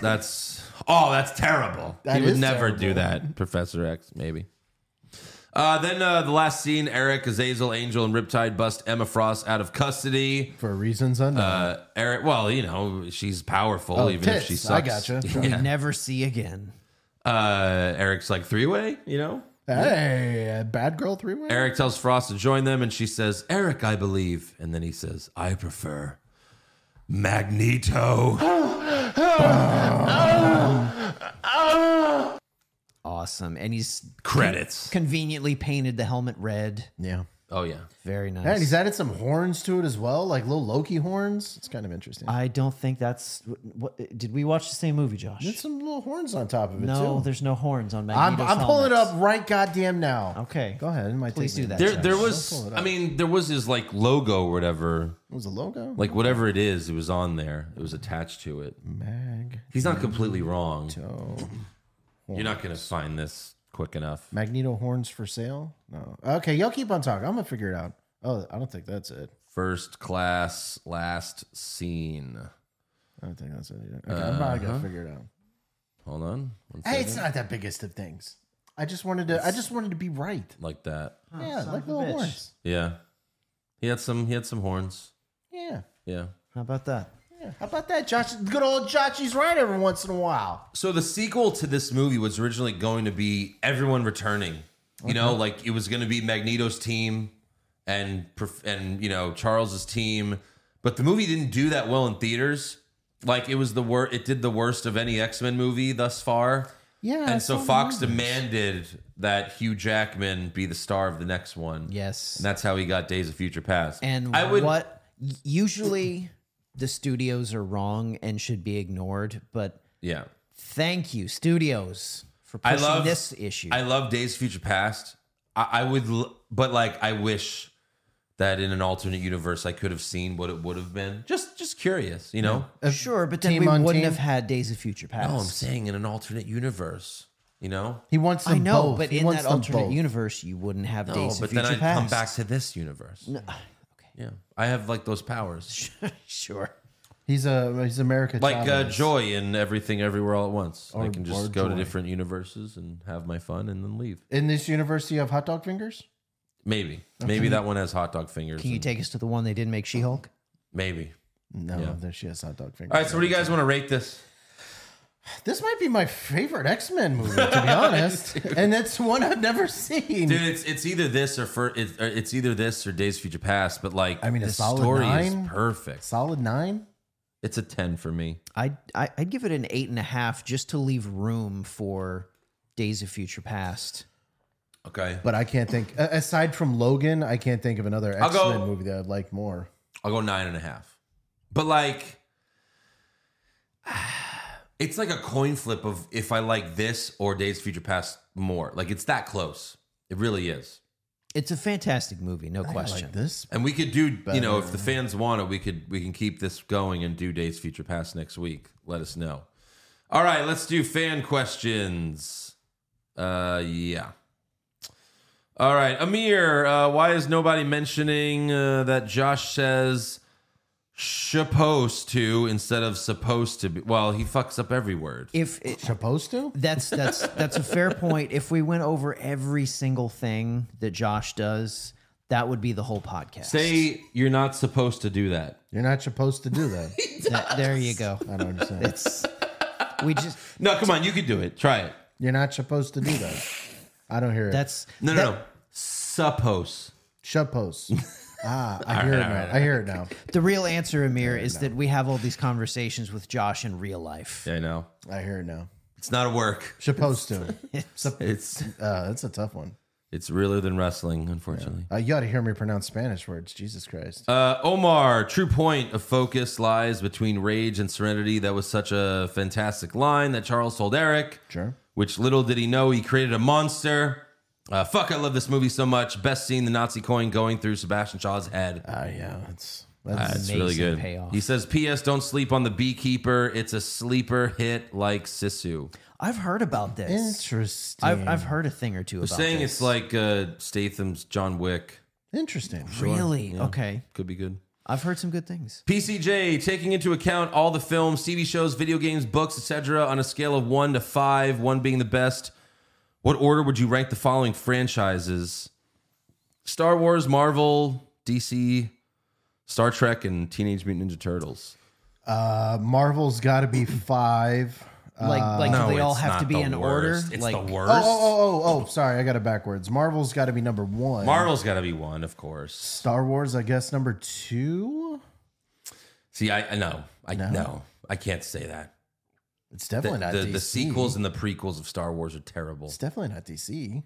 that's oh, that's terrible.
Uh. That
he would
is
never
terrible.
do that, Professor X. Maybe. Uh, then uh, the last scene: Eric, Azazel, Angel, and Riptide bust Emma Frost out of custody.
For reasons unknown.
Uh, Eric, well, you know she's powerful,
Oh,
even if she
tits. I
sucks.
gotcha.
We never see again.
uh, Eric's like three way, you know.
hey, a bad girl three way.
Eric tells Frost to join them, and she says, "Eric, I believe," and then he says, "I prefer Magneto."
Awesome. And he's
Credits.
conveniently painted the helmet red.
Yeah.
Oh yeah,
Very nice.
And he's added some horns to it as well, like little Loki horns. It's kind of interesting.
I don't think that's what did we watch the same movie, Josh?
There's some little horns on top of it
no,
too.
there's no horns on
I'm,
Magneto's
I'm pulling it
helmets.
up right goddamn now.
Okay.
Go ahead. It might
Please
take
do
me
that.
a
there
Josh.
there
I'll pull
was.
it
I mean, there was his like logo or whatever,
minute. was a logo?
like whatever it is, it was on there. It was attached to it.
Mag
He's not completely wrong.
oh.
You're not gonna find this quick enough.
Magneto horns for sale? No. Okay, y'all keep on talking. I'm gonna figure it out. Oh, I don't think that's it.
First class, last scene.
I don't think that's it either. Okay, I'm
Uh-huh.
not gonna figure it out.
Hold on, one
Hey,
second.
it's not that biggest of things. I just wanted to I just wanted to be right.
like that.
yeah,
son
like
of a
little
bitch.
horns.
Yeah, he had some. He had some horns.
Yeah.
Yeah.
How about that?
Yeah. How about that, Josh? Good old Josh, he's right every once in a while.
So the sequel to this movie was originally going to be everyone returning. You know, like it was going to be Magneto's team and prof- and you know Charles's team, but the movie didn't do that well in theaters. Like it was the worst. It did the worst of any X Men movie thus far.
Yeah, I
and so
saw the
Fox
numbers.
demanded that Hugh Jackman be the star of the next one.
Yes.
and that's how he got Days of Future Past.
And
I would
what usually the studios are wrong and should be ignored, but
yeah.
thank you, studios, for
I
pushing
love-
this issue.
I love Days of Future Past. I, I would, l- but like, I wish that in an alternate universe I could have seen what it would have been. Just, just curious, you know.
sure, but then
Team
we
on
wouldn't
team?
have had Days of Future Past.
No, I'm saying in an alternate universe, you know.
He wants them
I know,
both.
but
He
in
wants
that
them
alternate
both.
universe, you wouldn't have
No,
Days of
but
Future
then I would
Past.
come back to this universe. Yeah, I have like those powers,
sure.
He's a he's America.
like uh,
Chavez.
joy in everything, everywhere, all at once. I
Or-
can
or
just go to
Joy.
different universes and have my fun and then leave.
In this universe, you have hot dog fingers.
Maybe, maybe that one has hot dog fingers.
Can you
and-
take us to the one they didn't make She Hulk?
maybe.
No, there she has hot dog fingers.
All right, so what do you guys want to rate this?
This might be my favorite X Men movie, to be honest, and it's one I've never seen.
Dude, it's it's either this or for it's, or it's either this or Days of Future Past. But like,
I mean, a
the
solid
story
nine?
is perfect.
Solid nine.
It's a ten for me.
I'd, I- I'd give it an eight and a half just to leave room for Days of Future Past.
Okay,
But I can't think. a- Aside from Logan, I can't think of another
I'll
X
go-
Men movie that I'd like more.
I'll go nine and a half. But like, it's like a coin flip of if I like this or Days of Future Past more. Like, it's that close. It really is.
It's a fantastic movie, no
I
question.
Like this,
And we could do, you know, if the fans want it, we could we can keep this going and do Days of Future Past next week. Let us know. All right, let's do fan questions. Uh, yeah. All right, Amir, uh, why is nobody mentioning uh, that Josh says supposed to instead of supposed to be? Well, he fucks up every word.
If it,
supposed to?
that's that's that's a fair point. If we went over every single thing that Josh does, that would be the whole podcast.
Say you're not supposed to do that.
You're not supposed to do that.
Th- there you go.
I don't understand.
It's we just
No, come on, you could do it. Try it.
You're not supposed to do that. I don't hear it.
that's
No,
that-
no, no. Supposed.
Supposed. Ah, I hear it now. I hear it now.
The real answer, Amir, is that we have all these conversations with Josh in real life.
Yeah, I know.
I hear it now.
It's not a work.
Supposed to.
It's
Uh, that's a tough one.
It's realer than wrestling, unfortunately.
Uh, you ought to hear me pronounce Spanish words. Jesus Christ.
Uh, Omar, true point of focus lies between rage and serenity. That was such a fantastic line that Charles told Eric,
Sure.
which little did he know he created a monster. Uh, fuck, I love this movie so much. Best scene, the Nazi coin going through Sebastian Shaw's head.
Ah, yeah. It's
Uh,
that's
it's really
amazing
good.
payoff.
He says, P.S. Don't sleep on the beekeeper. It's a sleeper hit like Sisu.
I've heard about this.
interesting.
I've, I've heard a thing or two about
Saying
this.
it's like uh, Statham's John Wick.
interesting.
really okay.
Could be good.
I've heard some good things.
PCJ, taking into account all the films, TV shows, video games, books, etc., on a scale of one to five, one being the best, what order would you rank the following franchises? Star Wars, Marvel, DC, Star Trek, and Teenage Mutant Ninja Turtles.
Uh, Marvel's got to be five. Uh,
Like like do they all
it's
have
not
to be
the
in
worst.
order.
It's
like
the
Oh,
worst.
oh, oh, oh, oh. Sorry, I got it backwards. Marvel's got to be number
oh.
one.
Marvel's got to be one, of course.
Star Wars, I guess, number two.
See, I I know, I know, I can't say that.
It's
The,
definitely not
the,
DC.
the sequels and the prequels of Star Wars are terrible.
It's definitely not DC.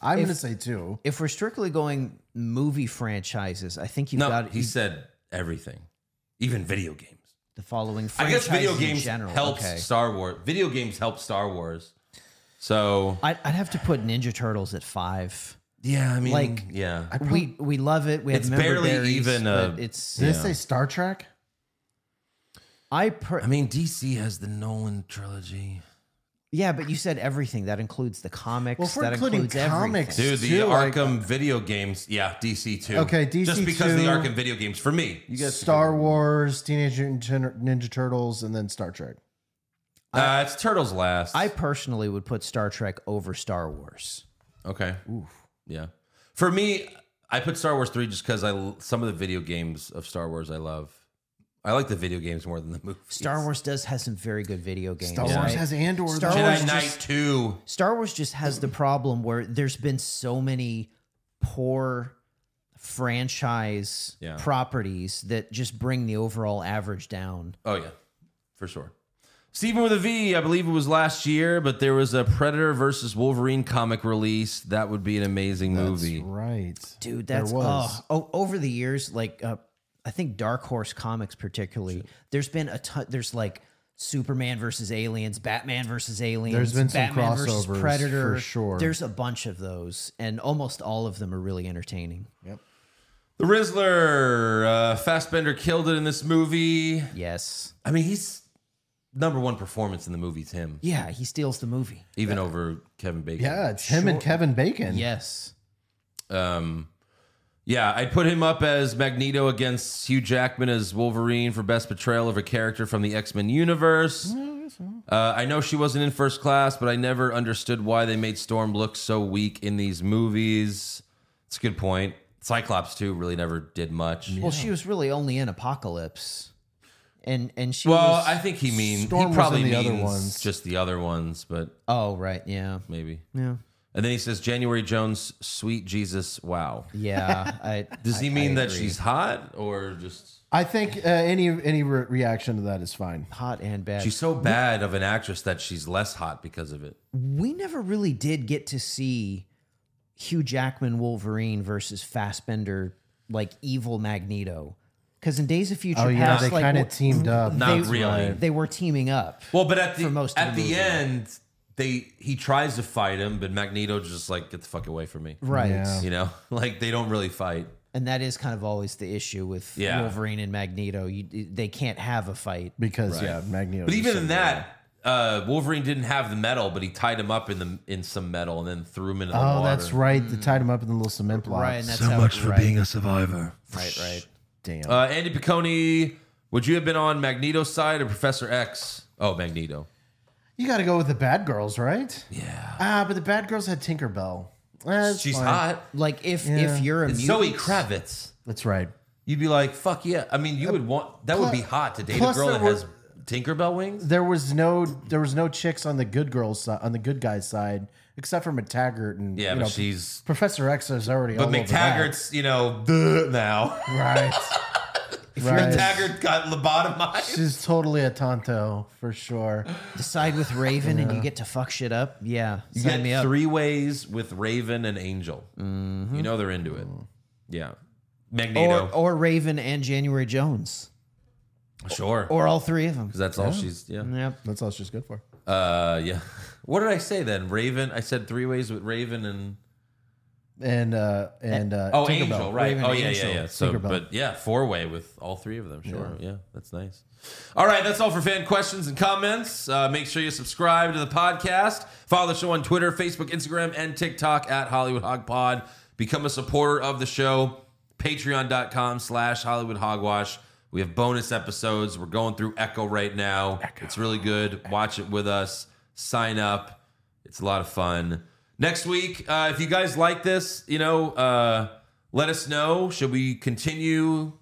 I'm
If-
gonna say two.
if we're strictly going movie franchises, I think you've
No,
got
he
you-
said everything, even video games.
the following.
I guess
Franchises
video
in
games
general.
helps
Okay.
Star Wars. Video games help Star Wars. So
I'd, I'd have to put Ninja Turtles at five.
yeah, I mean,
Like-
yeah,
We we love it. We have
It's
member
barely
berries,
even,
but
uh,
it's
Did I say Star Trek?
I per,
I mean, DC has the Nolan trilogy,
yeah, but you said everything that includes the comics.
Well, if we're
that
including
includes
comics-
dude.
everything.
The
Two, like-
uh,
Arkham video games, yeah, DC too.
Okay, DC
just because of the
two.
Arkham video games for me. You guys,
Star Wars, Teenage Mutant Ninja, Ninja Turtles, and then Star Trek.
uh, it's Turtles last.
I personally would put Star Trek over Star Wars.
okay, yeah. For me, I put Star Wars three just because I l- some of the video games of Star Wars I love. I like the video games more than the movies.
Star Wars does has some very good video games.
Star Wars
right?
has Andor.
Star
though.
Wars
Jedi
just-
Knight two.
Star Wars just has the problem where there's been so many poor franchise
Yeah.
properties that just bring the overall average down.
Oh yeah, for sure. Steven with a V, I believe it was last year, but there was a Predator versus Wolverine comic release. That would be an amazing movie.
Right.
Dude, that's
was.
oh, oh, over the years like uh, I think Dark Horse comics particularly, there's been a ton there's like Superman versus aliens, Batman versus aliens,
There's been some
Batman versus
crossovers,
Predator.
for sure.
There's a bunch of those and almost all of them are really entertaining.
The Rizzler, uh, Fassbender killed it in this movie.
Yes.
I mean, he's number one performance in the movie's him,
Yeah, he steals the movie.
even over Kevin Bacon.
Yeah, it's him and Kevin Bacon.
Yes.
Um, yeah, I'd put him up as Magneto against Hugh Jackman as Wolverine for best portrayal of a character from the X Men universe. Uh, I know she wasn't in first class, but I never understood why they made Storm look so weak in these movies. It's a good point. Cyclops too really never did much.
Well, she was really only in Apocalypse. and and she.
Well,
was,
I think he means he
Storm was in
probably
the
means
other ones.
just the other ones, but
oh right, yeah,
maybe.
yeah,
And then he says January Jones, sweet Jesus, wow.
yeah. I,
Does he
I-
mean
I
that
agree.
she's hot or just
I think uh, any any re- reaction to that is fine.
hot and bad?
she's so bad of an actress that she's less hot because of it?
we never really did get to see Hugh Jackman Wolverine versus Fassbender like evil Magneto. Because in Days of Future
Oh yeah,
Past,
they
like,
kind of
w-
teamed up.
Not
They-
really.
they were teaming up.
Well, but at the
for most of
at
the
the,
movie.
end, they he tries to fight him, but Magneto just like get the fuck away from me.
Right.
Yeah.
You know, like they don't really fight.
And that is kind of always the issue with
Yeah.
Wolverine and Magneto. You, they can't have a fight.
because yeah, Magneto.
But
is
even
so
in that, uh, Wolverine didn't have the metal, but he tied him up in the in some metal and then threw him into the
Oh,
water.
that's right. They tied him up in the little cement blocks.
Right. And that's how much for right,
a survivor.
Right, right.
Damn.
Uh, Andy Piccone, would you have been on Magneto's side or Professor X? Oh, Magneto.
you got to go with the bad girls, right?
Yeah,
Ah, but the bad girls had Tinkerbell. Eh, it's
she's
fine.
hot.
Like if
Yeah.
if you're a
It's
mutant,
Zoe Kravitz.
That's right.
You'd be like, fuck yeah. I mean, you would want that would be hot to date a
plus
girl
there
that
were-
has Tinkerbell wings.
There was no there was no chicks on the good girls side on the good guys side except for McTaggart and
Yeah,
you
but
know,
she's
Professor X is already
But
all over
McTaggart's, you know, duh, now.
that. right. right.
McTaggart got lobotomized.
She's totally a tonto for sure.
decide with Raven and you get to fuck shit up. Yeah,
You
sign me
get
up.
three ways with Raven and Angel. You know they're into it. Yeah. Magneto.
Or, or Raven and January Jones,
sure.
or all three of them.
'Cause that's all she's, yeah. Mm-hmm.
Yep.
That's all she's good for.
Uh, yeah. What did I say then? Raven. I said three ways with Raven and.
And uh and uh
Oh,
Tinkerbell.
Angel, right.
Raven
oh,
and
yeah,
Angel.
yeah, yeah. So,
Tinkerbell.
but yeah, four way with all three of them. Sure. Yeah. that's nice. All right, that's all for fan questions and comments. Uh, make sure you subscribe to the podcast. Follow the show on Twitter, Facebook, Instagram, and TikTok at Hollywood Hog Pod. Become a supporter of the show. Patreon.com slash Hollywood Hogwash. We have bonus episodes. We're going through Echo right now. It's really good. Watch it with us. Sign up. It's a lot of fun. Next week, uh, if you guys like this, you know, uh, let us know. Should we continue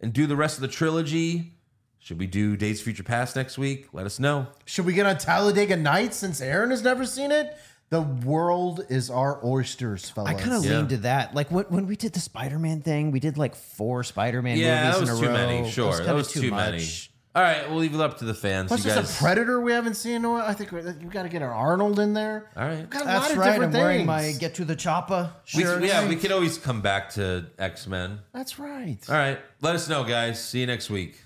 and do the rest of the trilogy? Should we do Days of Future Past next week? Let us know.
Should we get on Talladega Nights since Aaron has never seen it? The world is our oysters, fellas.
I kind of
Yeah.
leaned to that. Like when, when we did the Spider Man thing, we did like four Spider Man
Yeah, that
movies
was
in a
too
row.
many. Sure,
kinda
that was too, many. All right, we'll leave it up to the fans.
Plus,
you
there's
guys,
a Predator we haven't seen. in a while. I think we have got to get our Arnold in there.
All right.
We've got a lot
That's
of
right. I'm
different
wearing
things.
my get to the chopper
we,
shirt.
yeah, we could always come back to X Men.
That's right.
All right, let us know, guys. See you next week.